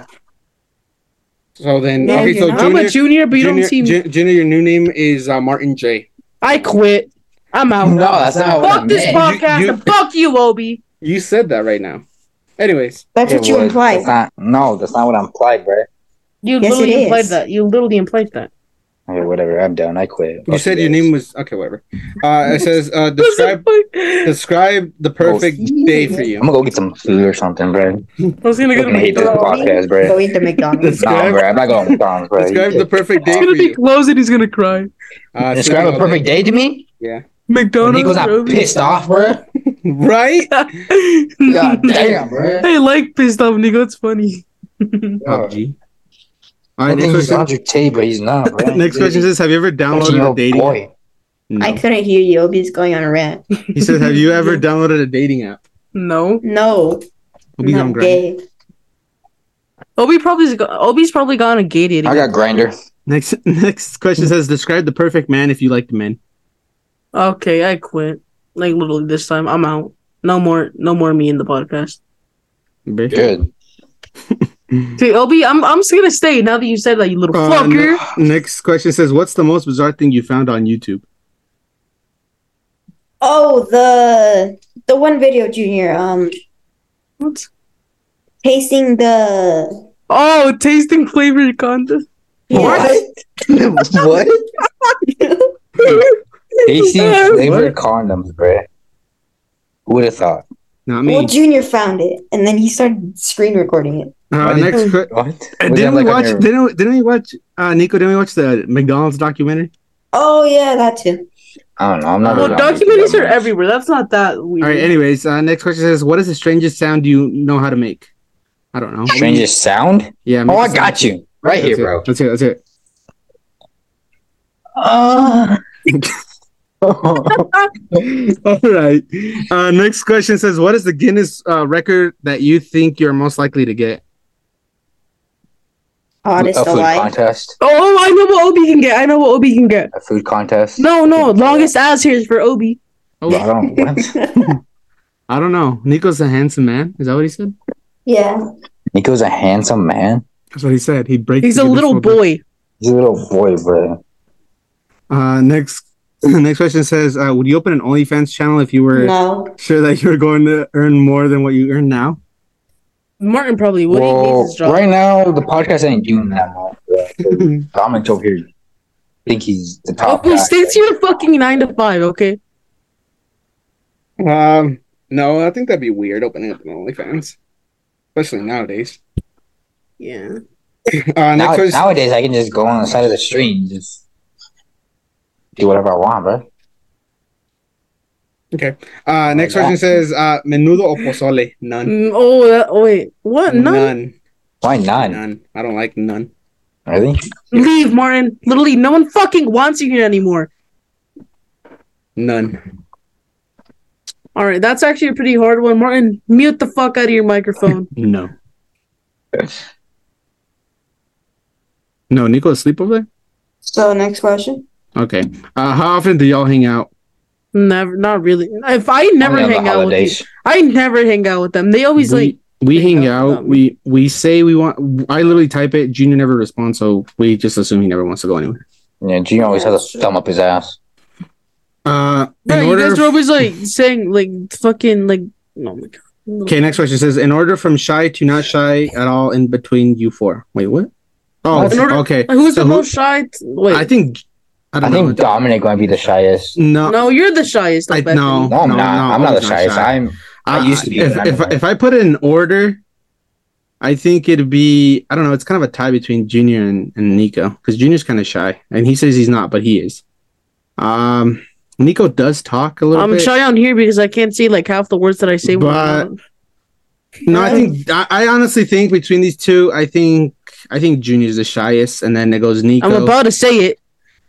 Speaker 2: So then,
Speaker 5: No,
Speaker 2: okay,
Speaker 5: you're
Speaker 2: so
Speaker 5: not.
Speaker 3: I'm a
Speaker 2: junior,
Speaker 3: junior, but you
Speaker 2: junior,
Speaker 3: don't see me.
Speaker 2: Ju- Junior, your new name is uh, Martin J.
Speaker 3: I quit. I'm out.
Speaker 1: No, that's not what I
Speaker 3: Oh, Fuck this
Speaker 1: meant.
Speaker 3: podcast.
Speaker 2: You- you-
Speaker 3: and fuck you, Obi.
Speaker 2: You said that right now. Anyways,
Speaker 5: That's
Speaker 1: It
Speaker 5: what you
Speaker 1: was-
Speaker 5: implied.
Speaker 1: That's not, no, that's not what I implied, bro.
Speaker 3: You
Speaker 5: Yes, it
Speaker 3: literally implied
Speaker 5: is.
Speaker 3: that. You literally implied that.
Speaker 1: Okay, whatever. I'm done. I quit.
Speaker 2: you said your name was okay. Whatever. Uh, it says, uh, describe
Speaker 3: *laughs* I
Speaker 2: describe the perfect day for
Speaker 1: I'm
Speaker 2: you.
Speaker 1: gonna go get some food or something, bro.
Speaker 3: was gonna
Speaker 1: I'm
Speaker 3: go
Speaker 1: gonna hate this
Speaker 5: Bro,
Speaker 3: to
Speaker 1: podcast, bro.
Speaker 5: Go
Speaker 1: *laughs*
Speaker 5: into McDonald's.
Speaker 1: Nah,
Speaker 2: Describe-
Speaker 1: bro. I'm not going to McDonald's, bro.
Speaker 2: Describe the perfect
Speaker 3: He's
Speaker 2: day for
Speaker 3: gonna be
Speaker 2: you.
Speaker 3: closed and he's gonna cry.
Speaker 2: Uh,
Speaker 1: Describe a
Speaker 2: Samuel.
Speaker 1: perfect day to me? When
Speaker 3: McDonald's.
Speaker 1: Nico's not
Speaker 3: bro.
Speaker 1: pissed off, bro.
Speaker 2: right?
Speaker 3: *laughs*
Speaker 1: God damn, bro.
Speaker 3: I like pissed off Nico. It's funny.
Speaker 2: PUBG. All
Speaker 1: I
Speaker 2: right, next
Speaker 1: think he's
Speaker 2: question.
Speaker 1: Andre Tate, but he's not, bro.
Speaker 2: *laughs* Next question says, have you ever downloaded a dating app?
Speaker 1: boy.
Speaker 2: No.
Speaker 5: I couldn't hear you. Obi's going on a rant.
Speaker 2: *laughs* He says, have you ever downloaded a dating app?
Speaker 3: No,
Speaker 5: No,
Speaker 2: Obi's on
Speaker 5: not
Speaker 2: Grindr.
Speaker 5: gay.
Speaker 3: Obi probably's go- Obi's probably gone a gay dating.
Speaker 1: I got grinder.
Speaker 2: Next *laughs* next question says, describe the perfect man if you liked men.
Speaker 3: Okay, I quit. Like literally this time, I'm out. No more, no more me in the podcast.
Speaker 2: Bitch.
Speaker 1: Good.
Speaker 3: See, Obi, I'm I'm just gonna stay now that you said that, you little
Speaker 1: Oh,
Speaker 2: Uh,
Speaker 3: fucker.
Speaker 2: ne- next question says, what's the most bizarre thing you found on YouTube?
Speaker 5: Oh, the the one video, Junior. Um,
Speaker 3: What?
Speaker 5: tasting the.
Speaker 3: Oh, tasting flavored
Speaker 1: *laughs*
Speaker 3: condost.
Speaker 5: Yeah.
Speaker 1: what? They
Speaker 3: *laughs*
Speaker 1: seen
Speaker 2: What?
Speaker 1: flavored condoms, bro. Who would have thought?
Speaker 2: Not me.
Speaker 5: Well, Junior found it, and then he started screen recording it.
Speaker 2: Uh,
Speaker 1: Why did-
Speaker 2: next
Speaker 1: *laughs*
Speaker 2: que-
Speaker 1: What? Was
Speaker 2: uh,
Speaker 1: that
Speaker 2: didn't we
Speaker 1: like on
Speaker 2: watch?
Speaker 1: your-
Speaker 2: Didn't, didn't we watch? Uh, Nico, didn't we watch the McDonald's documentary?
Speaker 5: Oh yeah, that too.
Speaker 1: I don't know. I'm not.
Speaker 3: Well,
Speaker 1: really on YouTube
Speaker 3: documentaries
Speaker 1: that
Speaker 3: are
Speaker 1: much.
Speaker 3: everywhere. That's not that weird.
Speaker 2: All right. Anyways, uh, next question says, what is the strangest sound you know how to make? I don't know.
Speaker 1: Strangest sound?
Speaker 2: Yeah.
Speaker 1: Oh,
Speaker 2: make
Speaker 1: I
Speaker 2: a
Speaker 1: got you right
Speaker 2: *laughs*
Speaker 1: here, bro.
Speaker 2: That's it. That's it.
Speaker 1: Uh,
Speaker 2: *laughs* All right. Uh, next question says, "What is the Guinness uh, record that you think you're most likely to get?"
Speaker 5: Hottest
Speaker 1: a food
Speaker 5: alive.
Speaker 1: contest.
Speaker 3: Oh, I know what Obi can get. I know what Obi can get.
Speaker 1: A food contest.
Speaker 3: No, no, longest ass hairs for Obi.
Speaker 2: Oh,
Speaker 1: I don't. What?
Speaker 2: I don't know. Nico's a handsome man. Is that what he said?
Speaker 5: Yeah.
Speaker 1: Nico's a handsome man.
Speaker 2: That's what he said. He breaks.
Speaker 3: He's
Speaker 2: the
Speaker 3: a
Speaker 2: Guinness
Speaker 3: little
Speaker 2: World Record.
Speaker 3: boy.
Speaker 1: He's a little boy, bro.
Speaker 2: Uh, next, *laughs* next question says, uh, "Would you open an OnlyFans channel if you were
Speaker 5: No.
Speaker 2: sure that you're going to earn more than what you earn now?"
Speaker 3: Martin probably would. He
Speaker 1: well,
Speaker 3: hates his job.
Speaker 1: right now the podcast ain't doing that much. Bro.
Speaker 2: *laughs*
Speaker 1: Comments over here. Think he's the top.
Speaker 3: Obi,
Speaker 1: guy,
Speaker 3: Oh, stay
Speaker 1: bro.
Speaker 3: to your fucking nine to five, okay?
Speaker 2: um, no, I think that'd be weird opening up an OnlyFans. especially nowadays.
Speaker 3: Yeah.
Speaker 2: Uh, next
Speaker 1: Now,
Speaker 2: one's
Speaker 1: nowadays, I can just go on the side of the street and just do whatever I want, bro.
Speaker 2: uh, next question says uh, menudo or pozole? None.
Speaker 3: Mm, oh, that, oh, wait. What? None?
Speaker 2: None.
Speaker 1: Why not?
Speaker 2: None. I don't like none.
Speaker 1: Really?
Speaker 3: Leave, Martin. Literally, no one fucking wants you here anymore.
Speaker 2: None.
Speaker 3: All right, that's actually a pretty hard one. Martin, mute the fuck out of your
Speaker 2: *laughs*
Speaker 3: microphone.
Speaker 2: No. No, Nico is asleep over there?
Speaker 5: So next question.
Speaker 2: Okay. Uh, how often do y'all hang out?
Speaker 3: never, not really. If I never
Speaker 1: Only on the
Speaker 3: hang out with you,
Speaker 1: holidays.
Speaker 3: I never hang out with them. They always
Speaker 2: we,
Speaker 3: like,
Speaker 2: we
Speaker 3: hang
Speaker 2: hang
Speaker 3: out with
Speaker 2: out.
Speaker 3: them.
Speaker 2: We we say we want. I literally type it. Junior never responds, so we just assume he never wants to go anywhere.
Speaker 1: Yeah, Junior always
Speaker 5: Yeah,
Speaker 1: has a thumb up his ass.
Speaker 2: Uh,
Speaker 3: bro,
Speaker 2: in
Speaker 3: you guys
Speaker 2: order.
Speaker 3: are always like saying like fucking like, oh my god.
Speaker 2: Okay, next question says in order from shy to not shy at all in between you four. Wait, what? Oh,
Speaker 3: In order-
Speaker 2: okay.
Speaker 3: Like, who's
Speaker 2: So
Speaker 3: the
Speaker 2: who-
Speaker 3: most shy? t- Wait,
Speaker 2: I think. I
Speaker 1: I
Speaker 2: don't know.
Speaker 1: think Dominic might be the shyest.
Speaker 2: no,
Speaker 3: no, you're the shyest.
Speaker 2: I-
Speaker 3: I,
Speaker 2: no.
Speaker 1: No, I'm not.
Speaker 2: no,
Speaker 1: I'm not the
Speaker 2: not
Speaker 1: shyest.
Speaker 2: shy.
Speaker 1: I'm. I used to be,
Speaker 2: If,
Speaker 1: but I'm
Speaker 2: if,
Speaker 1: not.
Speaker 2: if I put it in order, I think it'd be. I don't know. It's kind of a tie between Junior and, and Nico because Junior's kind of shy, and he says he's not, but he is. Um, Nico does talk a little
Speaker 3: I'm
Speaker 2: bit.
Speaker 3: shy on here because I can't see like half the words that I say. when I'm
Speaker 2: But-
Speaker 3: out.
Speaker 2: No, I think I, I honestly think between these two, I think I think Junior's the shyest, and then it goes Nico,
Speaker 3: I'm about to say it.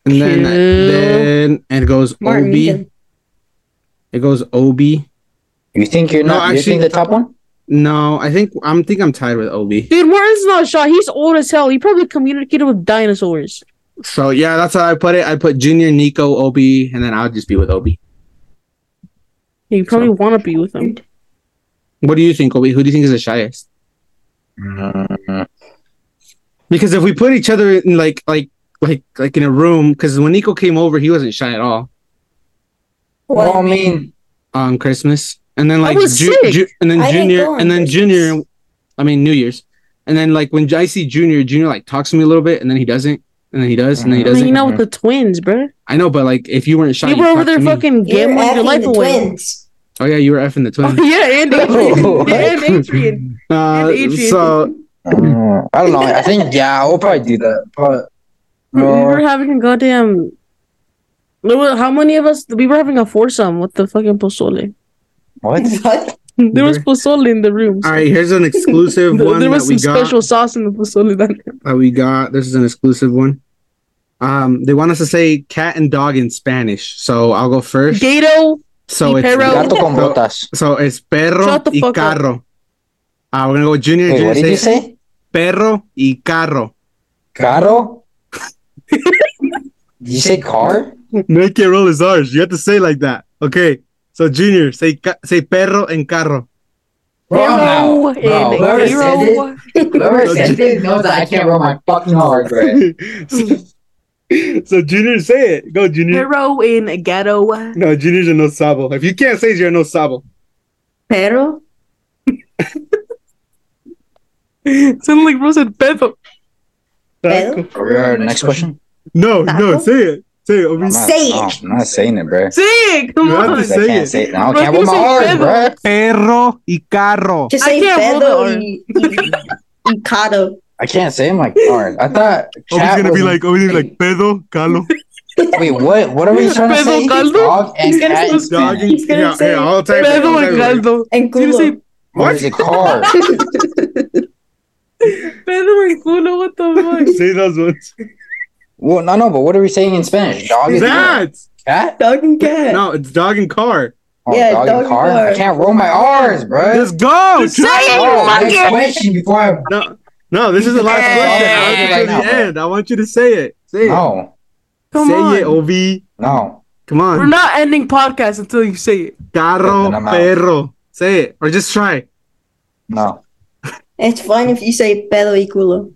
Speaker 2: and then
Speaker 3: to-
Speaker 2: then and it goes
Speaker 9: Martin,
Speaker 2: Obi.
Speaker 9: you can-
Speaker 2: It goes Obi.
Speaker 1: You think you're
Speaker 2: No,
Speaker 1: not? you
Speaker 2: actually-
Speaker 1: think the top one?
Speaker 2: No, I think I'm think I'm tied with Obi.
Speaker 3: Dude, Martin's not shy. He's old as hell. He probably communicated with dinosaurs.
Speaker 2: So yeah, that's how I put it. I put Junior, Nico, Obi, and then I'll just be with Obi.
Speaker 3: You probably want to be with him.
Speaker 2: What do you think, Obi? Who do you think is the shyest?
Speaker 1: Mm,
Speaker 2: Because if we put each other in like like like like in a room, because when Nico came over, he wasn't shy at all
Speaker 1: Well, I mean,
Speaker 2: on Christmas, and then like
Speaker 3: was sick.
Speaker 2: and then
Speaker 9: I didn't
Speaker 2: Junior,
Speaker 9: go on
Speaker 2: and then
Speaker 9: Christmas.
Speaker 2: Junior, I mean New Year's, and then like when I see Junior, Junior like talks to me a little bit, and then he doesn't, and then he does, and then he
Speaker 1: Mhm.
Speaker 3: Like,
Speaker 2: doesn't.
Speaker 3: you know, with the twins, bro.
Speaker 2: I know, but like if you weren't shy,
Speaker 3: You were
Speaker 2: you'd
Speaker 3: over
Speaker 2: talk
Speaker 3: there
Speaker 2: to me.
Speaker 3: fucking
Speaker 9: You're
Speaker 3: gambling your
Speaker 9: effing
Speaker 3: life
Speaker 9: the
Speaker 3: away.
Speaker 9: twins.
Speaker 2: Oh yeah, you were effing
Speaker 3: *laughs*
Speaker 2: the
Speaker 3: Oh,
Speaker 2: twin.
Speaker 3: yeah,
Speaker 2: *laughs*
Speaker 3: and Adrian. *laughs*
Speaker 1: Oh, what?
Speaker 3: and Adrian.
Speaker 2: Uh,
Speaker 3: And Adrian.
Speaker 2: so
Speaker 1: mm, I don't know. I think yeah, I will probably do that.
Speaker 3: *laughs*
Speaker 1: But
Speaker 3: We were
Speaker 1: no,
Speaker 3: having a goddamn. There were- How many of us? We were having a foursome with the fucking pozole. *laughs*
Speaker 1: what?
Speaker 5: What?
Speaker 3: There was
Speaker 2: There-
Speaker 3: pozole in the rooms.
Speaker 2: all right, here's an
Speaker 3: *laughs*
Speaker 2: exclusive
Speaker 3: There-
Speaker 2: one
Speaker 3: there
Speaker 2: that
Speaker 3: was
Speaker 2: we
Speaker 3: some
Speaker 2: got.
Speaker 3: special sauce in the pozole that
Speaker 2: that we got. This is an exclusive one. Um, they want us to say cat and dog in Spanish, so I'll go first.
Speaker 3: Gato.
Speaker 2: So it's
Speaker 3: Perro.
Speaker 1: Gato con
Speaker 2: So-
Speaker 1: botas.
Speaker 2: So it's perro
Speaker 3: Shut the
Speaker 2: y
Speaker 3: fuck up.
Speaker 2: carro. Uh, we're gonna go junior.
Speaker 1: Wait,
Speaker 2: junior
Speaker 1: what did you
Speaker 2: says
Speaker 1: say?
Speaker 2: Perro y carro.
Speaker 1: *laughs* Caro? did you say car?
Speaker 2: Make it roll is ours. You have to say like that. Okay. So junior, say ca- say perro and carro.
Speaker 1: Bro, I'm
Speaker 3: Perro
Speaker 1: out. Bro, eh,
Speaker 3: and
Speaker 1: whoever said
Speaker 3: Gato.
Speaker 1: it, whoever said it knows that I can't roll my fucking hard, *laughs* bro.
Speaker 2: so junior, say it. Go junior.
Speaker 3: Perro in Gato.
Speaker 2: No, junior's a no sabo. If you can't say it, you're a no sabo.
Speaker 5: Pero?
Speaker 3: Sounded like Rose said Pedro.
Speaker 5: Pero?
Speaker 1: Bro, Next question.
Speaker 2: No, no,
Speaker 5: Taco?
Speaker 2: say it. Say it.
Speaker 1: I'm not,
Speaker 5: Say it.
Speaker 1: no, I'm not saying it, bro.
Speaker 3: Sick! Come
Speaker 2: You have
Speaker 3: on!
Speaker 2: to
Speaker 1: I
Speaker 2: Say
Speaker 1: can't
Speaker 2: it.
Speaker 1: say it. No, I
Speaker 3: Bro,
Speaker 1: can't
Speaker 3: you
Speaker 1: roll my
Speaker 3: say
Speaker 1: hard,
Speaker 3: Pedro.
Speaker 1: bro.
Speaker 2: Perro y carro.
Speaker 5: Just
Speaker 3: I
Speaker 5: say
Speaker 3: can't hold
Speaker 5: Pedro
Speaker 3: the
Speaker 5: y, y, y Cado.
Speaker 1: I can't say my card. I thought
Speaker 2: Obi's
Speaker 1: chat
Speaker 2: gonna be
Speaker 1: was-
Speaker 2: like, Obi's gonna be like, pedo, *laughs* calo.
Speaker 1: Wait, what? What are we trying to
Speaker 3: Pedro
Speaker 1: say?
Speaker 3: Caldo?
Speaker 1: Dog and
Speaker 3: He's gonna
Speaker 1: cat.
Speaker 3: say
Speaker 1: and
Speaker 2: Dog
Speaker 1: cat.
Speaker 2: and
Speaker 9: He's gonna
Speaker 2: yeah,
Speaker 9: say
Speaker 2: yeah, all the time.
Speaker 3: Pedro
Speaker 2: all the
Speaker 3: and
Speaker 2: time.
Speaker 3: Gato.
Speaker 5: And
Speaker 3: You say
Speaker 5: culo.
Speaker 1: What is a car?
Speaker 3: Pedro and culo, what the fuck?
Speaker 2: *laughs* Say those ones.
Speaker 1: well, no, no. But what are we saying in Spanish? Dog and cat.
Speaker 2: That.
Speaker 1: Cat?
Speaker 5: Dog and cat.
Speaker 2: No, it's dog and car.
Speaker 1: Oh,
Speaker 5: Yeah,
Speaker 1: dog, and car. I can't roll my R's, bro.
Speaker 2: Let's go.
Speaker 3: Just say
Speaker 2: Try-
Speaker 3: it!
Speaker 1: Oh, next question before I
Speaker 2: No, no, this is the last
Speaker 1: Hey,
Speaker 2: question. I want you to
Speaker 1: hey,
Speaker 2: the
Speaker 1: hey,
Speaker 2: end. I want you to say it. Say it.
Speaker 1: no,
Speaker 3: Come
Speaker 2: say
Speaker 3: on.
Speaker 2: it, Obi.
Speaker 1: no.
Speaker 2: Come
Speaker 3: We're
Speaker 2: on.
Speaker 3: not ending podcast until you say it.
Speaker 2: Carro,
Speaker 1: Then I'm out.
Speaker 2: perro. Say it. Or just try.
Speaker 1: No.
Speaker 5: It's fine if you say pedo y *laughs* culo.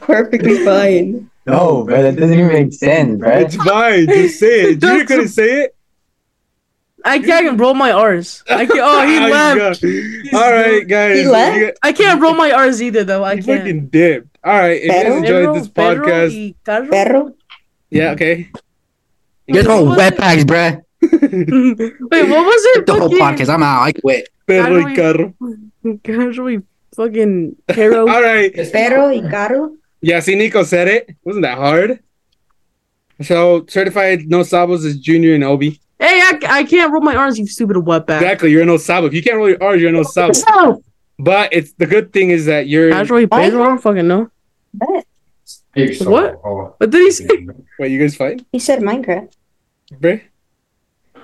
Speaker 5: Perfectly fine.
Speaker 1: No, bro, that doesn't even make sense, bro.
Speaker 2: It's fine. Just say it. Junior couldn't say it.
Speaker 3: I can't roll my R's. I can't. Oh,
Speaker 2: *laughs*
Speaker 3: he
Speaker 2: Oh,
Speaker 3: left.
Speaker 2: God. All right, guys.
Speaker 5: He left?
Speaker 2: You got-
Speaker 3: I can't roll my R's either, though. I
Speaker 2: you
Speaker 3: can't.
Speaker 2: fucking dipped. All right. If you guys
Speaker 5: Perro?
Speaker 2: enjoyed this
Speaker 3: Pedro- Pedro
Speaker 2: podcast,
Speaker 3: y Carlo?
Speaker 5: Perro?
Speaker 2: yeah, okay.
Speaker 3: Get
Speaker 1: Get
Speaker 3: those
Speaker 1: those wetpacks, bro.
Speaker 3: *laughs* Wait, what was it?
Speaker 6: The whole podcast. I'm out. I quit.
Speaker 3: Perro y
Speaker 2: carro.
Speaker 3: *laughs* Gosh, we fucking hero.
Speaker 2: *laughs* All right.
Speaker 5: Pero y caro.
Speaker 2: Yeah, see, Nico said it. Wasn't that hard? So, certified no sabos is junior and Obi.
Speaker 3: Hey, I, I can't roll my R's, you stupid wetback.
Speaker 2: Exactly. You're an sabo. If you can't roll your R's, you're an sabo.
Speaker 3: So,
Speaker 2: But it's the good thing is that you're.
Speaker 3: actually, I don't fucking know.
Speaker 5: Bet.
Speaker 3: What? What did he say?
Speaker 2: Wait, you guys fight?
Speaker 5: He said Minecraft.
Speaker 2: Bruh.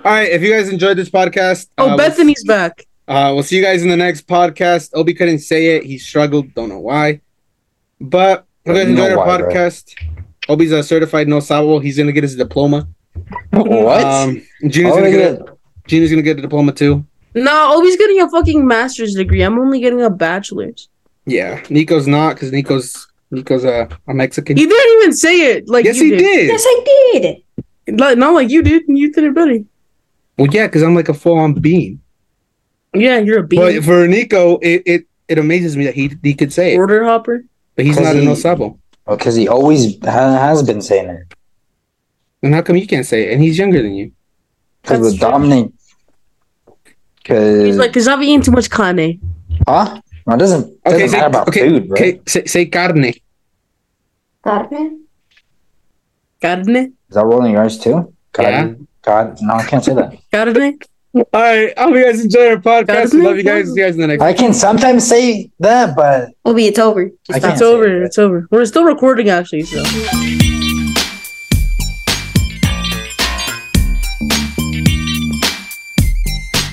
Speaker 2: All right. If you guys enjoyed this podcast,
Speaker 3: Oh,
Speaker 2: uh,
Speaker 3: Bethany's back.
Speaker 2: Uh, we'll see you guys in the next podcast. Obi couldn't say it. He struggled. Don't know why. But hope you guys
Speaker 6: You know
Speaker 2: enjoyed our
Speaker 6: why, bro.
Speaker 2: podcast. Obi's a certified no sabo. He's gonna get his diploma.
Speaker 6: What?
Speaker 2: Um, Gina's,
Speaker 6: Oh,
Speaker 2: gonna
Speaker 6: yeah.
Speaker 2: get a, Gina's gonna get a diploma too.
Speaker 3: No, Obi's getting a fucking master's degree. I'm only getting a bachelor's.
Speaker 2: Yeah, Nico's not because Nico's Nico's a, a Mexican.
Speaker 3: He didn't even say it like
Speaker 2: yes,
Speaker 3: you
Speaker 2: he did.
Speaker 5: Yes, I did.
Speaker 3: Like, not like you did. You did it better.
Speaker 2: Well, yeah, because I'm like a full on bean.
Speaker 3: Yeah, you're a bean.
Speaker 2: But for Nico, it, it it amazes me that he he could say it,
Speaker 3: Order hopper.
Speaker 2: but he's not a no sabo.
Speaker 6: Because Oh, he always ha- has been saying it.
Speaker 2: And how come you can't say it? And he's younger than you.
Speaker 6: Because
Speaker 3: That's
Speaker 6: with
Speaker 3: true.
Speaker 6: Dominic. Because.
Speaker 3: He's like, because I've eaten too much carne.
Speaker 6: Huh? No, it doesn't, doesn't
Speaker 2: Okay, say,
Speaker 6: matter about
Speaker 2: okay,
Speaker 6: food, bro.
Speaker 2: okay, say, say carne.
Speaker 5: Carne.
Speaker 3: Carne?
Speaker 6: Is that rolling yours too? God,
Speaker 2: Yeah.
Speaker 6: God, no, I can't say that.
Speaker 3: Carne?
Speaker 2: All right. I hope you guys enjoy our podcast.
Speaker 3: Carne?
Speaker 2: Love you guys. See you guys in the next.
Speaker 6: I can sometimes say that, but
Speaker 5: Obi, it's over.
Speaker 6: I
Speaker 5: Oh, It's
Speaker 6: can't
Speaker 3: It's
Speaker 6: say
Speaker 3: over.
Speaker 6: that.
Speaker 3: It's over. We're still recording, actually, so.